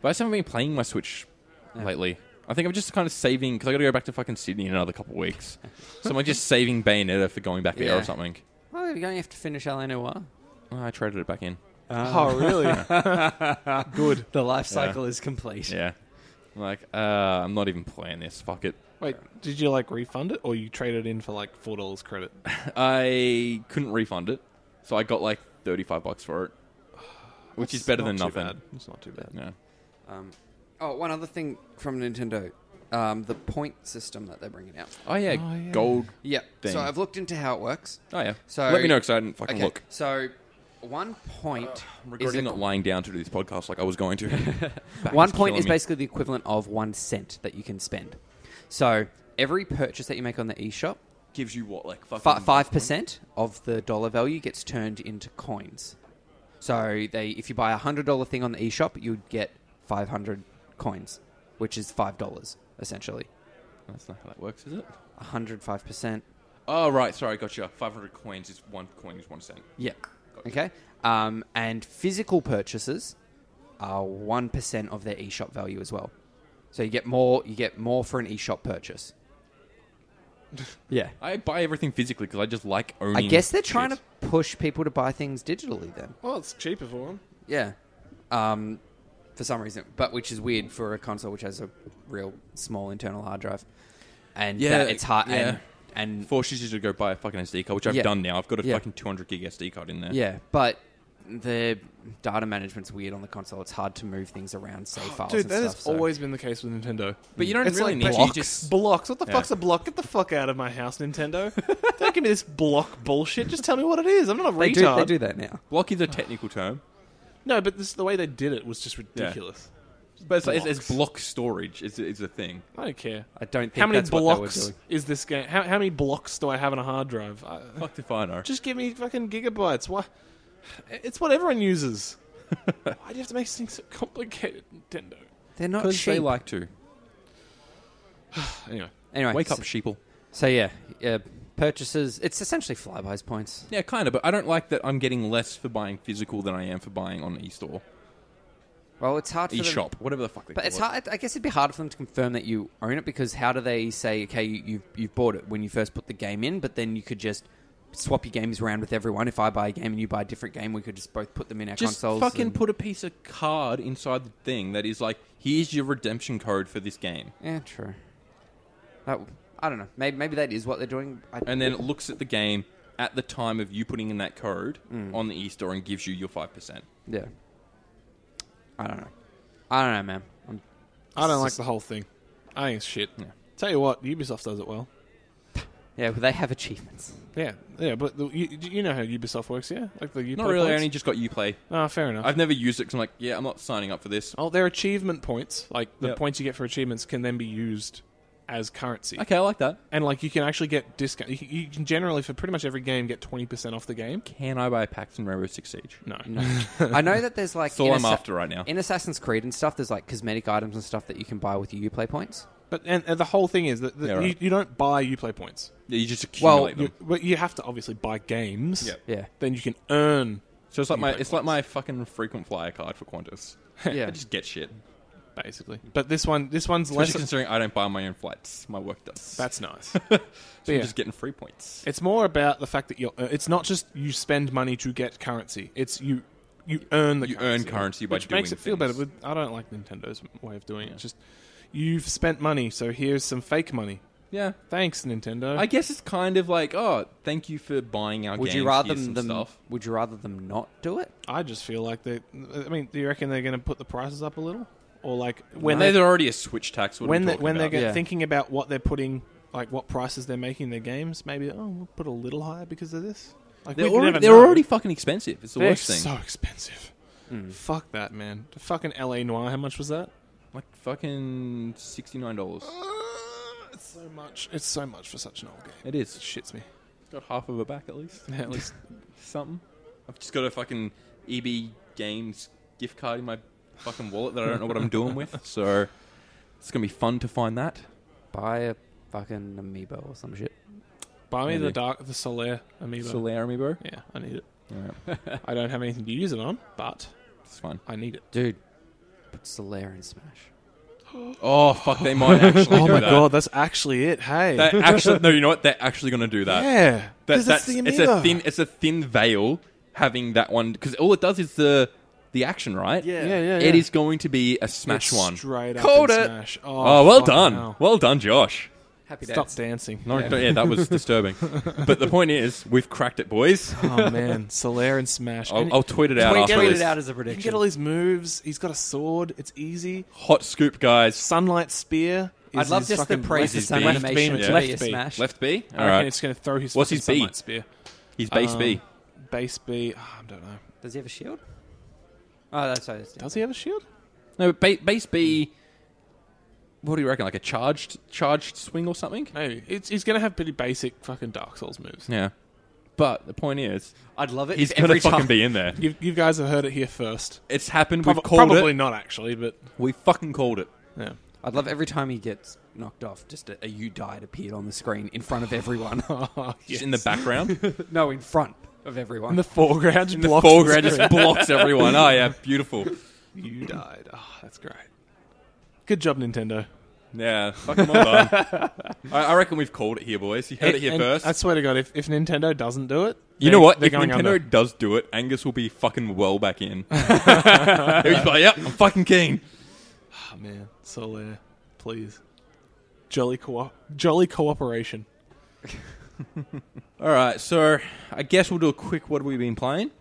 Speaker 1: But I just haven't been playing my Switch lately. I think I'm just kind of saving because I got to go back to fucking Sydney in another couple of weeks. so I'm like, just saving Bayonetta for going back there
Speaker 3: Yeah.
Speaker 1: or something.
Speaker 3: oh, you're going to have to finish LA Noire.
Speaker 1: Oh, I traded it back in.
Speaker 2: oh, really? Good.
Speaker 3: The life cycle is complete.
Speaker 1: Yeah. I'm like, uh, I'm not even playing this. Fuck it.
Speaker 2: Wait, did you like refund it, or you traded in for like four dollars credit?
Speaker 1: I couldn't refund it, so I got like 35 bucks for it, which is
Speaker 2: It's
Speaker 1: better
Speaker 2: not
Speaker 1: than
Speaker 2: too
Speaker 1: nothing.
Speaker 2: bad. It's not too bad.
Speaker 1: Yeah.
Speaker 3: Um, oh, one other thing from Nintendo, um, the point system that they're bringing out.
Speaker 1: Oh yeah,
Speaker 2: Oh, yeah.
Speaker 1: gold.
Speaker 3: Yeah.
Speaker 1: Thing.
Speaker 3: So I've looked into how it works.
Speaker 1: Oh yeah.
Speaker 3: So-
Speaker 1: let me know because I didn't fucking
Speaker 3: Okay.
Speaker 1: look. Uh,
Speaker 3: So one point is
Speaker 1: Regretting
Speaker 3: a-
Speaker 1: not lying down to do this podcast like I was going to. Back
Speaker 3: one point
Speaker 1: killing
Speaker 3: is
Speaker 1: me.
Speaker 3: basically the equivalent of one cent that you can spend. So every purchase that you make on the eShop,
Speaker 1: gives you what like fucking
Speaker 3: five percent of the dollar value gets turned into coins. So they, if you buy a hundred dollar thing on the eShop, you'd get five hundred coins, which is five dollars essentially.
Speaker 1: That's not how that works, is it?
Speaker 3: A hundred five percent.
Speaker 1: Oh right, sorry, gotcha. Five hundred coins is one coin is one cent.
Speaker 3: Yeah. Okay. Um, and physical purchases are one percent of their eShop value as well. So you get more. You get more for an eShop purchase. yeah.
Speaker 1: I buy everything physically because I just like owning.
Speaker 3: I guess they're trying
Speaker 1: shit.
Speaker 3: to push people to buy things digitally then.
Speaker 2: Well, it's cheaper for them.
Speaker 3: Yeah. Um, for some reason, but which is weird for a console which has a real small internal hard drive, and
Speaker 1: Yeah,
Speaker 3: yeah, it's hard.
Speaker 1: yeah.
Speaker 3: And, and
Speaker 1: forces you to go buy a fucking SD card, which I've
Speaker 3: Yeah.
Speaker 1: done now. I've got a
Speaker 3: Yeah.
Speaker 1: fucking two hundred gig SD card in there.
Speaker 3: yeah, but the data management's weird on the console. It's hard to move things around, save files.
Speaker 2: Dude,
Speaker 3: and
Speaker 2: that
Speaker 3: stuff,
Speaker 2: has
Speaker 3: so-
Speaker 2: always been the case with Nintendo.
Speaker 1: But you don't
Speaker 2: it's
Speaker 1: really need to,
Speaker 2: like
Speaker 1: you
Speaker 2: blocks.
Speaker 1: just-
Speaker 2: Blocks. What the
Speaker 1: Yeah.
Speaker 2: fuck's a block? Get the fuck out of my house, Nintendo. don't give me this block bullshit. Just tell me what it is. I'm not a
Speaker 3: They
Speaker 2: retard.
Speaker 3: do, they do that now.
Speaker 1: Block is a technical term,
Speaker 2: No, but this, the way they did it was just ridiculous.
Speaker 1: but it's, it's, it's
Speaker 2: Blocks.
Speaker 1: block storage. It's, it's a thing.
Speaker 2: I don't care.
Speaker 3: I don't think
Speaker 2: How many
Speaker 3: that's what they were
Speaker 2: blocks
Speaker 3: doing.
Speaker 2: is this game? How, how many blocks do I have on a hard drive? I,
Speaker 1: Fuck if I know.
Speaker 2: just give me fucking gigabytes. Why? It's what everyone uses. Why do you have to make things so complicated, Nintendo?
Speaker 3: They're not
Speaker 1: Because
Speaker 3: cheap.
Speaker 1: they like to.
Speaker 2: Anyway,
Speaker 3: anyway,
Speaker 1: Wake
Speaker 3: so,
Speaker 1: up, sheeple.
Speaker 3: So yeah, yeah, purchases. It's essentially flybys points.
Speaker 1: Yeah, kind of, but I don't like that I'm getting less for buying physical than I am for buying on eStore.
Speaker 3: Well, it's hard for them-
Speaker 1: eShop, whatever the fuck they
Speaker 3: But
Speaker 1: call
Speaker 3: it's
Speaker 1: it.
Speaker 3: hard. I guess it'd be hard for them to confirm that you own it because how do they say, okay, you, you've you've bought it when you first put the game in, but then you could just swap your games around with everyone. If I buy a game and you buy a different game, we could just both put them in our
Speaker 1: Just
Speaker 3: consoles.
Speaker 1: fucking
Speaker 3: and-
Speaker 1: put a piece of card inside the thing that is like, here's your redemption code for this game.
Speaker 3: Yeah, true. That I don't know. Maybe maybe that is what they're doing. I,
Speaker 1: And then it looks at the game at the time of you putting in that code
Speaker 3: Mm.
Speaker 1: on the eStore and gives you your 5%.
Speaker 3: yeah, I don't know. I don't know, man. I'm,
Speaker 2: I don't
Speaker 3: It's
Speaker 2: like
Speaker 3: just-
Speaker 2: the whole thing. I think it's shit.
Speaker 1: Yeah.
Speaker 2: Tell you what, Ubisoft does it well.
Speaker 3: yeah, well, they have achievements.
Speaker 2: Yeah, yeah, but the, you, you know how Ubisoft works, yeah? Like the Uplay
Speaker 1: Not really, I
Speaker 2: points?
Speaker 1: only just got Uplay.
Speaker 2: Ah, fair enough.
Speaker 1: I've never used it because I'm like, yeah, I'm not signing up for this.
Speaker 2: Oh, their achievement points, like the
Speaker 1: Yep.
Speaker 2: points you get for achievements, can then be used as currency.
Speaker 1: Okay, I like that.
Speaker 2: And like you can actually get discount. You can, you can generally for pretty much every game get twenty percent off the game.
Speaker 1: Can I buy a Pax in Rainbow Six Siege?
Speaker 2: No,
Speaker 3: No. I know that there's like
Speaker 1: That's all
Speaker 3: in
Speaker 1: I'm
Speaker 3: Assa-
Speaker 1: after right now.
Speaker 3: in Assassin's Creed and stuff. There's like cosmetic items and stuff that you can buy with your Uplay points.
Speaker 2: but and, and the whole thing is that the,
Speaker 1: Yeah,
Speaker 2: you,
Speaker 1: right.
Speaker 2: you don't buy UPlay points.
Speaker 1: Yeah, you just
Speaker 3: Well,
Speaker 1: accumulate
Speaker 2: You,
Speaker 1: them.
Speaker 2: but you have to obviously buy games.
Speaker 1: Yep.
Speaker 3: Yeah.
Speaker 2: Then you can earn
Speaker 1: So it's like my
Speaker 2: Uplay
Speaker 1: it's like
Speaker 2: points.
Speaker 1: my fucking frequent flyer card for Qantas.
Speaker 3: Yeah.
Speaker 1: I just get shit.
Speaker 2: basically. But this one, this one's
Speaker 1: Especially
Speaker 2: less.
Speaker 1: considering I don't buy my own flights. My work does.
Speaker 2: That's nice.
Speaker 1: so
Speaker 2: yeah.
Speaker 1: I'm just getting free points.
Speaker 2: it's more about the fact that you. are It's not just you spend money to get currency. It's you. You earn the
Speaker 1: You
Speaker 2: currency,
Speaker 1: earn currency by
Speaker 2: which makes
Speaker 1: doing
Speaker 2: it feel better.
Speaker 1: things.
Speaker 2: But I don't like Nintendo's way of doing it. It's just you've spent money, so here's some fake money.
Speaker 1: Yeah.
Speaker 2: Thanks, Nintendo.
Speaker 1: I guess it's kind of like, oh, thank you for buying our
Speaker 3: Would
Speaker 1: games.
Speaker 3: you rather
Speaker 1: here's some
Speaker 3: them? them-
Speaker 1: stuff.
Speaker 3: Would you rather them not do it?
Speaker 2: I just feel like they. I mean, do you reckon they're going to put the prices up a little, or like
Speaker 1: When
Speaker 2: when
Speaker 1: there's
Speaker 2: they
Speaker 1: already a Switch tax, what are
Speaker 2: when
Speaker 1: we
Speaker 2: they,
Speaker 1: talking
Speaker 2: when they're
Speaker 1: about?
Speaker 2: go-
Speaker 3: Yeah.
Speaker 2: thinking about what they're putting, like what prices they're making their games? Maybe oh, we'll put a little higher because of this. Like
Speaker 1: they're
Speaker 2: we could
Speaker 1: already,
Speaker 2: never
Speaker 1: they're
Speaker 2: know.
Speaker 1: already fucking expensive. It's the
Speaker 2: They're
Speaker 1: worst thing. Hmm.
Speaker 2: So expensive. Fuck that, man. The fucking L.A. Noir. How much was that?
Speaker 1: Like fucking sixty nine dollars.
Speaker 2: Uh, It's so much. It's so much for such an old game.
Speaker 1: It is.
Speaker 2: It shits me.
Speaker 1: got half of it back at least.
Speaker 2: Yeah, at least
Speaker 1: Something. I've just got a fucking EB Games gift card in my fucking wallet that I don't know what I'm doing with. So it's gonna be fun to find that.
Speaker 3: Buy a fucking amiibo or some shit.
Speaker 2: buy me
Speaker 1: Maybe.
Speaker 2: the dark, the Solaire amiibo.
Speaker 1: Solaire amiibo.
Speaker 2: yeah, I need it.
Speaker 1: Yeah,
Speaker 2: I don't have anything to use it on, but
Speaker 1: it's fine.
Speaker 2: I need it.
Speaker 3: Dude, put Solaire in Smash.
Speaker 1: Oh fuck, they might actually. do that.
Speaker 2: Oh that's actually it. Hey,
Speaker 1: They actually, no, you know what? They're actually gonna do that.
Speaker 2: yeah,
Speaker 1: That,
Speaker 2: 'cause
Speaker 1: that's
Speaker 2: it's the
Speaker 1: it's a
Speaker 2: amiibo.
Speaker 1: thin it's a thin veil having that one because all it does is the the action, right?
Speaker 2: Yeah, yeah,
Speaker 1: It
Speaker 2: yeah.
Speaker 1: is going to be a smash
Speaker 2: It's
Speaker 1: one.
Speaker 2: Straight up
Speaker 1: Called
Speaker 2: in
Speaker 1: it.
Speaker 2: Smash.
Speaker 1: Oh, well
Speaker 2: fucking
Speaker 1: done,
Speaker 2: hell.
Speaker 1: well done, Josh.
Speaker 3: Happy
Speaker 2: Stop
Speaker 3: days.
Speaker 2: dancing.
Speaker 1: No, no, yeah, that was disturbing. But the point is, we've cracked it, boys.
Speaker 2: Oh man, Solaire and Smash.
Speaker 1: I'll,
Speaker 2: And
Speaker 1: I'll tweet it out.
Speaker 3: Tweet-
Speaker 1: after
Speaker 3: tweet
Speaker 1: this.
Speaker 3: it out as a
Speaker 2: you can get
Speaker 3: prediction.
Speaker 2: all his moves. He's got a sword. It's easy.
Speaker 1: Hot scoop, guys.
Speaker 2: Sunlight spear. Is
Speaker 3: I'd love
Speaker 2: his
Speaker 3: just the
Speaker 2: fucking
Speaker 3: praise
Speaker 1: his
Speaker 3: of
Speaker 1: beam.
Speaker 3: some
Speaker 1: Left
Speaker 3: animation
Speaker 2: beam,
Speaker 3: to
Speaker 2: yeah.
Speaker 3: be a
Speaker 2: Left beam.
Speaker 3: Smash.
Speaker 1: Left B.
Speaker 2: I
Speaker 1: All
Speaker 2: reckon
Speaker 1: right,
Speaker 2: it's going to throw his
Speaker 1: What's
Speaker 2: fucking
Speaker 1: his beat?
Speaker 2: sunlight spear.
Speaker 1: he's base
Speaker 2: Um,
Speaker 1: B.
Speaker 2: Base B. Oh, I don't know.
Speaker 3: Does he have a shield? Oh, that's sorry. That's
Speaker 2: Does he have a shield?
Speaker 1: No, ba- base B. What do you reckon? Like a charged charged swing or something?
Speaker 2: Maybe. It's, he's going to have pretty basic fucking Dark Souls moves.
Speaker 1: Yeah. But the point is,
Speaker 3: I'd love it.
Speaker 1: he's
Speaker 3: if
Speaker 1: gonna
Speaker 3: every
Speaker 1: fucking
Speaker 3: time
Speaker 1: be in there.
Speaker 2: You, you guys have heard it here first.
Speaker 1: It's happened.
Speaker 2: Prob-
Speaker 1: We've called
Speaker 2: probably
Speaker 1: it.
Speaker 2: not actually, but
Speaker 1: We fucking called it.
Speaker 2: yeah.
Speaker 3: I'd love every time he gets knocked off, just a, a you died appeared on the screen in front of everyone.
Speaker 1: Just in the background.
Speaker 3: no, in front of everyone.
Speaker 2: In the foreground,
Speaker 1: in the foreground just blocks everyone. Oh yeah, beautiful.
Speaker 2: you died. Oh, that's great. Good job, Nintendo.
Speaker 1: Yeah, fucking well done. I, I reckon we've called it here, boys. You heard it here
Speaker 2: And- and
Speaker 1: first.
Speaker 2: I swear to God, if, if Nintendo doesn't do it,
Speaker 1: you
Speaker 2: they-
Speaker 1: know what?
Speaker 2: They're
Speaker 1: If
Speaker 2: going
Speaker 1: Nintendo
Speaker 2: under.
Speaker 1: does do it, Angus will be fucking well back in. He'll just be like, "Yep, I'm fucking keen."
Speaker 2: Oh man, Solaire, please. Jolly co jolly cooperation.
Speaker 1: All right, so I guess we'll do a quick. What have we been playing?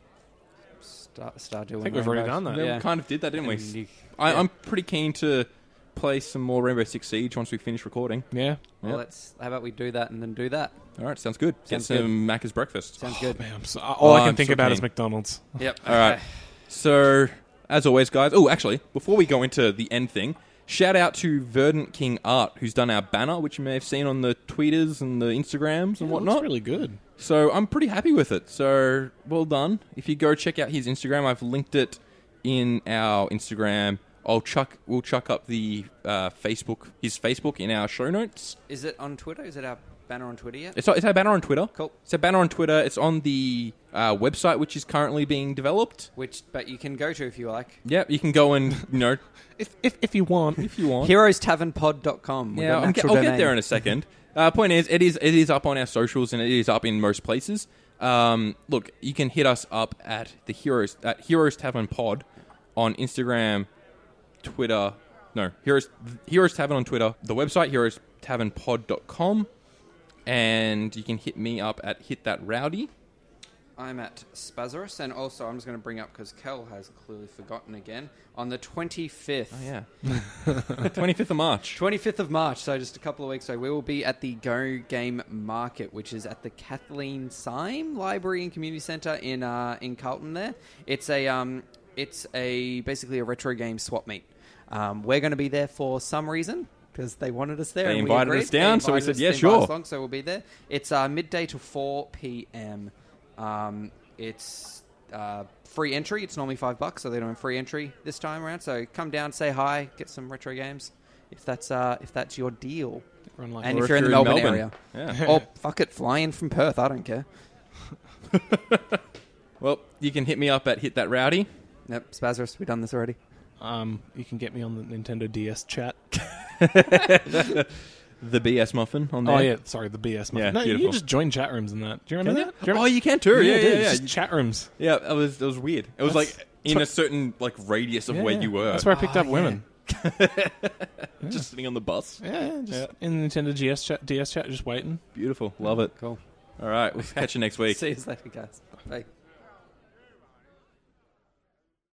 Speaker 3: Star, Stardew. I
Speaker 2: think we've already done that.
Speaker 1: Yeah,
Speaker 3: Yeah.
Speaker 1: Uh, we kind of did that, didn't we?
Speaker 3: And you-
Speaker 1: I,
Speaker 3: yeah.
Speaker 1: I'm pretty keen to play some more Rainbow Six Siege once we finish recording.
Speaker 2: Yeah.
Speaker 3: Well, let's. How about we do that and then do that?
Speaker 1: All right, sounds good.
Speaker 3: Sounds
Speaker 1: Get
Speaker 3: good.
Speaker 1: some Macca's breakfast.
Speaker 3: Sounds good.
Speaker 2: Man, I'm so, all I
Speaker 1: Oh,
Speaker 2: can
Speaker 1: I'm
Speaker 2: think
Speaker 1: so
Speaker 2: about is
Speaker 1: keen.
Speaker 2: McDonald's.
Speaker 3: Yep.
Speaker 1: All right. So, as always, guys. Oh, actually, before we go into the end thing, shout out to Verdant King Art, who's done our banner, which you may have seen on the tweeters and the Instagrams and
Speaker 2: What's
Speaker 1: whatnot.
Speaker 2: really good.
Speaker 1: so, I'm pretty happy with it. So, well done. If you go check out his Instagram, I've linked it in our Instagram. I'll chuck. We'll chuck up the uh, Facebook, his Facebook, in our show notes.
Speaker 3: Is it on Twitter? Is it our banner on Twitter yet?
Speaker 1: It's, it's our banner on Twitter.
Speaker 3: Cool.
Speaker 1: It's our banner on Twitter. It's on the uh, website, which is currently being developed.
Speaker 3: Which, but you can go to if you like.
Speaker 1: Yep, you can go and you know
Speaker 2: If if, if you want,
Speaker 1: if you want.
Speaker 3: HeroesTavernPod.com. We've
Speaker 1: Yeah,
Speaker 3: got an
Speaker 1: I'm ge-
Speaker 3: actual
Speaker 1: I'll get
Speaker 3: domain.
Speaker 1: there in a second. uh, point is, it is it is up on our socials and it is up in most places. Um, look, you can hit us up at the heroes at Heroes Tavern Pod on Instagram, Twitter. No, Heroes Heroes Tavern on Twitter. The website heroes tavernpod.com and you can hit me up at hit that rowdy.
Speaker 3: I'm at Spazarus, and also I'm just going to bring up because Kel has clearly forgotten again on the 25th.
Speaker 1: Oh yeah, 25th of March.
Speaker 3: 25th of March, so just a couple of weeks away, we will be at the Go Game Market, which is at the Kathleen Syme Library and Community Centre in uh, in Carlton. There, it's a um, it's a basically a retro game swap meet. Um, we're going to be there for some reason because they wanted us there.
Speaker 1: They
Speaker 3: and we
Speaker 1: invited
Speaker 3: agreed.
Speaker 1: us down, so we
Speaker 3: invited
Speaker 1: said,
Speaker 3: us-
Speaker 1: "Yeah,
Speaker 3: they invited us
Speaker 1: sure."
Speaker 3: along, so we'll be there. It's uh, midday to 4 p.m. Um, it's uh, free entry. It's normally five bucks, so they're doing free entry this time around. So come down, say hi, get some retro games if that's uh, if that's your deal.
Speaker 2: run like
Speaker 3: And
Speaker 1: Or
Speaker 3: if you're in the Melbourne,
Speaker 1: area. Yeah.
Speaker 3: area, or fuck it, fly in from Perth. I don't care.
Speaker 1: Well, you can hit me up at hit that rowdy.
Speaker 3: Nope, Spazarus, we've done this already.
Speaker 2: um, you can get me on the Nintendo DS chat.
Speaker 1: The BS muffin on there.
Speaker 2: Oh yeah, sorry, the BS.
Speaker 1: Yeah,
Speaker 2: Yeah, no, you
Speaker 1: beautiful.
Speaker 2: can just join chat rooms and that. Do you
Speaker 1: Can
Speaker 2: remember
Speaker 1: you?
Speaker 2: that? Do you
Speaker 1: Oh,
Speaker 2: remember-
Speaker 1: you can too. Yeah, yeah,
Speaker 2: dude,
Speaker 1: yeah.
Speaker 2: just chat rooms.
Speaker 1: Yeah, it was it was weird. It was
Speaker 2: That's-
Speaker 1: like in a certain like radius of
Speaker 2: Yeah,
Speaker 1: where
Speaker 2: yeah.
Speaker 1: you were.
Speaker 2: That's where I picked
Speaker 3: Oh,
Speaker 2: up women.
Speaker 1: Just sitting on the bus.
Speaker 2: Yeah, yeah, just in the Nintendo DS chat, DS chat, just waiting.
Speaker 1: Beautiful. Love it.
Speaker 3: Cool.
Speaker 1: All right, we'll catch you next week.
Speaker 3: See you later, guys. Bye.